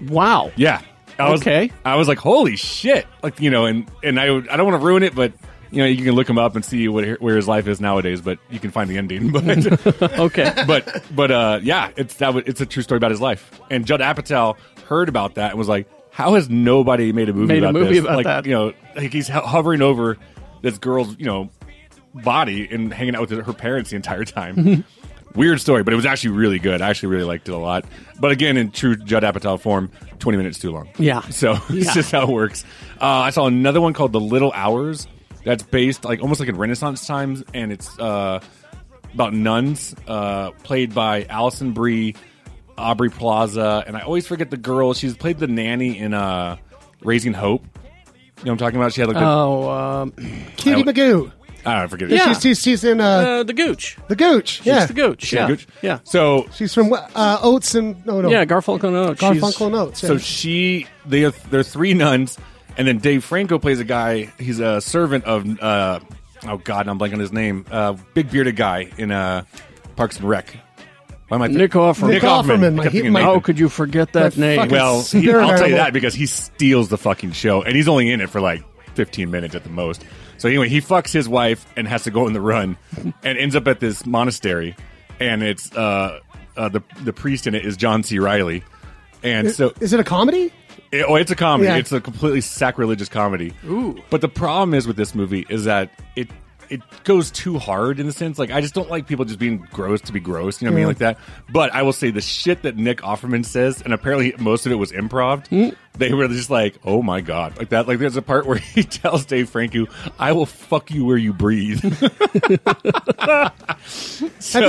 Speaker 5: Wow.
Speaker 9: Yeah. I was,
Speaker 5: Okay.
Speaker 9: I was like, holy shit! Like you know, and and I would- I don't want to ruin it, but you know, you can look him up and see what where his life is nowadays. But you can find the ending. But
Speaker 5: okay.
Speaker 9: But but uh, yeah, it's that wa- it's a true story about his life. And Judd Apatow heard about that and was like, how has nobody made a movie
Speaker 5: Made a
Speaker 9: about
Speaker 5: movie
Speaker 9: this?
Speaker 5: about
Speaker 9: like,
Speaker 5: that.
Speaker 9: You know, like he's ho- hovering over this girl's you know body and hanging out with her parents the entire time. Weird story, but it was actually really good. I actually really liked it a lot. But again, in true Judd Apatow form, twenty minutes too long.
Speaker 5: Yeah.
Speaker 9: So
Speaker 5: Yeah.
Speaker 9: it's just how it works. Uh, I saw another one called The Little Hours. That's based like almost like in Renaissance times, and it's uh, about nuns uh, played by Allison Brie, Aubrey Plaza, and I always forget the girl. She's played the nanny in uh, Raising Hope. You know what I'm talking about? She had like the,
Speaker 5: Oh, um,
Speaker 4: Cutie Magoo.
Speaker 9: I don't forget.
Speaker 4: She's, she's, she's in uh,
Speaker 5: Uh, the Gooch.
Speaker 4: the Gooch.
Speaker 5: She's
Speaker 4: Yeah,
Speaker 5: the Gooch.
Speaker 9: She
Speaker 5: yeah.
Speaker 9: had Gooch?
Speaker 5: Yeah.
Speaker 9: So
Speaker 4: she's from uh, Oates and no, no.
Speaker 5: Yeah, Garfunkel and Oates.
Speaker 4: Garfunkel
Speaker 5: She's-
Speaker 4: and Oates.
Speaker 9: So she, they are, they're three nuns, and then Dave Franco plays a guy. He's a servant of, uh, oh god, I'm blanking on his name. Uh, big bearded guy in uh, Parks and Rec. Why am I
Speaker 5: Nick Offerman. Oh,
Speaker 9: Nick Offerman. I kept thinking
Speaker 5: How
Speaker 9: Nathan.
Speaker 5: could you forget that name?
Speaker 9: Well, he- I'll tell you that because he steals the fucking show, and he's only in it for like 15 minutes at the most. So anyway, he fucks his wife and has to go on the run, and ends up at this monastery, and it's uh, uh the the priest in it is John C. Riley, and so
Speaker 4: is it a comedy?
Speaker 9: it- oh, it's a comedy.
Speaker 4: Yeah.
Speaker 9: It's a completely sacrilegious comedy.
Speaker 4: Ooh.
Speaker 9: But the problem is with this movie is that it it goes too hard in the sense like I just don't like people just being gross to be gross. You know
Speaker 5: Mm.
Speaker 9: what I mean
Speaker 3: Yeah.
Speaker 9: like that. But I will say the shit that Nick Offerman says, and apparently most of it was improv.
Speaker 5: Mm.
Speaker 9: They were just like, oh my god, like that. Like there's a part where he tells Dave Franco, "I will fuck you where you breathe." so
Speaker 4: have,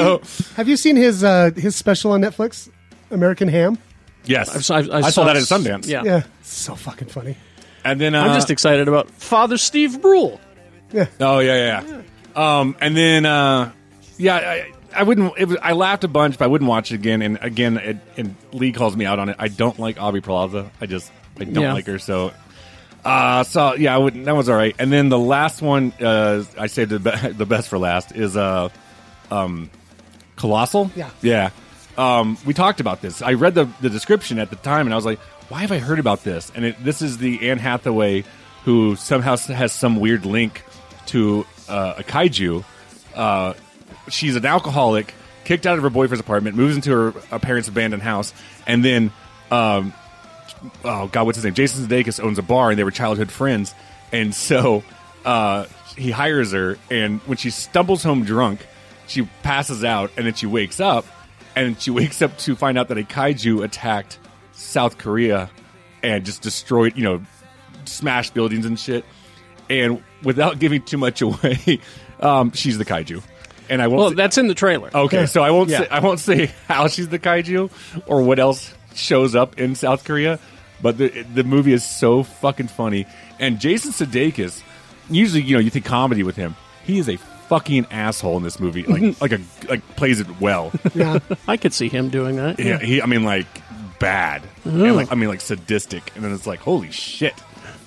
Speaker 4: you, have you seen his uh, his special on Netflix, American Ham?
Speaker 9: yes,
Speaker 5: I saw- I- I
Speaker 9: I
Speaker 5: saw
Speaker 9: saw that at
Speaker 5: s-
Speaker 9: Sundance.
Speaker 5: yeah.
Speaker 4: yeah, it's so fucking funny.
Speaker 9: and then uh,
Speaker 5: I'm just excited about Father Steve Brule.
Speaker 9: Oh yeah, yeah. yeah. Um, and then uh, yeah, I, I wouldn't. It was, I laughed a bunch, but I wouldn't watch it again. And again, it, and Lee calls me out on it. I don't like Abby Plaza. I just I don't
Speaker 3: Yeah.
Speaker 9: like her. So. Uh, so yeah, I would, that was all right. And then the last one, uh, I saved the, be- the best for last is uh, um, Colossal.
Speaker 3: Yeah.
Speaker 9: Yeah. Um, we talked about this. I read the, the description at the time and I was like, why have I heard about this? And it, this is the Anne Hathaway who somehow s- has some weird link to uh, a kaiju. Uh, she's an alcoholic, kicked out of her boyfriend's apartment, moves into her, her parents' abandoned house, and then um, oh god, what's his name? Jason Sudeikis owns a bar, and they were childhood friends, and so uh, he hires her. And when she stumbles home drunk, she passes out, and then she wakes up, and she wakes up to find out that a kaiju attacked South Korea and just destroyed, you know, smashed buildings and shit. And without giving too much away, um, she's the kaiju. And I won't.
Speaker 5: Well,
Speaker 9: say-
Speaker 5: that's in the trailer.
Speaker 9: Okay, so I won't
Speaker 5: Yeah.
Speaker 9: say I won't say how she's the kaiju or what else shows up in South Korea, but the the movie is so fucking funny. And Jason Sudeikis, usually you know you think comedy with him, he is a fucking asshole in this movie. Like like a like plays it well.
Speaker 5: Yeah, I could see him doing that.
Speaker 9: Yeah, he. I mean, like bad. And,
Speaker 5: Ooh.
Speaker 9: like, I mean, like sadistic. And then it's like, holy shit.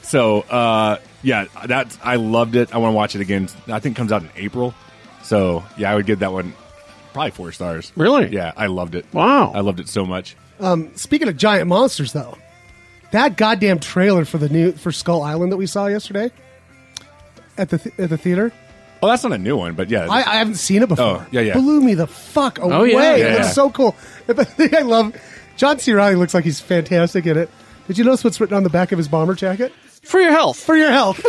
Speaker 9: So, uh, yeah, that's. I loved it. I want to watch it again. I think it comes out in April. So, yeah, I would give that one probably four stars.
Speaker 5: Really?
Speaker 9: Yeah, I loved it.
Speaker 5: Wow,
Speaker 9: I loved it so much.
Speaker 4: Um, speaking of giant monsters, though, that goddamn trailer for the new for Skull Island that we saw yesterday at the th- at the theater,
Speaker 9: Oh, that's not a new one, but yeah,
Speaker 4: I, I haven't seen it before.
Speaker 9: Oh, yeah, yeah.
Speaker 4: blew me the fuck away.
Speaker 9: Oh, yeah.
Speaker 4: It
Speaker 9: Yeah.
Speaker 4: looks so cool. But the thing I love John C. Riley looks like he's fantastic in it. Did you notice what's written on the back of his bomber jacket?
Speaker 5: For your health.
Speaker 4: For your health.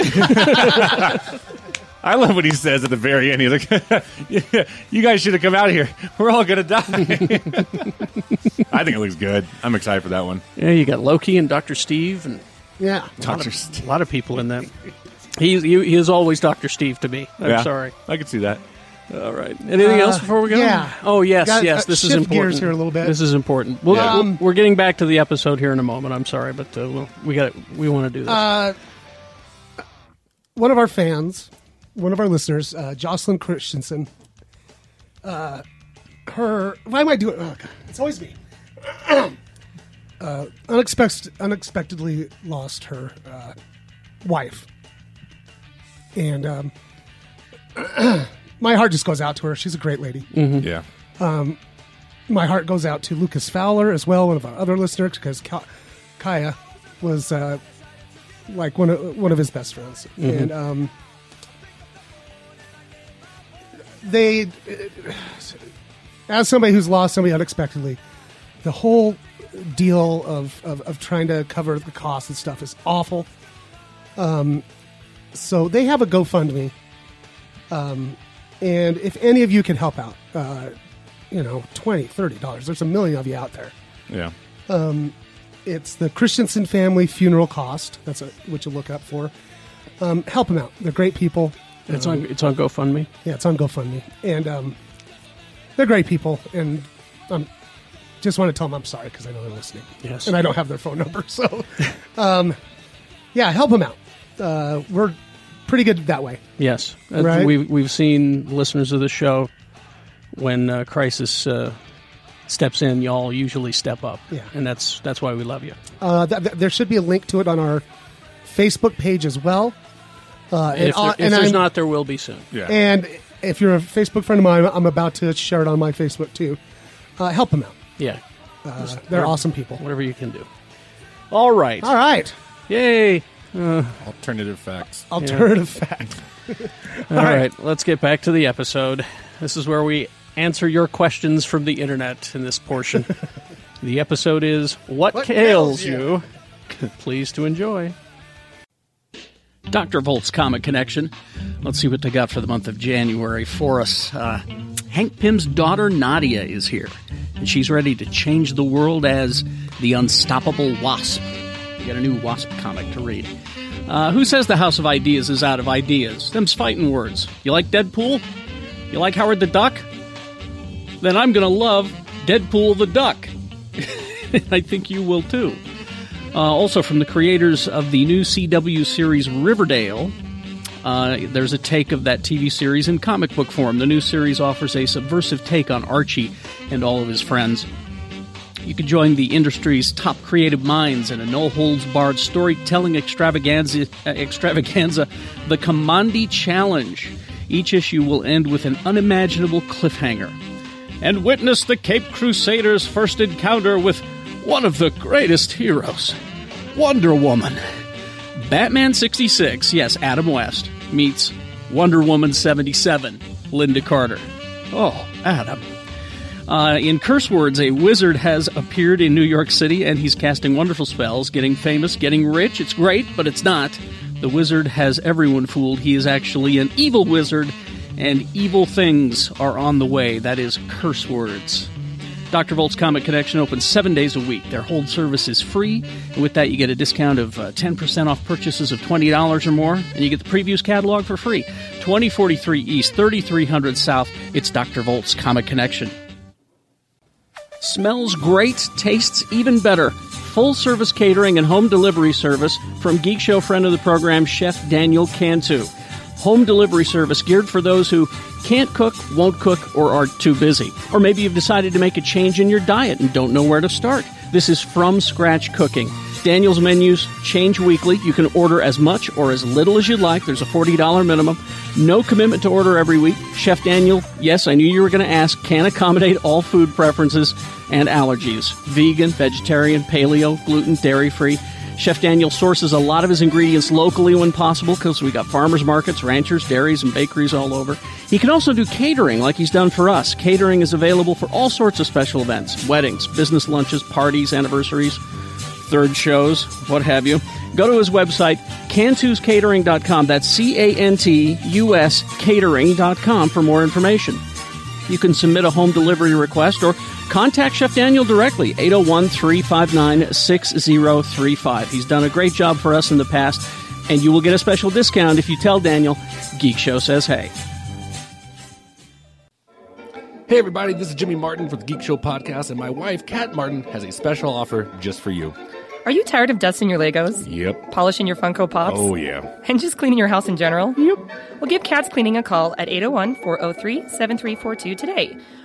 Speaker 9: I love what he says at the very end. He's like, "Yeah, "You guys should have come out here. We're all gonna die." I think it looks good. I'm excited for that one.
Speaker 5: Yeah, you got Loki and Doctor Steve and
Speaker 4: yeah,
Speaker 5: a lot of, a lot of people in that. He's he, he is always Doctor Steve to me. I'm
Speaker 9: Yeah,
Speaker 5: sorry.
Speaker 9: I could see that.
Speaker 5: All right. Anything
Speaker 4: Uh,
Speaker 5: else before we go?
Speaker 4: yeah.
Speaker 5: Oh yes,
Speaker 4: Gotta,
Speaker 5: yes.
Speaker 4: uh,
Speaker 5: This is
Speaker 4: shift
Speaker 5: important.
Speaker 4: gears here a little bit.
Speaker 5: This is important. We'll,
Speaker 4: Yeah.
Speaker 5: we'll- we're getting back to the episode here in a moment. I'm sorry, but uh, we'll, we got we want to do this.
Speaker 4: Uh, one of our fans, one of our listeners, uh, Jocelyn Christensen. Uh, her, why am I doing? Oh God, it's always me. uh, unexpected, unexpectedly lost her uh, wife, and um, my heart just goes out to her. She's a great lady.
Speaker 5: Mm-hmm.
Speaker 3: Mhm.
Speaker 9: Yeah.
Speaker 4: Um, my heart goes out to Lucas Fowler as well, one of our other listeners, because Ka- Kaya was uh, like one of one of his best friends,
Speaker 3: Mhm.
Speaker 4: and um, they, as somebody who's lost somebody unexpectedly, the whole deal of of, of trying to cover the costs and stuff is awful. Um, so they have a GoFundMe, um, and if any of you can help out, uh, you know, 20 dollars. There's a million of you out there.
Speaker 9: Yeah.
Speaker 4: Um, it's the Christensen family funeral cost. That's a, what you look up for. Um, help them out. They're great people.
Speaker 5: it's
Speaker 4: Um,
Speaker 5: on it's on GoFundMe.
Speaker 4: yeah, it's on GoFundMe, and um, they're great people. And um, just want to tell them I'm sorry because I know they're listening.
Speaker 5: Yes.
Speaker 4: and I don't have their phone number, so um, yeah, help them out. Uh, we're pretty good that way.
Speaker 5: Yes, Uh,
Speaker 4: Right.
Speaker 5: we've we've seen listeners of the show when uh, crisis uh, steps in, y'all usually step up.
Speaker 4: Yeah.
Speaker 5: and that's that's why we love you.
Speaker 4: Uh, th- th- there should be a link to it on our Facebook page as well. Uh,
Speaker 5: And if, there-
Speaker 4: uh,
Speaker 5: if there's
Speaker 4: I'm-
Speaker 5: not, there will be soon.
Speaker 4: And if you're a Facebook friend of mine, I'm about to share it on my Facebook too. uh, help them out.
Speaker 11: Yeah.
Speaker 4: Uh,
Speaker 11: Just
Speaker 4: they're
Speaker 11: whatever-
Speaker 4: awesome people.
Speaker 11: Whatever you can do. All right.
Speaker 4: All right.
Speaker 11: Yay.
Speaker 12: Alternative facts.
Speaker 4: Alternative fact.
Speaker 11: All right, let's get back to the episode. This is where we answer your questions from the internet in this portion. the episode is What,
Speaker 5: What
Speaker 11: Kales
Speaker 5: Ails
Speaker 11: You? Pleased to enjoy.
Speaker 5: Dr. Volt's Comic Connection. Let's see what they got for the month of January for us. Uh, Hank Pym's daughter Nadia is here, and she's ready to change the world as the unstoppable wasp. You got a new wasp comic to read. Uh, who says the House of Ideas is out of ideas? Them's fighting words. You like Deadpool? You like Howard the Duck? Then I'm going to love Deadpool the Duck. I think you will too. Uh, also, from the creators of the new CW series Riverdale, uh, there's a take of that TV series in comic book form. The new series offers a subversive take on Archie and all of his friends. You can join the industry's top creative minds in a no holds barred storytelling extravaganza, uh, extravaganza, the Commandi Challenge. Each issue will end with an unimaginable cliffhanger. And witness the Cape Crusaders' first encounter with one of the greatest heroes, Wonder Woman. Batman 66, yes, Adam West, meets Wonder Woman 77, Linda Carter. Oh, Adam. Uh, in curse words, a wizard has appeared in New York City and he's casting wonderful spells, getting famous, getting rich. It's great, but it's not. The wizard has everyone fooled. He is actually an evil wizard, and evil things are on the way. That is curse words. Dr. Volt's Comic Connection opens seven days a week. Their hold service is free, and with that, you get a discount of uh, 10% off purchases of $20 or more, and you get the previews catalog for free. 2043 East, 3300 South. It's Dr. Volt's Comic Connection. Smells great, tastes even better. Full service catering and home delivery service from Geek Show friend of the program, Chef Daniel Cantu. Home delivery service geared for those who can't cook, won't cook, or are too busy. Or maybe you've decided to make a change in your diet and don't know where to start. This is from scratch cooking. Daniel's menus change weekly. You can order as much or as little as you'd like. There's a $40 minimum. No commitment to order every week. Chef Daniel, yes, I knew you were going to ask, can accommodate all food preferences and allergies vegan, vegetarian, paleo, gluten, dairy free. Chef Daniel sources a lot of his ingredients locally when possible because we got farmers markets, ranchers, dairies, and bakeries all over. He can also do catering like he's done for us. Catering is available for all sorts of special events weddings, business lunches, parties, anniversaries third shows, what have you, go to his website, cantuscatering.com. That's C A N T U S catering.com for more information. You can submit a home delivery request or contact Chef Daniel directly, 801 359 6035. He's done a great job for us in the past, and you will get a special discount if you tell Daniel Geek Show says hey.
Speaker 12: Hey, everybody, this is Jimmy Martin for the Geek Show Podcast, and my wife, Kat Martin, has a special offer just for you.
Speaker 9: Are you tired of dusting your Legos?
Speaker 12: Yep.
Speaker 9: Polishing your Funko Pops?
Speaker 12: Oh, yeah.
Speaker 9: And just cleaning your house in general? Yep. Well, give Cats Cleaning a call at 801 403 7342 today.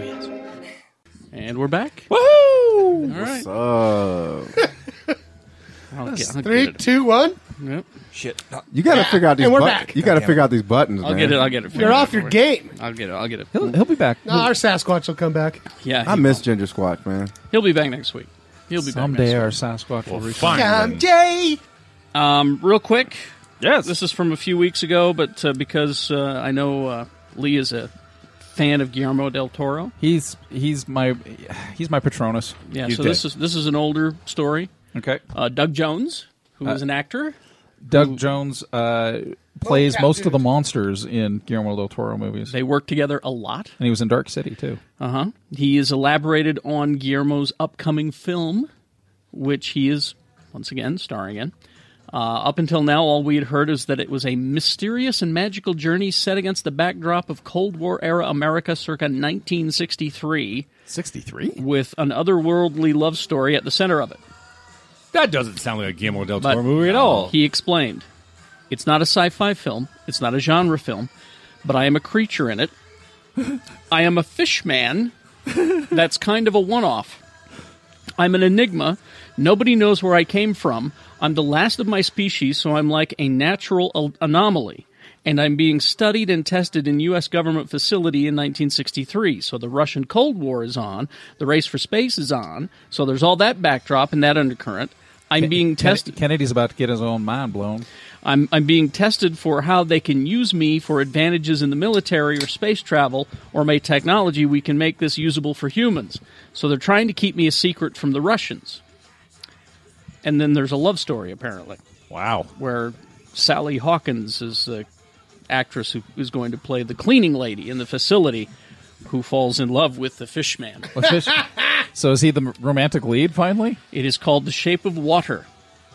Speaker 5: yes. And we're back.
Speaker 7: Woohoo!
Speaker 5: All right.
Speaker 7: What's up?
Speaker 5: I'll get- I'll
Speaker 4: Three,
Speaker 5: get it.
Speaker 4: two, one.
Speaker 5: Yep.
Speaker 7: Shit. You gotta figure out these.
Speaker 4: And we're
Speaker 7: buttons.
Speaker 4: back.
Speaker 7: You gotta
Speaker 4: Goddamn
Speaker 7: figure
Speaker 4: it.
Speaker 7: out these buttons.
Speaker 5: I'll
Speaker 7: man.
Speaker 5: get it. I'll get it.
Speaker 4: You're off your game.
Speaker 5: I'll get it. I'll get it.
Speaker 8: He'll, he'll be back.
Speaker 4: Nah, our Sasquatch will come back.
Speaker 5: Yeah.
Speaker 7: I miss Ginger Squatch, man.
Speaker 5: He'll be back next week. He'll be back
Speaker 8: Someday
Speaker 5: next
Speaker 8: our Sasquatch will reach.
Speaker 4: Come, Jay.
Speaker 5: week. Um, real quick. Yes. This is from a few weeks ago, but uh, because uh, I know uh, Lee is a fan of Guillermo del Toro.
Speaker 8: He's he's my he's my Patronus.
Speaker 5: Yeah.
Speaker 8: He's
Speaker 5: so
Speaker 8: dead.
Speaker 5: this is this is an older story.
Speaker 8: okay.
Speaker 5: Uh, Doug Jones, who is
Speaker 8: Uh,
Speaker 5: an actor.
Speaker 8: Doug Jones uh, plays
Speaker 4: Oh, yeah,
Speaker 8: most
Speaker 4: dude.
Speaker 8: of the monsters in Guillermo del Toro movies,
Speaker 5: They work together a lot.
Speaker 8: and he was in Dark City too.
Speaker 5: Uh huh. He has elaborated on Guillermo's upcoming film, which he is once again starring in.
Speaker 2: Uh, up until now, all we had heard is that it was a mysterious and magical journey set against the backdrop of Cold War era America circa 1963.
Speaker 8: 63?
Speaker 2: With an otherworldly love story at the center of it.
Speaker 9: That doesn't sound like a Guillermo del Toro
Speaker 2: But
Speaker 9: movie at all.
Speaker 2: He explained, "It's not a sci-fi film. It's not a genre film, but I am a creature in it. I am a fish man. That's kind of a one-off. I'm an enigma. Nobody knows where I came from. I'm the last of my species, so I'm like a natural al- anomaly." And I'm being studied and tested in U.S. government facility in 1963. So the Russian Cold War is on, the race for space is on. So there's all that backdrop and that undercurrent. I'm being
Speaker 8: Ken-
Speaker 2: tested.
Speaker 8: Kennedy's about to get his own mind blown.
Speaker 2: I'm, I'm being tested for how they can use me for advantages in the military or space travel or my technology. We can make this usable for humans. So they're trying to keep me a secret from the Russians. And then there's a love story, apparently.
Speaker 9: Wow.
Speaker 2: Where Sally Hawkins is the actress who is going to play the cleaning lady in the facility who falls in love with the fish man.
Speaker 8: With fish- so is he the m- romantic lead finally?
Speaker 2: It is called The Shape of Water.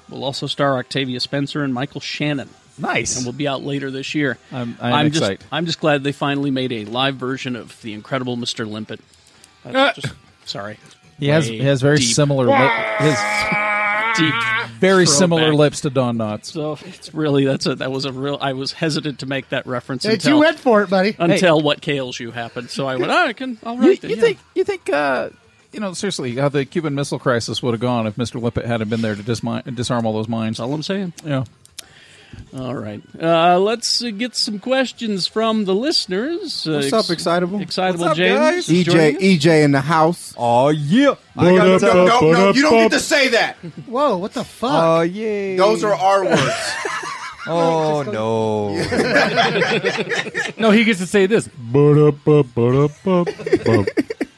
Speaker 2: Will also star Octavia Spencer and Michael Shannon.
Speaker 8: Nice.
Speaker 2: And will be out later this year.
Speaker 8: I'm- I am excited.
Speaker 2: Just, I'm just glad they finally made a live version of The Incredible Mr. Limpet. That's just- sorry.
Speaker 8: He has
Speaker 2: Way
Speaker 8: he has very
Speaker 2: deep-
Speaker 8: similar lip, his
Speaker 2: deep,
Speaker 8: very
Speaker 2: throwback.
Speaker 8: similar lips to Don Knotts.
Speaker 2: So it's really that's a that was a real. I was hesitant to make that reference
Speaker 4: Hey,
Speaker 2: until
Speaker 4: you went for it, buddy.
Speaker 2: until what Kales you happened. So I went. Oh, I can. I'll
Speaker 8: You,
Speaker 2: write it,
Speaker 8: you
Speaker 2: yeah.
Speaker 8: think you think uh, you know seriously how the Cuban Missile Crisis would have gone if Mr. Lippet hadn't been there to dismi- disarm all those mines?
Speaker 2: all I'm saying.
Speaker 8: Yeah.
Speaker 2: All right. Uh, let's uh, get some questions from the listeners. Uh,
Speaker 7: What's up, Excitable?
Speaker 2: Excitable
Speaker 7: What's up,
Speaker 2: James. joining
Speaker 7: EJ,
Speaker 2: us?
Speaker 7: EJ E in the house.
Speaker 9: Oh yeah.
Speaker 7: I got, no, Oh,
Speaker 4: Ba-da-ba,
Speaker 7: no, no, no, you don't get
Speaker 4: ba-da-ba.
Speaker 7: to say that.
Speaker 4: Whoa, what the fuck?
Speaker 5: Uh,
Speaker 8: yeah.
Speaker 7: Those are our words.
Speaker 13: Oh no.
Speaker 9: No, he gets to say this.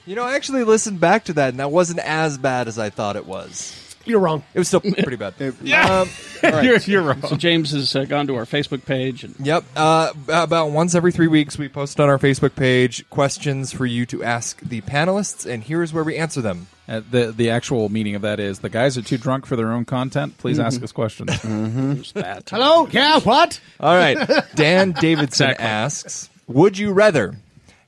Speaker 13: you know, I actually listened back to that, and that wasn't as bad as I thought it was.
Speaker 4: You're wrong.
Speaker 13: It was still pretty bad.
Speaker 9: Yeah.
Speaker 13: Um, all right.
Speaker 9: you're, you're wrong.
Speaker 2: So James has uh, gone to our Facebook page and
Speaker 13: Yep. Uh, b- about once every three weeks, we post on our Facebook page questions for you to ask the panelists, and here's where we answer them.
Speaker 8: Uh, the the actual meaning of that is the guys are too drunk for their own content. Please ask us questions.
Speaker 2: there's that.
Speaker 4: Hello? Yeah, what?
Speaker 13: All right. Dan Davidson asks Would you rather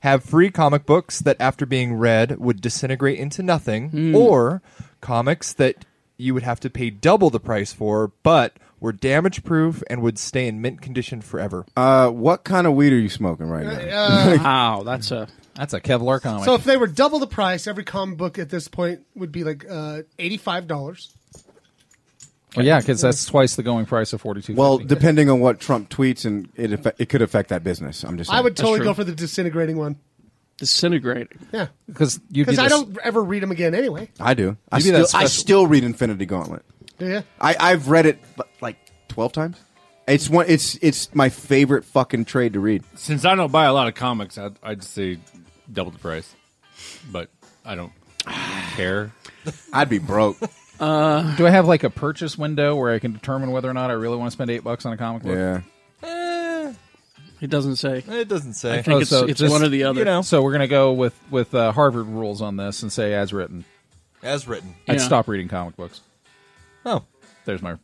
Speaker 13: have free comic books that, after being read, would disintegrate into nothing, or comics that you would have to pay double the price for, but were damage proof and would stay in mint condition forever?
Speaker 7: Uh, what kind of weed are you smoking right now?
Speaker 4: Uh,
Speaker 2: Wow, oh, that's a
Speaker 8: That's a Kevlar comic.
Speaker 4: so if they were double the price, every comic book at this point would be like uh, eighty-five dollars.
Speaker 8: well, yeah, because that's twice the going price of forty two.
Speaker 7: Well, depending on what Trump tweets, and it affe- it could affect that business. I'm just. Saying.
Speaker 4: I would totally
Speaker 2: true.
Speaker 4: go for the disintegrating one.
Speaker 2: disintegrating.
Speaker 4: Yeah,
Speaker 8: because you
Speaker 4: because I don't ever read them again anyway.
Speaker 7: I do. I
Speaker 8: Maybe
Speaker 7: still,
Speaker 8: that's
Speaker 7: I
Speaker 8: special.
Speaker 7: still read Infinity Gauntlet.
Speaker 4: Do you?
Speaker 7: I, I've read it li- like twelve times. It's one. It's it's my favorite fucking trade to read.
Speaker 9: Since I don't buy a lot of comics, I'd, I'd say double the price, but I don't care.
Speaker 7: I'd be broke.
Speaker 8: Do I have like a purchase window where I can determine whether or not I really want to spend eight bucks on a comic book?
Speaker 7: yeah.
Speaker 13: Eh,
Speaker 2: It doesn't say.
Speaker 13: it doesn't say.
Speaker 2: I think it's,
Speaker 8: Oh, so
Speaker 2: it's
Speaker 8: just,
Speaker 2: one or the other.
Speaker 13: you know.
Speaker 8: So we're gonna go with with uh, Harvard rules on this and say as written.
Speaker 13: As written.
Speaker 8: I'd
Speaker 2: Yeah.
Speaker 8: stop reading comic books.
Speaker 13: Oh.
Speaker 8: There's my.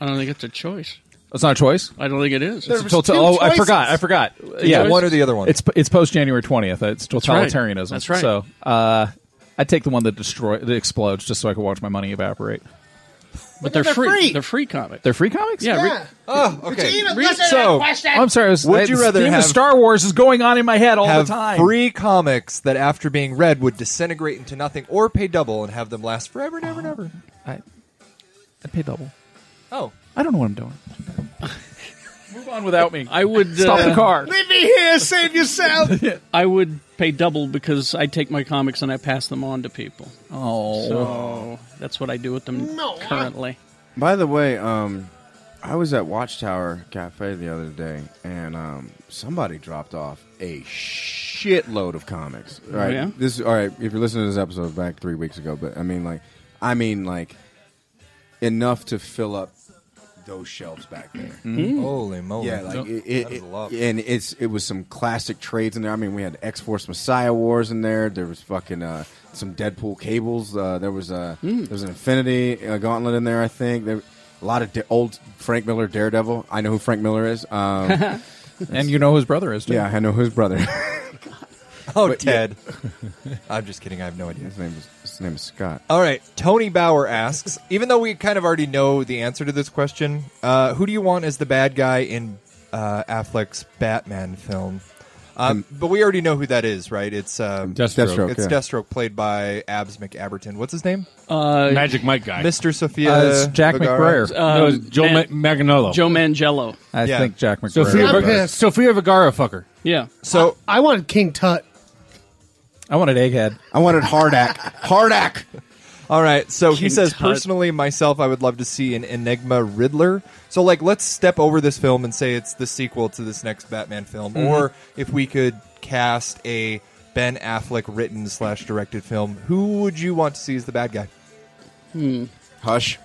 Speaker 2: I don't think it's a choice.
Speaker 8: It's not a choice.
Speaker 2: I don't think it is.
Speaker 4: There
Speaker 8: It's
Speaker 4: was
Speaker 8: a
Speaker 4: two
Speaker 8: total- oh, I
Speaker 4: choices.
Speaker 8: forgot. I forgot.
Speaker 13: Yeah,
Speaker 8: Yeah,
Speaker 13: one or the other one.
Speaker 8: It's it's post January twentieth. It's
Speaker 2: right.
Speaker 8: totalitarianism.
Speaker 2: That's right.
Speaker 8: So uh, I take the one that destroy that explodes just so I can watch my money evaporate.
Speaker 2: but they're,
Speaker 4: they're
Speaker 2: free.
Speaker 4: free.
Speaker 2: They're free comics.
Speaker 8: They're free comics.
Speaker 2: yeah. re-
Speaker 4: Yeah.
Speaker 13: oh, okay.
Speaker 4: Even listen to that
Speaker 13: So-
Speaker 4: question.
Speaker 8: Oh, I'm sorry. I was,
Speaker 13: Would
Speaker 8: I-
Speaker 13: you
Speaker 8: the
Speaker 13: rather
Speaker 8: theme
Speaker 13: have-
Speaker 8: of Star Wars is going on in my head all
Speaker 13: have
Speaker 8: the time?
Speaker 13: free comics that, after being read, would disintegrate into nothing, or pay double and have them last forever and ever and ever.
Speaker 8: I, I pay double.
Speaker 13: Oh,
Speaker 8: I don't know what I'm doing. Move on without me.
Speaker 2: I would
Speaker 8: Stop
Speaker 2: uh,
Speaker 8: the car.
Speaker 4: Leave me here. Save yourself.
Speaker 2: I would pay double because I take my comics and I pass them on to people.
Speaker 8: Oh,
Speaker 2: So that's what I do with them currently.
Speaker 7: By the way, um, I was at Watchtower Cafe the other day, and um, somebody dropped off a shitload of comics. All Right?
Speaker 2: yeah?
Speaker 7: This all right. If you're listening to this episode back three weeks ago, but I mean, like, I mean, like, enough to fill up those shelves back there.
Speaker 13: holy moly!
Speaker 7: Yeah, like it, it,
Speaker 13: that is a lot.
Speaker 7: it- and it's it was some classic trades in there. I mean, we had X Force Messiah Wars in there. There was fucking uh,
Speaker 13: Hmm.
Speaker 7: some Deadpool cables. Uh, there was a there was an Infinity uh, Gauntlet in there. I think there, A lot of da- old Frank Miller Daredevil. I know who Frank Miller is. Um,
Speaker 8: And you know who his brother is, too.
Speaker 7: Yeah, I know who his brother.
Speaker 13: Oh,
Speaker 7: But, yeah.
Speaker 13: Ted. I'm just kidding. I have no idea.
Speaker 7: His name is his name is Scott.
Speaker 13: All right. Tony Bauer asks, even though we kind of already know the answer to this question, uh, who do you want as the bad guy in uh, Affleck's Batman film? Um, but we already know who that is, right? It's um,
Speaker 7: Deathstroke. Deathstroke,
Speaker 13: It's
Speaker 7: yeah.
Speaker 13: Deathstroke, played by Abs McAbberton. What's his name?
Speaker 2: Uh,
Speaker 9: Magic Mike guy.
Speaker 13: Mr. Sophia.
Speaker 8: Uh, it's Jack
Speaker 13: Vergara.
Speaker 8: McBrayer.
Speaker 9: no, it's Joe
Speaker 2: Man-
Speaker 9: Ma- Manganiello.
Speaker 2: Joe Mangello.
Speaker 8: I
Speaker 13: Yeah.
Speaker 8: think Jack McBrayer.
Speaker 9: Sophia,
Speaker 8: is
Speaker 9: Verg-
Speaker 8: better.
Speaker 9: Sophia Vergara, fucker.
Speaker 2: Yeah.
Speaker 13: So
Speaker 4: I wanted King Tut.
Speaker 8: I wanted Egghead.
Speaker 7: I wanted Hardak. Hardak.
Speaker 13: All right, so he
Speaker 2: King
Speaker 13: says
Speaker 2: Tut.
Speaker 13: personally, myself, I would love to see an Enigma Riddler. So, like, let's step over this film and say it's the sequel to this next Batman film, or if we could cast a Ben Affleck written slash directed film, who would you want to see as the bad guy?
Speaker 7: Hush.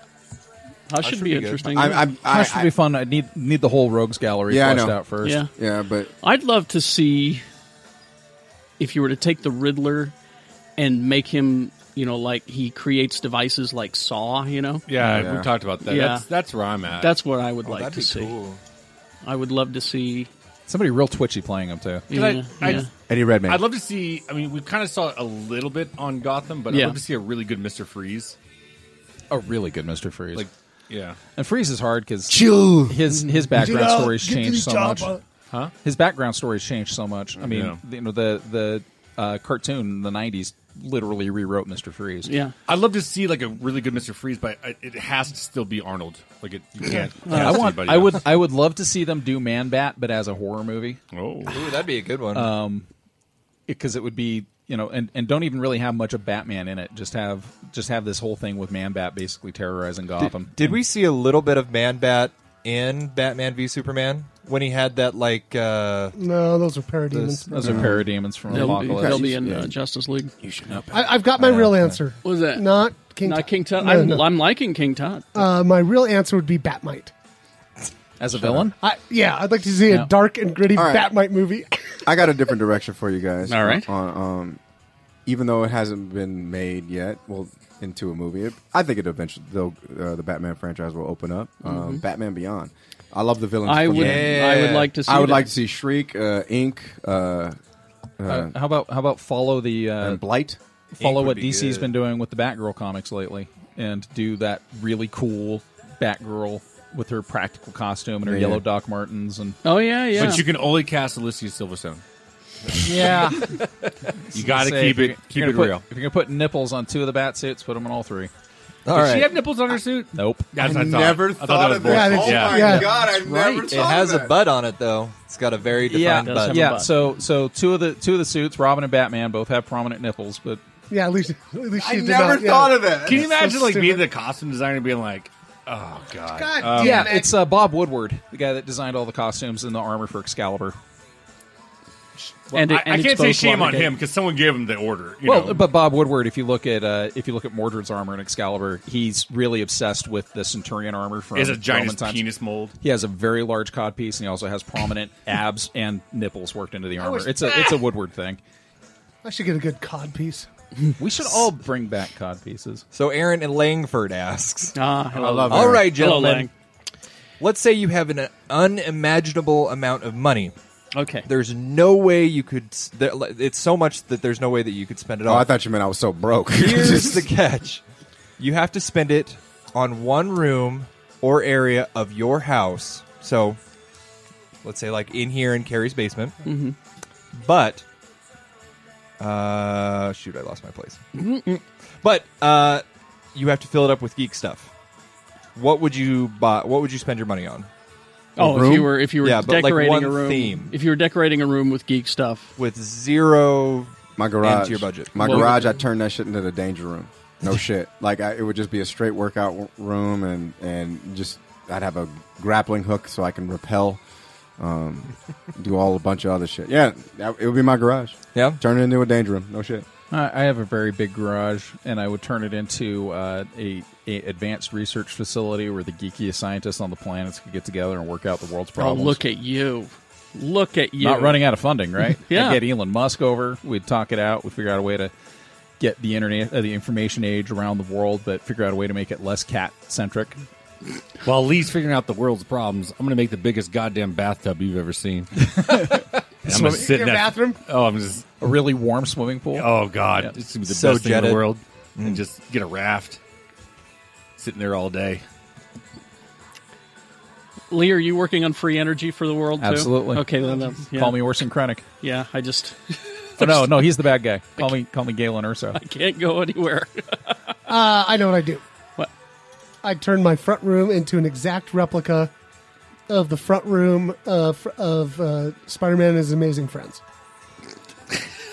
Speaker 2: Hush should
Speaker 13: should
Speaker 2: be
Speaker 13: be good.
Speaker 2: interesting.
Speaker 7: I'm, I'm, I,
Speaker 8: That should be fun. I need need the whole Rogues Gallery
Speaker 7: Yeah, I
Speaker 8: fleshed
Speaker 7: know.
Speaker 8: out first.
Speaker 2: yeah.
Speaker 7: yeah, but
Speaker 2: I'd love to see if you were to take the Riddler and make him, you know, like he creates devices like Saw, you know?
Speaker 9: Yeah,
Speaker 7: Yeah.
Speaker 9: we talked about that.
Speaker 2: Yeah.
Speaker 9: That's, that's where I'm at.
Speaker 2: That's what I would like
Speaker 13: that'd
Speaker 2: to
Speaker 13: be
Speaker 2: see.
Speaker 13: cool.
Speaker 2: I would love to see.
Speaker 8: Somebody real twitchy playing him too.
Speaker 2: Yeah,
Speaker 9: I- I-
Speaker 2: yeah.
Speaker 7: Eddie Redmayne.
Speaker 9: I'd love to see. I mean, we kind of saw a little bit on Gotham, but
Speaker 2: Yeah.
Speaker 9: I'd love to see a really good Mister Freeze.
Speaker 8: A really good Mister Freeze.
Speaker 9: Like, yeah,
Speaker 8: and Freeze is hard because
Speaker 7: Chill.
Speaker 8: his his background story's changed so much.
Speaker 9: huh?
Speaker 8: His background story's changed so much. I mean,
Speaker 9: Yeah.
Speaker 8: you know the the uh, cartoon in the '90s literally rewrote Mister Freeze.
Speaker 2: Yeah.
Speaker 9: I'd love to see like a really good Mister Freeze, but I, it has to still be Arnold. Like it, you can't.
Speaker 8: I
Speaker 9: cast
Speaker 8: want.
Speaker 9: anybody
Speaker 8: I would.
Speaker 9: else.
Speaker 8: I would love to see them do Man Bat, but as a horror movie.
Speaker 9: Oh,
Speaker 13: Ooh, that'd be a good one.
Speaker 2: Uh,
Speaker 8: because it would be you know and, and don't even really have much of batman in it just have just have this whole thing with man bat basically terrorizing gotham
Speaker 13: Did we see a little bit of Man Bat in Batman v Superman when he had that, like, uh,
Speaker 4: No, those are parademons.
Speaker 8: those are parademons from
Speaker 2: They'll, be-
Speaker 8: apocalypse
Speaker 2: they'll be in uh, Justice League.
Speaker 4: I, I've got my real answer.
Speaker 2: What was that?
Speaker 4: Not King
Speaker 2: Not
Speaker 4: Tut.
Speaker 2: King Tut.
Speaker 4: No,
Speaker 2: I'm,
Speaker 4: no.
Speaker 2: I'm liking King Tut.
Speaker 4: Uh, my real answer would be Batmite.
Speaker 8: as a villain
Speaker 4: I, yeah, I'd like to see a dark and gritty
Speaker 7: All right.
Speaker 4: Batmite movie.
Speaker 7: I got a different direction for you guys.
Speaker 2: All right.
Speaker 7: On, um, even though it hasn't been made yet, well, into a movie, it, I think it eventually they'll, uh, the Batman franchise will open up. Um, Batman Beyond. I love the villains.
Speaker 2: I
Speaker 7: from
Speaker 2: would. I
Speaker 7: that.
Speaker 2: would like to see.
Speaker 7: I would
Speaker 2: that.
Speaker 7: like to see Shriek, uh, Ink, uh,
Speaker 8: Uh, how about how about follow the uh,
Speaker 7: and Blight.
Speaker 8: follow
Speaker 13: Ink would
Speaker 8: what
Speaker 13: be
Speaker 8: dc's
Speaker 13: good.
Speaker 8: been doing with the batgirl comics lately and do that really cool batgirl with her practical costume and her
Speaker 7: Yeah.
Speaker 8: yellow doc martens and
Speaker 2: Oh yeah, yeah.
Speaker 9: But you can only cast Alicia Silverstone.
Speaker 8: yeah
Speaker 9: You got to keep it. Keep it real.
Speaker 8: if you're gonna put nipples on two of the bat suits put them on all three
Speaker 13: all
Speaker 9: Does she
Speaker 13: right.
Speaker 9: have nipples on her suit?
Speaker 8: nope
Speaker 9: That's what I
Speaker 7: never
Speaker 9: I
Speaker 7: thought
Speaker 9: that was
Speaker 7: of that.
Speaker 9: bullshit.
Speaker 4: Oh
Speaker 9: Yeah.
Speaker 4: my Yeah.
Speaker 7: God, I never
Speaker 13: It has a bud on it, though. It's got a very defined
Speaker 2: does
Speaker 13: bud.
Speaker 2: have a
Speaker 8: yeah.
Speaker 2: butt.
Speaker 8: So so two of the two of the suits, Robin and Batman, both have prominent nipples, but
Speaker 4: yeah, at least, at least she
Speaker 7: I
Speaker 4: did
Speaker 7: never
Speaker 4: not, yeah.
Speaker 7: thought of that.
Speaker 9: Can you imagine like
Speaker 4: stupid.
Speaker 9: being the costume designer and being like, oh god,
Speaker 4: God
Speaker 9: Um,
Speaker 4: damn it.
Speaker 8: it's uh, Bob Woodward, the guy that designed all the costumes and the armor for Excalibur.
Speaker 2: and,
Speaker 9: I,
Speaker 2: and
Speaker 9: I can't
Speaker 2: it's
Speaker 9: say
Speaker 2: both
Speaker 9: shame on
Speaker 2: Watergate.
Speaker 9: him because someone gave him the order. You
Speaker 8: well,
Speaker 9: know.
Speaker 8: but Bob Woodward, if you look at uh, if you look at Mordred's armor in Excalibur, he's really obsessed with the Centurion armor from
Speaker 9: is a
Speaker 8: Roman
Speaker 9: giant
Speaker 8: times.
Speaker 9: penis mold.
Speaker 8: He has a very large codpiece, and he also has prominent abs and nipples worked into the armor. It's a it's a Woodward thing.
Speaker 4: I should get a good cod piece.
Speaker 8: We should all bring back codpieces.
Speaker 13: So Aaron and Langford asks,
Speaker 2: Ah, hello.
Speaker 7: I love it.
Speaker 13: "All right,
Speaker 2: Hello,
Speaker 13: gentlemen. Let's say you have an unimaginable amount of money.
Speaker 2: Lang. Okay.
Speaker 13: There's no way you could. s- there- It's so much that there's no way that you could spend it
Speaker 7: Oh,
Speaker 13: all.
Speaker 7: I thought you meant I was so broke.
Speaker 13: Here's the catch: you have to spend it on one room or area of your house. So, let's say like in here in Carrie's basement,
Speaker 7: Mm-hmm.
Speaker 13: but uh, shoot, I lost my place. But uh, you have to fill it up with geek stuff. What would you buy? What would you spend your money on?
Speaker 2: Oh, if you were if you were
Speaker 13: Yeah, but, like,
Speaker 2: decorating
Speaker 13: one
Speaker 2: a room,
Speaker 13: theme.
Speaker 2: if you were decorating a room with geek stuff,
Speaker 13: With zero,
Speaker 7: My garage.
Speaker 13: And to your budget.
Speaker 7: My
Speaker 2: Well-
Speaker 7: garage. I turned that shit into the danger room. No shit. Like I, it would just be a straight workout w- room, and and just I'd have a grappling hook so I can repel. Um, do all a bunch of other shit. Yeah, that, it would be my garage.
Speaker 13: yeah,
Speaker 7: Turn it into a danger room. No shit.
Speaker 8: I I have a very big garage, and I would turn it into uh, a, a advanced research facility where the geekiest scientists on the planets could get together and work out the world's
Speaker 2: oh,
Speaker 8: problems.
Speaker 2: look at you, look at you.
Speaker 8: Not running out of funding, right?
Speaker 2: Yeah.
Speaker 8: I'd get Elon Musk over. We'd talk it out. We'd figure out a way to get the internet, uh, the information age around the world, but figure out a way to make it less cat centric.
Speaker 9: While Lee's figuring out the world's problems, I'm going to make the biggest goddamn bathtub you've ever seen. And I'm gonna
Speaker 8: Swimming-
Speaker 9: sit in
Speaker 8: Your
Speaker 9: that-
Speaker 8: bathroom?
Speaker 9: Oh, I'm just
Speaker 8: a really warm swimming pool.
Speaker 9: Oh God, it's gonna be the
Speaker 8: So
Speaker 9: best thing in
Speaker 8: jetted.
Speaker 9: the world. And just get a raft, sitting there all day.
Speaker 2: Lee, are you working on free energy for the world too?
Speaker 8: Absolutely.
Speaker 2: Okay, then um, yeah.
Speaker 8: Call me Orson Krennic.
Speaker 2: Yeah, I just
Speaker 8: Oh, no, no, he's the bad guy. Call me, call me Galen Urso.
Speaker 2: can't go anywhere.
Speaker 4: Uh, I know what I do.
Speaker 2: What?
Speaker 4: I turn my front room into an exact replica of the front room of, of uh, Spider-Man and His Amazing Friends.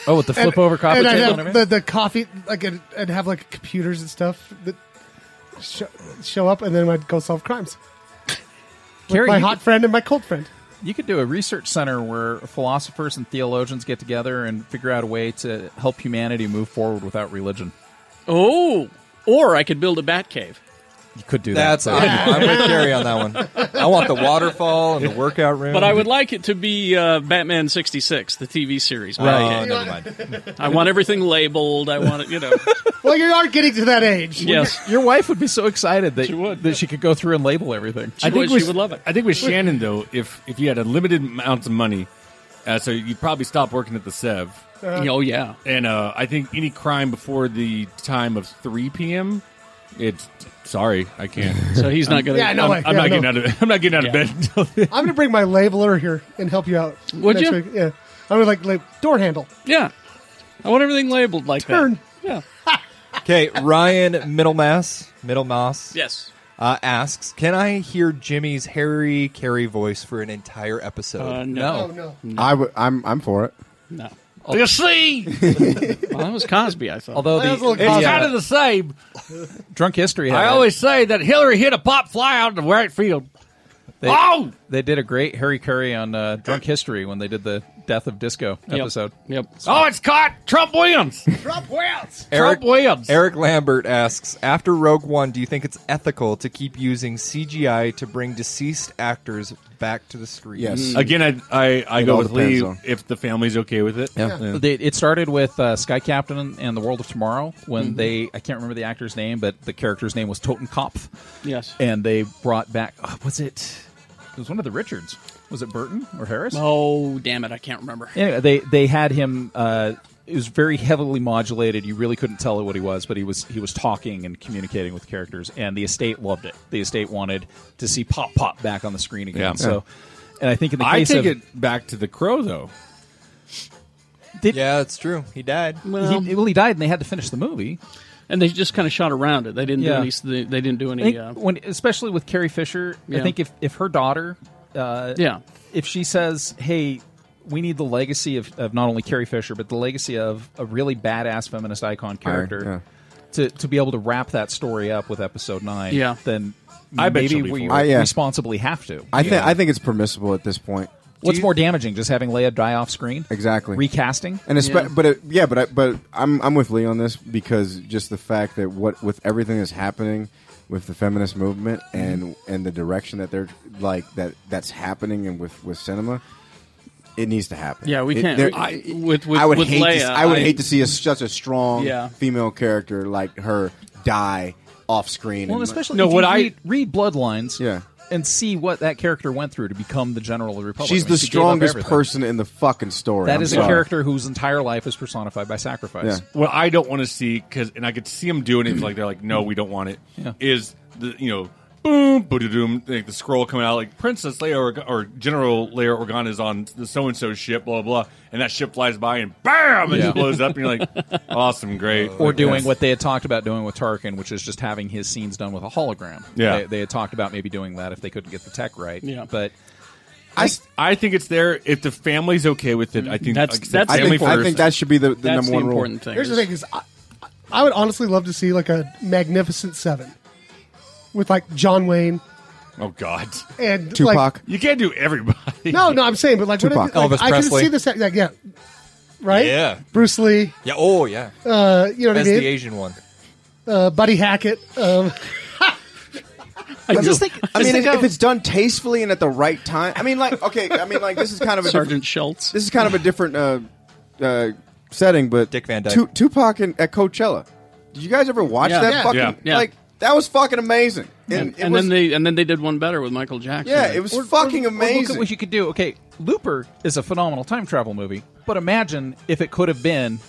Speaker 8: Oh, with the flip
Speaker 4: And-
Speaker 8: over coffee
Speaker 4: and I'd
Speaker 8: table.
Speaker 4: have
Speaker 8: and everything?
Speaker 4: the, the coffee, like, I'd, I'd have like computers and stuff that show, show up, and then I'd go solve crimes. With
Speaker 8: Carrie,
Speaker 4: my
Speaker 8: you
Speaker 4: hot
Speaker 8: could-
Speaker 4: friend and my cold friend.
Speaker 8: You could do a research center where philosophers and theologians get together and figure out a way to help humanity move forward without religion.
Speaker 2: Oh, or I could build a bat cave.
Speaker 8: You could do
Speaker 13: That's
Speaker 8: that.
Speaker 13: I'm, I'm with Gary on that one. I want the waterfall and the workout room.
Speaker 2: But I would like it to be uh, Batman '66, the TV series.
Speaker 13: Oh,
Speaker 2: Batcave.
Speaker 13: never mind.
Speaker 2: I want everything labeled. I want it, you know.
Speaker 4: Well, you are getting to that age.
Speaker 2: Yes.
Speaker 8: Your wife would be so excited that she, would. that she could go through and label everything.
Speaker 9: I think with Shannon though, if if you had unlimited amounts of money, uh, so you'd probably stop working at the Sev.
Speaker 2: Uh-huh. Oh, yeah.
Speaker 9: And uh, I think any crime before the time of three p.m. It's sorry, I can't.
Speaker 2: So he's not gonna-
Speaker 4: Yeah, no
Speaker 9: I'm,
Speaker 4: way.
Speaker 9: I'm
Speaker 4: Yeah,
Speaker 9: not
Speaker 4: no.
Speaker 9: getting out of. I'm not getting out
Speaker 4: Yeah.
Speaker 9: of bed until
Speaker 4: I'm gonna bring my labeler here and help you out.
Speaker 2: Would
Speaker 4: next
Speaker 2: you?
Speaker 4: Week. Yeah, I would like, like door handle.
Speaker 2: Yeah, I want everything labeled like
Speaker 4: Turn.
Speaker 2: Yeah.
Speaker 13: Okay, Ryan Middlemass, Middlemass.
Speaker 2: Yes.
Speaker 13: Uh, asks, can I hear Jimmy's Harry Carey voice for an entire episode?
Speaker 2: Uh, no. No. Oh, no.
Speaker 7: I w- I'm I'm for it.
Speaker 2: No.
Speaker 9: You see?
Speaker 2: Oh. well, that was Cosby, I thought.
Speaker 8: Although the,
Speaker 9: it's kind of the same.
Speaker 8: drunk history. had
Speaker 9: I
Speaker 8: that.
Speaker 9: always say that Hillary hit a pop fly out in the right field.
Speaker 8: They,
Speaker 9: Oh!
Speaker 8: they did a great Harry Curry on uh, Drunk History when they did the Death of Disco
Speaker 9: Yep.
Speaker 8: episode.
Speaker 2: Yep.
Speaker 9: Oh, it's caught. Trump wins.
Speaker 4: Trump wins.
Speaker 13: Eric,
Speaker 9: Trump wins.
Speaker 13: Eric Lambert asks, after Rogue One, do you think it's ethical to keep using CGI to bring deceased actors back to the screen?
Speaker 9: Again, I I, I
Speaker 13: It
Speaker 9: go
Speaker 13: all
Speaker 9: with
Speaker 13: depends
Speaker 9: Lee
Speaker 13: on-
Speaker 9: if the family's okay with it.
Speaker 8: They, it started with uh, Sky Captain and the World of Tomorrow when
Speaker 9: Mhm.
Speaker 8: they I can't remember the actor's name, but the character's name was Totenkopf.
Speaker 2: Yes.
Speaker 8: and they brought back oh, was it? It was one of the Richards. Was it Burton or Harris?
Speaker 2: Oh, damn it! I can't remember.
Speaker 8: Anyway, they they had him. Uh, it was very heavily modulated. You really couldn't tell what he was, but he was he was talking and communicating with characters, and the estate loved it. The estate wanted to see Pop Pop back on the screen again.
Speaker 9: Yeah.
Speaker 8: So, and I think in the
Speaker 9: I
Speaker 8: case
Speaker 9: take
Speaker 8: of
Speaker 9: it back to the crow though.
Speaker 13: yeah, that's true. He died.
Speaker 2: Well-
Speaker 8: he, well, he died, and they had to finish the movie.
Speaker 2: And they just kind of shot around it. They didn't do
Speaker 8: Yeah.
Speaker 2: any. They, they didn't do
Speaker 8: I
Speaker 2: any.
Speaker 8: think
Speaker 2: Uh,
Speaker 8: when, especially with Carrie Fisher,
Speaker 2: Yeah.
Speaker 8: I think if if her daughter, uh,
Speaker 2: Yeah.
Speaker 8: if she says, "Hey, we need the legacy of, of not only Carrie Fisher, but the legacy of a really badass feminist icon character." To, to be able to wrap that story up with episode nine,
Speaker 7: Yeah.
Speaker 8: then
Speaker 7: I bet
Speaker 8: maybe
Speaker 7: she'll be
Speaker 8: we
Speaker 7: for it. I, yeah.
Speaker 8: responsibly have to.
Speaker 7: I think I think it's permissible at this point.
Speaker 8: What's
Speaker 7: Do you-
Speaker 8: more damaging, just having Leia die off screen?
Speaker 7: Exactly.
Speaker 8: Recasting?
Speaker 7: And espe-
Speaker 8: Yeah.
Speaker 7: but it, yeah, but I, but I'm I'm with Lee on this because just the fact that what with everything that's happening with the feminist movement
Speaker 8: Mm-hmm.
Speaker 7: and and the direction that they're like that that's happening and with with cinema, it needs to happen.
Speaker 2: Yeah, we
Speaker 7: It-
Speaker 2: can't-
Speaker 7: there-
Speaker 2: I- with- with-
Speaker 7: I would
Speaker 2: with
Speaker 7: hate
Speaker 2: Leia,
Speaker 7: to, I would
Speaker 2: I-
Speaker 7: hate to see a, such a strong
Speaker 2: Yeah.
Speaker 7: female character like her die off screen.
Speaker 8: Well,
Speaker 7: and-
Speaker 8: especially if you read, read Bloodlines,
Speaker 7: Yeah.
Speaker 8: and see what that character went through to become the General of the Republic.
Speaker 7: She's
Speaker 8: I mean,
Speaker 7: the
Speaker 8: she gave up
Speaker 7: strongest
Speaker 8: everything.
Speaker 7: person in the fucking story.
Speaker 8: That
Speaker 7: I'm
Speaker 8: is
Speaker 7: sorry.
Speaker 8: a character whose entire life is personified by sacrifice.
Speaker 9: What I don't want to see because, and I could see them doing it. Like they're like, no, we don't want it. Is
Speaker 8: Yeah.
Speaker 9: the you know. Boom, boom, like the scroll coming out, like Princess Leia Org- or General Leia Organa is on the so and so ship, blah, blah, blah, and that ship flies by and bam, it
Speaker 8: Yeah.
Speaker 9: just blows up, and you're like, awesome, great.
Speaker 8: Or
Speaker 9: Like,
Speaker 8: doing
Speaker 9: yes.
Speaker 8: what they had talked about doing with Tarkin, which is just having his scenes done with a hologram.
Speaker 9: Yeah.
Speaker 8: They, they had talked about maybe doing that if they couldn't get the tech right.
Speaker 9: Yeah.
Speaker 8: But
Speaker 9: I, I think it's there if the family's okay with it. I think
Speaker 8: That's-
Speaker 9: like I said,
Speaker 8: that's the
Speaker 9: family
Speaker 8: important-
Speaker 9: first.
Speaker 8: I think that should be the- the That's number the one rule. important thing.
Speaker 4: Here's the thing: is I, I would honestly love to see like a Magnificent Seven with like John Wayne
Speaker 9: Oh God,
Speaker 4: and Like,
Speaker 9: you can't do everybody.
Speaker 4: no, no, I'm saying, but like, what if-
Speaker 9: Tupac.
Speaker 4: like,
Speaker 9: Elvis
Speaker 4: I
Speaker 9: Presley.
Speaker 4: can see this. Like, yeah, right.
Speaker 13: Yeah.
Speaker 4: Bruce Lee.
Speaker 13: Yeah. Oh, yeah.
Speaker 4: Uh, you know what I
Speaker 13: As
Speaker 4: mean?
Speaker 13: the Asian one.
Speaker 4: uh, Buddy Hackett. Um,
Speaker 7: I,
Speaker 4: just
Speaker 7: think. I mean, if, if it's done tastefully and at the right time, I mean, like, okay, I mean, like, this is kind of a
Speaker 2: Sergeant Schultz.
Speaker 7: This is kind of a different uh, uh, setting, but Dick Van
Speaker 13: Dyke.
Speaker 7: Tupac and, at Coachella. Did you guys ever watch
Speaker 2: Yeah.
Speaker 7: that
Speaker 2: Yeah.
Speaker 7: fucking
Speaker 2: Yeah. Yeah.
Speaker 7: like? That was fucking amazing. And,
Speaker 2: And,
Speaker 7: it
Speaker 2: and
Speaker 7: was,
Speaker 2: then they and then they did one better with Michael Jackson.
Speaker 7: yeah, it was fucking
Speaker 8: Or look
Speaker 7: amazing.
Speaker 8: at what you could do. Okay, Looper is a phenomenal time travel movie, but imagine if it could have been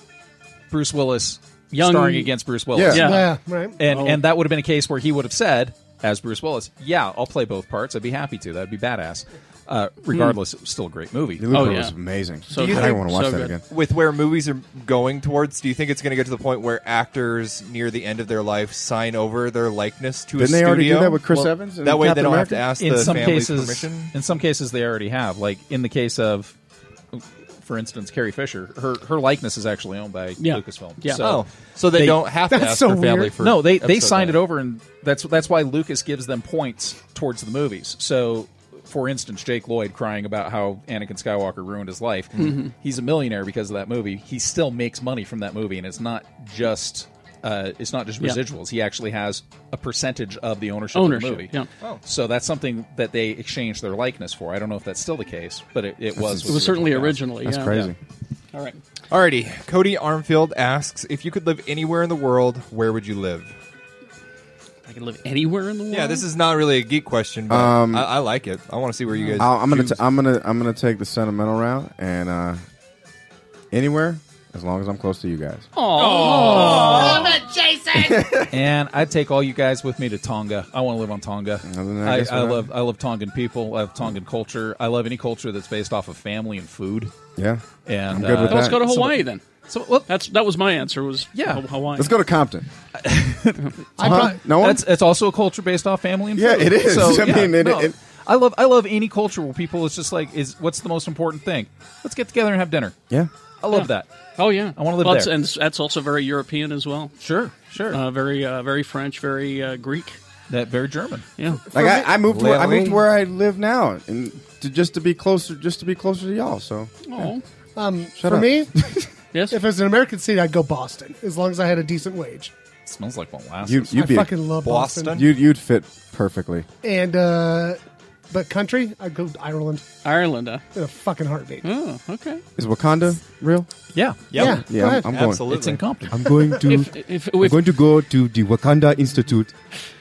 Speaker 8: Bruce Willis
Speaker 2: Young-
Speaker 8: starring against Bruce Willis.
Speaker 4: Yeah. Yeah, right.
Speaker 8: And
Speaker 4: Oh.
Speaker 8: and that would have been a case where he would have said, as Bruce Willis, "Yeah, I'll play both parts. I'd be happy to. That'd be badass." Uh, regardless, it was still a great movie.
Speaker 7: The Looper Oh, yeah. was amazing. So
Speaker 13: Do you
Speaker 7: good. I
Speaker 13: think-
Speaker 7: wanna watch So that good. again.
Speaker 13: With where movies are going towards, do you think it's going to get to the point where actors near the end of their life sign over their likeness to
Speaker 7: Didn't
Speaker 13: a
Speaker 7: they already do
Speaker 13: studio?
Speaker 7: that with Chris
Speaker 13: Well,
Speaker 7: Evans and
Speaker 13: That way
Speaker 7: Captain
Speaker 13: they don't
Speaker 7: America?
Speaker 13: have to ask
Speaker 8: in
Speaker 13: the
Speaker 8: some
Speaker 13: family's
Speaker 8: cases,
Speaker 13: permission.
Speaker 8: In some cases, they already have. Like in the case of, for instance, Carrie Fisher, her her likeness is actually owned by
Speaker 13: Yeah.
Speaker 8: Lucasfilm.
Speaker 13: Yeah. Oh, so they don't have to That's ask so her family weird. for
Speaker 8: no, they they
Speaker 13: episode
Speaker 8: signed
Speaker 13: nine.
Speaker 8: it over, and that's that's why Lucas gives them points towards the movies. So. For instance, Jake Lloyd crying about how Anakin Skywalker ruined his life.
Speaker 2: Mhm.
Speaker 8: He's a millionaire because of that movie. He still makes money from that movie, and it's not just uh, it's not just
Speaker 2: Yeah.
Speaker 8: residuals. He actually has a percentage of the ownership,
Speaker 2: Ownership,
Speaker 8: of the movie.
Speaker 2: yeah.
Speaker 13: Oh.
Speaker 8: So that's something that they exchanged their likeness for. I don't know if that's still the case, but it, it was.
Speaker 2: It was certainly originally.
Speaker 13: That's
Speaker 2: yeah.
Speaker 13: crazy.
Speaker 2: All right.
Speaker 13: Alrighty, Cody Armfield asks if you could live anywhere in the world, where would you live?
Speaker 2: I can live anywhere in the world.
Speaker 13: Yeah, this is not really a geek question, but
Speaker 7: Um,
Speaker 13: I, I like it. I want to see where you guys.
Speaker 7: I'll- I'm gonna
Speaker 13: choose.
Speaker 7: t- I'm gonna I'm gonna take the sentimental route and uh, anywhere as long as I'm close to you guys.
Speaker 3: Aw.
Speaker 14: Love it, Jason.
Speaker 8: and I'd take all you guys with me to Tonga. I want to live on Tonga.
Speaker 7: I
Speaker 8: I,
Speaker 7: guess
Speaker 8: I
Speaker 7: we're-
Speaker 8: love I love Tongan people. I love Tongan culture. I love any culture that's based off of family and food.
Speaker 7: Yeah.
Speaker 8: and
Speaker 7: I'm good
Speaker 8: uh,
Speaker 7: with
Speaker 2: Let's
Speaker 7: that.
Speaker 2: go to
Speaker 7: So-
Speaker 2: Hawaii then.
Speaker 8: So
Speaker 2: that's that was my answer was
Speaker 9: Oh,
Speaker 8: yeah
Speaker 2: Hawaii.
Speaker 7: Let's go to Compton.
Speaker 8: I
Speaker 7: Huh? No one?
Speaker 8: That's it's also a culture based off family and
Speaker 7: Yeah,
Speaker 8: food.
Speaker 7: it is.
Speaker 8: So,
Speaker 7: I
Speaker 8: yeah,
Speaker 7: mean, it-
Speaker 8: no.
Speaker 7: it-
Speaker 8: I love I love any culture where people it's just like is what's the most important thing? Let's get together and have dinner.
Speaker 7: Yeah,
Speaker 8: I love
Speaker 2: Yeah.
Speaker 8: that.
Speaker 2: Oh yeah,
Speaker 8: I want to
Speaker 2: Well,
Speaker 8: live there.
Speaker 2: that's- and that's also very European as well.
Speaker 8: Sure, sure.
Speaker 2: Uh, very, uh, very French, very uh, Greek.
Speaker 8: That very German.
Speaker 2: Yeah.
Speaker 7: Like I, I moved to where, I moved to where I live now, and to, just to be closer, just to be closer to y'all. So
Speaker 2: Oh.
Speaker 4: Um,
Speaker 7: Shut
Speaker 4: for
Speaker 7: up.
Speaker 4: me,
Speaker 2: yes.
Speaker 4: If it was an American city, I'd go Boston as long as I had a decent wage.
Speaker 8: smells like molasses.
Speaker 7: you you'd
Speaker 4: I
Speaker 7: be
Speaker 4: fucking love Boston. Boston.
Speaker 7: You'd you'd fit perfectly.
Speaker 4: And uh, but country, I'd go to Ireland.
Speaker 2: Ireland, uh.
Speaker 4: in a fucking heartbeat.
Speaker 2: Oh, okay.
Speaker 7: Is Wakanda real?
Speaker 8: Yeah.
Speaker 7: Yeah.
Speaker 4: Yeah, go
Speaker 7: Yeah. I'm,
Speaker 4: ahead.
Speaker 7: I'm going.
Speaker 2: Absolutely. It's in Compton.
Speaker 7: I'm going to.
Speaker 2: If- if-
Speaker 7: I'm
Speaker 2: if-
Speaker 7: going to go to the Wakanda Institute.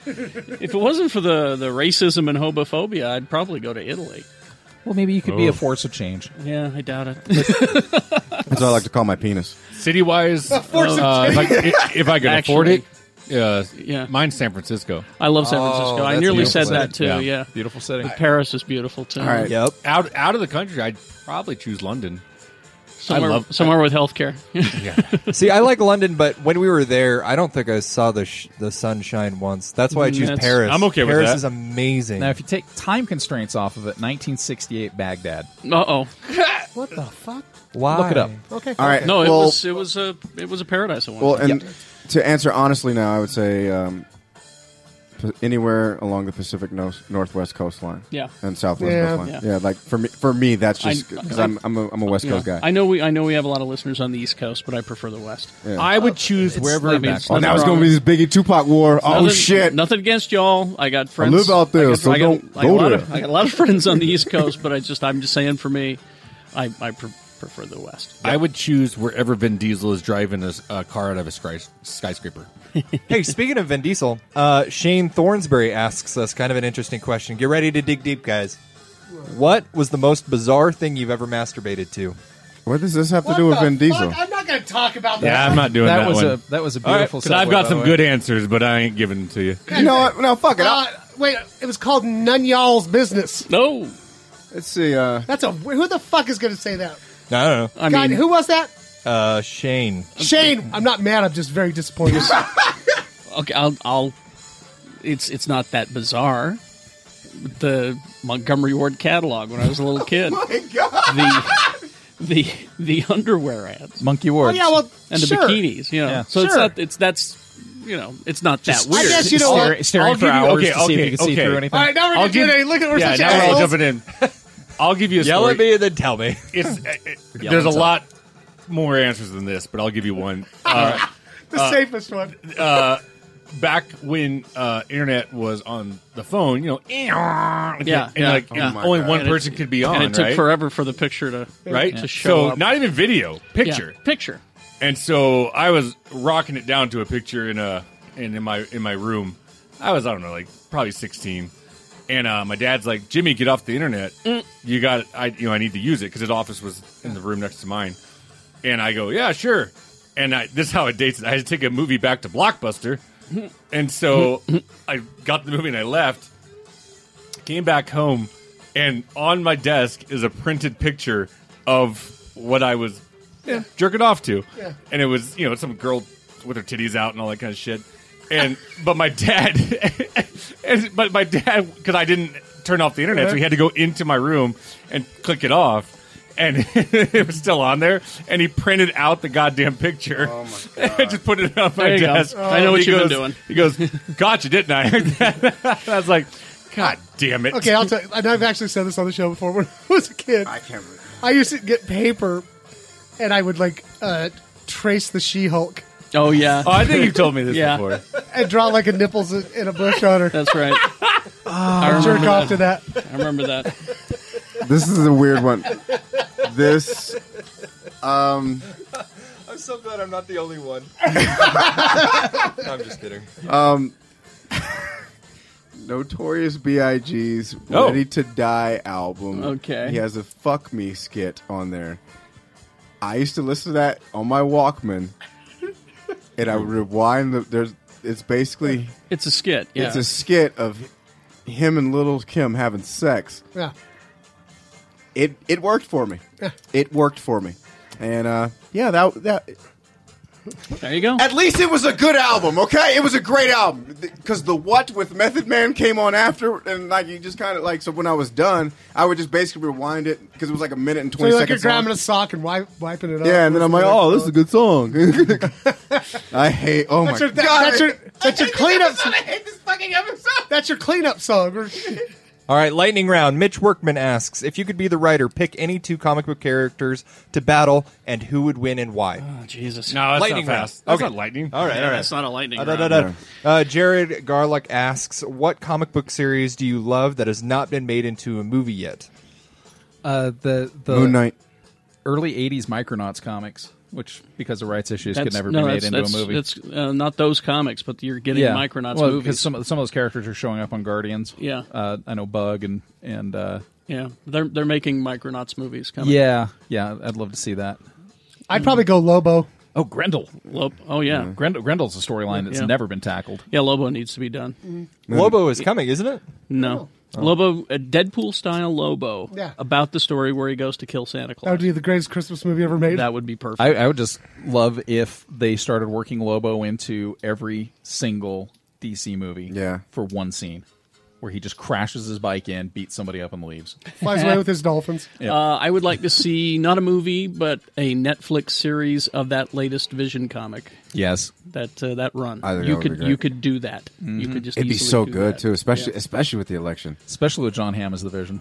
Speaker 2: If it wasn't for the, the racism and homophobia, I'd probably go to Italy.
Speaker 8: Well, maybe you could be
Speaker 2: Oh.
Speaker 8: a force of change.
Speaker 2: Yeah, I doubt it.
Speaker 7: That's what I like to call my penis.
Speaker 9: City wise,
Speaker 2: Of course it
Speaker 9: uh,
Speaker 2: is.
Speaker 9: if, I, if- if I could afford
Speaker 2: Actually.
Speaker 9: it, uh,
Speaker 2: yeah.
Speaker 9: mine's San Francisco.
Speaker 2: I love San Francisco. I nearly said that too. Yeah.
Speaker 8: Beautiful city.
Speaker 2: And Paris is beautiful too.
Speaker 9: All right. Out out of the country, I'd probably choose London.
Speaker 2: Somewhere,
Speaker 9: I love
Speaker 2: somewhere with healthcare.
Speaker 13: See, I like London, but when we were there, I don't think I saw the sh- the sunshine once. That's why I choose Paris. Paris is amazing.
Speaker 8: Now, if you take time constraints off of it, 1968 Baghdad.
Speaker 2: Uh oh.
Speaker 4: what the fuck?
Speaker 8: Look it up.
Speaker 4: Okay.
Speaker 7: All right,
Speaker 2: No, it
Speaker 7: well-
Speaker 2: was it was a it was a paradise. At one
Speaker 7: Well,
Speaker 2: point.
Speaker 7: and to answer honestly now, I would say um, p- anywhere along the Pacific no- Northwest coastline.
Speaker 2: Yeah.
Speaker 7: And Southwest
Speaker 2: Yeah.
Speaker 7: coastline. Yeah.
Speaker 2: Yeah.
Speaker 7: like for me, for me, that's just
Speaker 2: I-
Speaker 7: because I'm, I'm, a, I'm a West
Speaker 2: Yeah.
Speaker 7: Coast guy.
Speaker 2: I know we I know we have a lot of listeners on the East Coast, but I prefer the West.
Speaker 7: Yeah.
Speaker 9: I would choose wherever
Speaker 2: I mean,
Speaker 9: it's
Speaker 2: it's
Speaker 7: oh,
Speaker 2: nothing
Speaker 7: now it's going
Speaker 2: wrong
Speaker 7: to be this Biggie Tupac war. Oh,
Speaker 2: Nothing-
Speaker 7: shit.
Speaker 2: Nothing against y'all. I got friends.
Speaker 7: live out there,
Speaker 2: I got-
Speaker 7: so
Speaker 2: I got-
Speaker 7: don't
Speaker 2: I got
Speaker 7: go
Speaker 2: a lot
Speaker 7: there.
Speaker 2: Of, I got a lot of friends on the East Coast, but I just I'm just saying for me, I I pre- prefer the West.
Speaker 9: I would choose wherever Vin Diesel is driving a, s- a car out of a skys- skyscraper.
Speaker 13: hey, speaking of Vin Diesel, uh, Shane Thornsberry asks us kind of an interesting question. Get ready to dig deep, guys. What was the most bizarre thing you've ever masturbated to?
Speaker 7: What does this have to do with Vin Diesel?
Speaker 4: I'm not going to talk about
Speaker 9: Yeah, I'm not doing that.
Speaker 8: That was
Speaker 9: one.
Speaker 8: a- that was a
Speaker 9: All
Speaker 8: beautiful
Speaker 9: Because I've
Speaker 8: segue,
Speaker 9: got
Speaker 8: by
Speaker 9: some
Speaker 8: the way.
Speaker 9: good answers, but I ain't giving them to you.
Speaker 7: You know what? No, fuck it.
Speaker 4: Uh, wait, it was called None Y'all's Business.
Speaker 2: No.
Speaker 7: Let's see. Uh,
Speaker 4: That's a who the fuck is going to say that?
Speaker 13: I don't know.
Speaker 4: God, who was that?
Speaker 13: Uh, Shane.
Speaker 4: Shane. I'm not mad. I'm just very disappointed.
Speaker 2: Okay, I'll, I'll. It's it's not that bizarre. The Montgomery Ward catalog when I was a little kid.
Speaker 7: my God.
Speaker 2: The the the underwear ads,
Speaker 8: Monkey Ward.
Speaker 2: Ward,
Speaker 4: Oh, yeah, well,
Speaker 2: and the
Speaker 4: sure.
Speaker 2: bikinis. You know,
Speaker 8: Yeah.
Speaker 2: so it's
Speaker 4: Sure.
Speaker 2: not it's that's you know it's not that
Speaker 8: Just
Speaker 2: weird.
Speaker 4: I guess you know
Speaker 8: Staring-
Speaker 4: what?
Speaker 8: staring
Speaker 4: I'll
Speaker 8: for
Speaker 4: give you-
Speaker 8: hours to
Speaker 9: Okay,
Speaker 8: see if
Speaker 9: okay,
Speaker 8: you can see
Speaker 9: okay.
Speaker 8: through anything.
Speaker 4: All right, now we're going to do it. Look at we're
Speaker 9: yeah,
Speaker 4: such
Speaker 9: now we're all
Speaker 4: assholes.
Speaker 9: jumping in. I'll give you a
Speaker 13: Yell
Speaker 9: story.
Speaker 13: at me and then tell me.
Speaker 9: It's, uh, it-
Speaker 13: Yell
Speaker 9: there's a
Speaker 13: and tell.
Speaker 9: lot more answers than this, but I'll give you one. Uh,
Speaker 4: The
Speaker 9: uh,
Speaker 4: safest one.
Speaker 9: uh, back when uh, internet was on the phone, you know, and
Speaker 2: Yeah, yeah.
Speaker 9: like
Speaker 2: Oh my
Speaker 9: only
Speaker 2: God.
Speaker 9: one
Speaker 2: And it-
Speaker 9: person could be
Speaker 2: and
Speaker 9: on.
Speaker 2: it took
Speaker 9: right?
Speaker 2: forever for the picture to
Speaker 9: right
Speaker 2: to
Speaker 9: so
Speaker 2: show up.
Speaker 9: not even video, picture,
Speaker 2: Yeah, picture.
Speaker 9: And so I was rocking it down to a picture in a and in my in my room, I was I don't know like probably 16, and uh, my dad's like Jimmy, get off the internet. You got I you know I need to use it because his office was in the room next to mine, and I go yeah sure, and I, this is how it dates. it. I had to take a movie back to Blockbuster, and so I got the movie and I left. Came back home, and on my desk is a printed picture of what I was
Speaker 3: Yeah.
Speaker 9: jerking off to.
Speaker 3: Yeah.
Speaker 9: And it was, you know, some girl with her titties out and all that kind of shit. And but my dad, and, but my dad, because I didn't turn off the internet,
Speaker 3: Uh-huh.
Speaker 9: so he had to go into my room and click it off. And it was still on there, and he printed out the goddamn picture. Oh my god! and just put it on
Speaker 2: There
Speaker 9: my
Speaker 2: you go.
Speaker 9: desk.
Speaker 2: I know what
Speaker 9: He
Speaker 2: you've been
Speaker 9: goes-
Speaker 2: doing.
Speaker 9: He goes, "Gotcha, didn't I?" I was like, "God damn it!"
Speaker 4: Okay, I'll tell you. and I've actually said this on the show before when I was a kid. I
Speaker 7: can't remember.
Speaker 4: I used to get paper and I would like uh, trace the She Hulk
Speaker 2: Oh yeah.
Speaker 9: Oh, I think you've told me this
Speaker 2: Yeah.
Speaker 9: before.
Speaker 4: and draw like a nipples in in a bush on her.
Speaker 2: That's right.
Speaker 4: I jerk
Speaker 2: remember
Speaker 4: off to that.
Speaker 2: I remember that.
Speaker 7: This is a weird one. This, um,
Speaker 13: I'm so glad I'm not the only one. I'm just kidding.
Speaker 7: um, Notorious B.I.G.'s
Speaker 13: Oh.
Speaker 7: "Ready to Die" album.
Speaker 2: Okay.
Speaker 7: he has a "Fuck Me" skit on there. I used to listen to that on my Walkman, and I would rewind. The, there's, it's basically
Speaker 2: It's a skit. Yeah.
Speaker 7: it's a skit of him and Little Kim having sex.
Speaker 4: Yeah.
Speaker 7: It it worked for me.
Speaker 4: Yeah.
Speaker 7: It worked for me, and uh, yeah, that that
Speaker 2: There you go.
Speaker 7: At least it was a good album, okay? It was a great album because the What with Method Man came on after, and like you just kind of like so. When I was done, I would just basically rewind it because it was like a minute and
Speaker 4: So
Speaker 7: twenty
Speaker 4: you're like you're
Speaker 7: seconds.
Speaker 4: grabbing
Speaker 7: long.
Speaker 4: a sock and wipe, wiping it up.
Speaker 7: yeah, and then I'm like, oh, this is a good song. I hate. Oh my
Speaker 4: that's your, that-
Speaker 7: god.
Speaker 4: that's your that's your cleanup. song.
Speaker 7: this fucking episode.
Speaker 4: That's your cleanup song. Or-
Speaker 13: All right, lightning round. Mitch Workman asks if you could be the writer, pick any two comic book characters to battle, and who would win and why.
Speaker 2: Oh, Jesus.
Speaker 9: No, that's
Speaker 13: lightning
Speaker 9: not
Speaker 13: round.
Speaker 9: fast. That's
Speaker 13: Okay.
Speaker 9: not lightning.
Speaker 13: All right, all right.
Speaker 2: That's not a lightning
Speaker 13: Uh,
Speaker 2: round.
Speaker 13: da, da, da. Uh, Jared Garlock asks, "What comic book series do you love that has not been made into a movie yet?"
Speaker 8: Uh, the the
Speaker 13: Moon Knight.
Speaker 8: early '80s Micronauts comics, which because of rights issues could
Speaker 2: That's-
Speaker 8: never
Speaker 2: no,
Speaker 8: be made
Speaker 2: that's-
Speaker 8: into
Speaker 2: that's-
Speaker 8: a movie.
Speaker 2: That's uh, not those comics, but you're getting Micronauts
Speaker 8: well,
Speaker 2: movies.
Speaker 8: because some some of those characters are showing up on Guardians.
Speaker 2: Yeah.
Speaker 8: uh, I know Bug and and uh,
Speaker 2: yeah, they're they're making Micronauts movies coming.
Speaker 8: yeah, yeah. I'd love to see that.
Speaker 4: I'd probably go Lobo.
Speaker 8: Oh, Grendel.
Speaker 2: Lob- oh yeah.
Speaker 8: Grendel, Grendel's a storyline that's
Speaker 2: Yeah.
Speaker 8: never been tackled.
Speaker 2: Yeah, Lobo needs to be done.
Speaker 13: Lobo is coming, isn't it?
Speaker 2: No. Lobo, a Deadpool style Lobo
Speaker 4: Yeah. Oh,
Speaker 2: about the story where he goes to kill Santa
Speaker 4: That
Speaker 2: Claus.
Speaker 4: would be the greatest Christmas movie ever made.
Speaker 2: That would be perfect.
Speaker 8: I, I would just love if they started working Lobo into every single DC movie.
Speaker 7: Yeah.
Speaker 8: for one scene where he just crashes his bike in, beats somebody up, and leaves.
Speaker 4: Flies away with his dolphins.
Speaker 2: Uh, I would like to see not a movie, but a Netflix series of that latest Vision comic.
Speaker 8: Yes.
Speaker 2: That uh, that run.
Speaker 7: I think that
Speaker 2: you
Speaker 7: would be
Speaker 2: could
Speaker 7: great. Mm-hmm.
Speaker 2: you could do that. You could just
Speaker 7: It'd be
Speaker 2: easily
Speaker 7: so
Speaker 2: do
Speaker 7: good
Speaker 2: that.
Speaker 7: too, especially especially with the election.
Speaker 8: Especially with John Hamm as the Vision.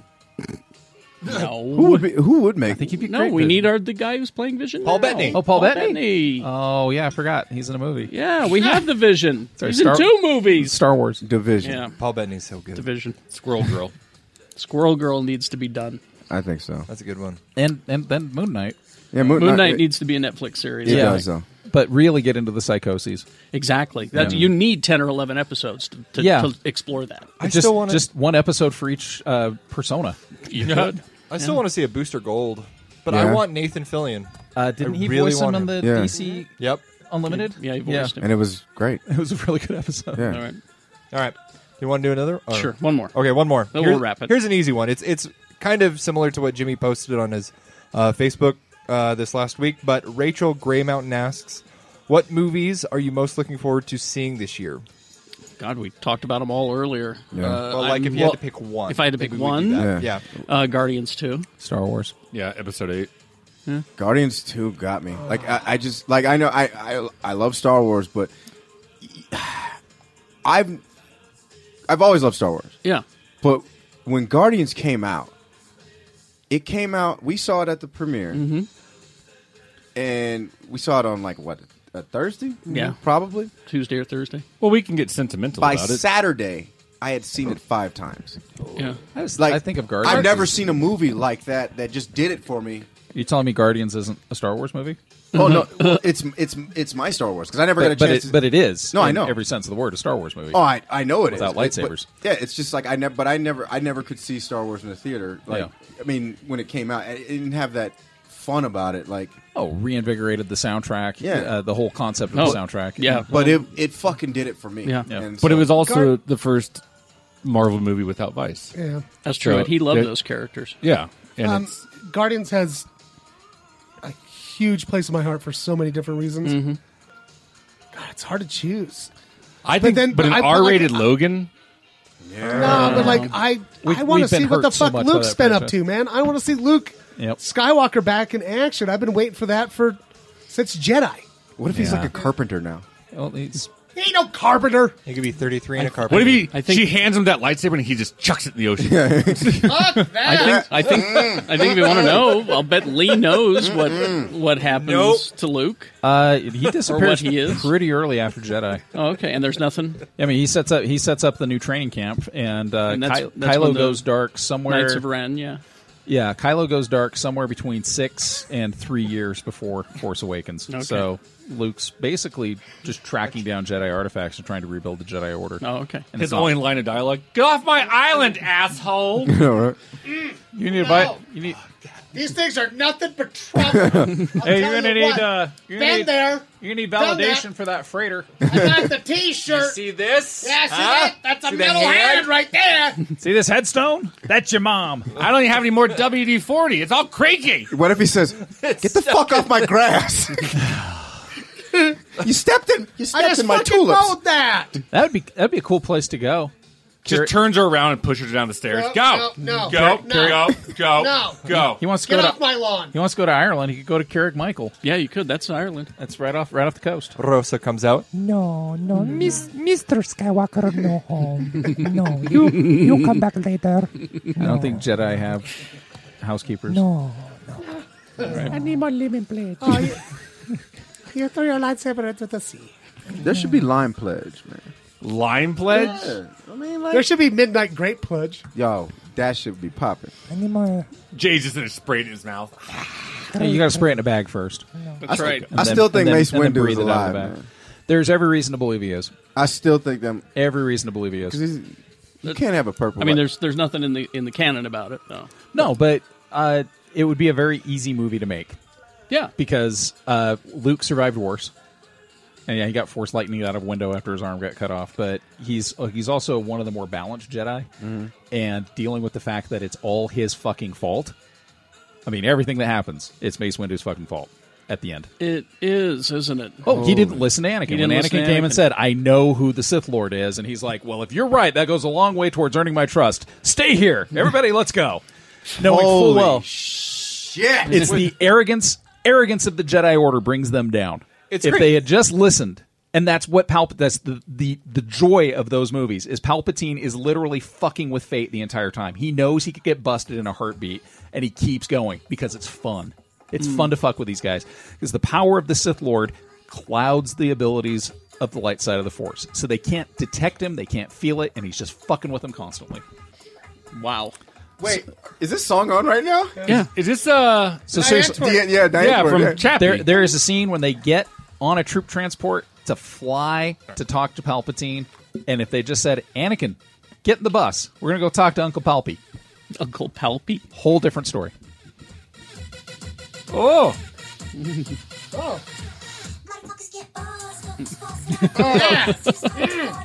Speaker 2: No.
Speaker 7: Who would be, who would make? I think
Speaker 8: he'd be
Speaker 2: No, we need our the guy who's playing Vision.
Speaker 13: Paul
Speaker 2: now.
Speaker 13: Bettany.
Speaker 8: Oh, Paul, Bettany.
Speaker 2: Bettany.
Speaker 8: Oh yeah, I forgot he's in a movie.
Speaker 2: Yeah, we have the Vision.
Speaker 8: Sorry,
Speaker 2: He's in
Speaker 8: Star-
Speaker 2: two movies.
Speaker 8: Star Wars.
Speaker 7: division.
Speaker 2: Yeah,
Speaker 13: Paul Bettany's so good.
Speaker 2: Division.
Speaker 9: Squirrel Girl.
Speaker 2: Squirrel Girl needs to be done.
Speaker 7: I think so.
Speaker 13: That's a good one.
Speaker 8: And and then Moon Knight.
Speaker 7: Yeah,
Speaker 2: Moon Knight needs to be a Netflix series.
Speaker 7: It Yeah. does, uh, though.
Speaker 8: But really get into the psychoses.
Speaker 2: Exactly. That,
Speaker 8: Yeah.
Speaker 2: You need 10 or 11 episodes to, to,
Speaker 8: Yeah.
Speaker 2: to explore that.
Speaker 13: I
Speaker 8: just
Speaker 13: still wanna-
Speaker 8: just one episode for each uh, persona.
Speaker 2: You could.
Speaker 13: I still want to see a Booster Gold, but I
Speaker 7: Yeah.
Speaker 13: want Nathan Fillion.
Speaker 8: Uh, didn't
Speaker 13: I
Speaker 8: he
Speaker 13: really
Speaker 8: voice him
Speaker 13: want
Speaker 8: on the
Speaker 7: Yeah.
Speaker 8: DC
Speaker 13: Yep.
Speaker 8: Unlimited?
Speaker 2: Yeah, he voiced him.
Speaker 7: and it was great.
Speaker 8: It was a really good episode.
Speaker 7: Yeah.
Speaker 2: All right.
Speaker 13: All right. You want to do another? Or-
Speaker 2: Sure, one more.
Speaker 13: Okay, one more.
Speaker 2: Then
Speaker 13: Here-
Speaker 2: we'll wrap it.
Speaker 13: Here's an easy one. It's it's kind of similar to what Jimmy posted on his uh, Facebook uh, this last week, but Rachel Graymountain asks, "What movies are you most looking forward to seeing this
Speaker 2: Uh,
Speaker 13: year?"
Speaker 2: God, we talked about them all earlier.
Speaker 7: Yeah.
Speaker 2: Uh,
Speaker 13: Well, like
Speaker 2: I'm-
Speaker 13: if you
Speaker 2: well,
Speaker 13: had to pick one.
Speaker 2: If I had to pick
Speaker 13: maybe we do
Speaker 2: one,
Speaker 13: that.
Speaker 7: Yeah.
Speaker 13: yeah.
Speaker 2: uh, Guardians 2.
Speaker 8: Star Wars.
Speaker 9: Yeah, episode eight.
Speaker 7: Guardians Two got me. Like I, I just like I know I, I I love Star Wars, but I've I've always loved Star Wars.
Speaker 2: Yeah.
Speaker 7: But when Guardians came out, it came out. We saw it at the premiere, and we saw it on like what a Thursday,
Speaker 2: Yeah.
Speaker 7: probably.
Speaker 2: Tuesday or Thursday.
Speaker 9: Well, we can get sentimental
Speaker 7: By
Speaker 9: about it.
Speaker 7: Saturday, I had seen it five times.
Speaker 2: Yeah.
Speaker 8: I, was,
Speaker 7: Like
Speaker 8: I think of Guardians.
Speaker 7: I've never
Speaker 8: as-
Speaker 7: seen a movie like that that just did it for me
Speaker 8: You telling me Guardians isn't a Star Wars movie?
Speaker 7: Oh no, well, it's it's it's my Star Wars because I never
Speaker 8: but,
Speaker 7: got a
Speaker 8: but
Speaker 7: chance.
Speaker 8: It,
Speaker 7: to-
Speaker 8: but it is.
Speaker 7: No, I
Speaker 8: in
Speaker 7: know.
Speaker 8: every sense of the word, a Star Wars movie.
Speaker 7: Oh, I, I know it is
Speaker 8: without
Speaker 7: It's-
Speaker 8: lightsabers.
Speaker 7: but- yeah, it's just like I never, but I never, I never could see Star Wars in the theater. Like, I mean, when it came out, I it didn't have that fun about it. Like,
Speaker 8: oh, reinvigorated the soundtrack.
Speaker 7: Yeah.
Speaker 8: uh, the whole concept of the soundtrack.
Speaker 7: but it it fucking did it for me. And
Speaker 9: But it
Speaker 7: so-
Speaker 9: was also the first Marvel movie without Vice.
Speaker 4: Yeah.
Speaker 2: That's true, and he loved
Speaker 9: it-
Speaker 2: those characters.
Speaker 9: Yeah. And
Speaker 4: Um,
Speaker 9: it's-
Speaker 4: Guardians has a huge place in my heart for so many different reasons.
Speaker 7: Mm-hmm.
Speaker 4: God, it's hard to choose.
Speaker 9: I think, but, an
Speaker 4: I- like,
Speaker 9: R-rated Logan.
Speaker 4: No, but like I, I want to see what the fuck Luke's been up to, man. I want to see Luke
Speaker 9: Yep.
Speaker 4: Skywalker back in action. I've been waiting for that for since Jedi.
Speaker 7: What if he's like a carpenter now?
Speaker 8: Well, he's
Speaker 4: He ain't no carpenter.
Speaker 13: He could be 33 and a carpenter.
Speaker 9: What if he? she hands him that lightsaber and he just chucks it in the ocean.
Speaker 2: I think I think I think if you want to know, I'll bet Lee knows what what happens
Speaker 8: Nope.
Speaker 2: to Luke. Oh,
Speaker 8: Uh, he
Speaker 2: Or
Speaker 8: disappears
Speaker 2: what he is.
Speaker 8: pretty early after Jedi.
Speaker 2: Oh, okay, and there's nothing.
Speaker 8: I mean, he sets up he sets up the new training camp, and, uh,
Speaker 2: And that's-
Speaker 8: Ky-
Speaker 2: that's when
Speaker 8: Kylo
Speaker 2: the
Speaker 8: goes dark somewhere.
Speaker 2: Knights of Ren, yeah.
Speaker 8: Yeah, Kylo goes dark somewhere between six and three years before Force Awakens.
Speaker 2: Okay.
Speaker 8: So Luke's basically just tracking down Jedi artifacts and trying to rebuild the Jedi Order.
Speaker 2: Oh, okay.
Speaker 8: And
Speaker 9: His
Speaker 8: it's not-
Speaker 9: only line of dialogue: "Get off my island, asshole."
Speaker 8: You need to
Speaker 9: buy-
Speaker 8: You need.
Speaker 14: These things are nothing but trouble. I'll tell
Speaker 8: you're gonna
Speaker 14: you
Speaker 8: need,
Speaker 14: what.
Speaker 8: uh, you're gonna
Speaker 14: Been
Speaker 8: need-
Speaker 14: there.
Speaker 8: You need
Speaker 14: done that.
Speaker 8: validation for that freighter.
Speaker 14: I got the T-shirt. see
Speaker 8: this?
Speaker 14: Yeah, see
Speaker 8: Huh?
Speaker 14: that? That's a
Speaker 8: See the
Speaker 14: metal hand?
Speaker 8: hand?
Speaker 14: right there.
Speaker 8: See this headstone? That's your mom.
Speaker 9: I don't even have any more WD forty. It's all creaky.
Speaker 7: What if he says, "Get the fuck off my grass"? you stepped in.
Speaker 14: I
Speaker 7: You stepped
Speaker 14: just
Speaker 7: in my
Speaker 14: fucking
Speaker 7: tulips.
Speaker 14: mowed that.
Speaker 8: That would be that'd be a cool place to go.
Speaker 9: Just turns her around and pushes her down the stairs.
Speaker 14: No,
Speaker 9: go,
Speaker 14: no, no,
Speaker 9: go,
Speaker 14: no,
Speaker 9: go, go,
Speaker 14: no.
Speaker 9: go.
Speaker 8: He wants to
Speaker 14: Get
Speaker 8: go
Speaker 14: off
Speaker 8: to
Speaker 14: my lawn.
Speaker 8: He wants to go to Ireland. He could go to Carrick Michael.
Speaker 2: Yeah, you could. That's Ireland.
Speaker 8: That's right off right off the coast.
Speaker 13: Rosa comes out.
Speaker 15: No, no, Miss, Mr. Skywalker, no home. No, you, you come back later.
Speaker 8: I don't think Jedi have housekeepers.
Speaker 15: No.
Speaker 4: I
Speaker 15: need more lemon plate.
Speaker 4: Oh, you, you threw your lightsaber into the sea.
Speaker 7: There should be lime pledge, man.
Speaker 9: Lime
Speaker 7: pledge?
Speaker 4: I mean, like, there should be midnight grape pledge.
Speaker 7: Yo, that should be popping.
Speaker 15: I need more.
Speaker 9: Jay's just gonna spray it in his mouth.
Speaker 8: you got to spray it in a bag first.
Speaker 7: I still- right. I still think Mace
Speaker 8: and
Speaker 7: Windu
Speaker 8: breathe
Speaker 7: is
Speaker 8: it out of
Speaker 7: alive,
Speaker 8: the bag.
Speaker 7: man.
Speaker 8: There's every reason to believe he is.
Speaker 7: I still think them.
Speaker 8: Every reason to believe he is.
Speaker 7: You can't have a purple.
Speaker 2: I mean, there's there's nothing in the in the canon about it though.
Speaker 8: No, but uh, it would be a very easy movie to make.
Speaker 2: Yeah.
Speaker 8: Because uh, Luke survived worse. And yeah, he got force lightning out of a window after his arm got cut off. But he's uh, he's also one of the more balanced Jedi,
Speaker 3: Mhm.
Speaker 8: and dealing with the fact that it's all his fucking fault. I mean, everything that happens, it's Mace Windu's fucking fault at the end.
Speaker 2: It is, isn't it?
Speaker 8: Oh, he didn't listen to Anakin.
Speaker 2: He
Speaker 8: When
Speaker 2: didn't
Speaker 8: Anakin
Speaker 2: listen
Speaker 8: came
Speaker 2: to
Speaker 8: and said, "I know who the Sith Lord is," and he's like, "Well, if you're right, that goes a long way towards earning my trust. Stay here, everybody. let's go." Knowing full
Speaker 7: Holy
Speaker 8: well,
Speaker 7: shit,
Speaker 8: it's the arrogance arrogance of the Jedi Order brings them down.
Speaker 13: It's
Speaker 8: if
Speaker 13: great.
Speaker 8: they had just listened, and that's what Palp. That's the, the the joy of those movies is Palpatine is literally fucking with fate the entire time. He knows he could get busted in a heartbeat, and he keeps going because it's fun. It's
Speaker 3: Mm.
Speaker 8: fun to fuck with these guys because the power of the Sith Lord clouds the abilities of the light side of the Force, so they can't detect him, they can't feel it, and he's just fucking with them constantly.
Speaker 2: Wow.
Speaker 7: Wait, is this song on right now?
Speaker 8: Yeah.
Speaker 9: Is this uh?
Speaker 8: So
Speaker 7: Diane
Speaker 8: seriously,
Speaker 7: Twerk. Yeah, yeah, Diane Twerk, yeah.
Speaker 8: There, there is a scene when they get on a troop transport to fly to talk to Palpatine, and if they just said, "Anakin, get in the bus. We're gonna go talk to Uncle Palpy."
Speaker 2: Uncle Palpy.
Speaker 8: Whole different story.
Speaker 9: Oh.
Speaker 14: Oh.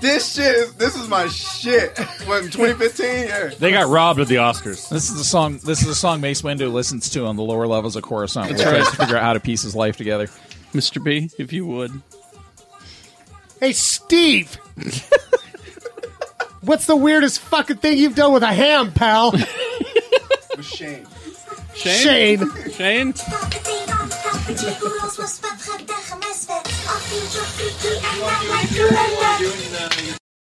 Speaker 7: this shit is this is my shit. What, in 2015? Yeah.
Speaker 9: They got robbed of the Oscars.
Speaker 8: This is the song. This is the song Mace Windu listens to on the lower levels of Coruscant,
Speaker 2: That's
Speaker 8: which
Speaker 2: right.
Speaker 8: tries to figure out how to piece his life together.
Speaker 2: Mister B, if you would.
Speaker 4: Hey, Steve. What's the weirdest fucking thing you've done with a ham, pal?
Speaker 7: Shane.
Speaker 4: Shane.
Speaker 2: Shane.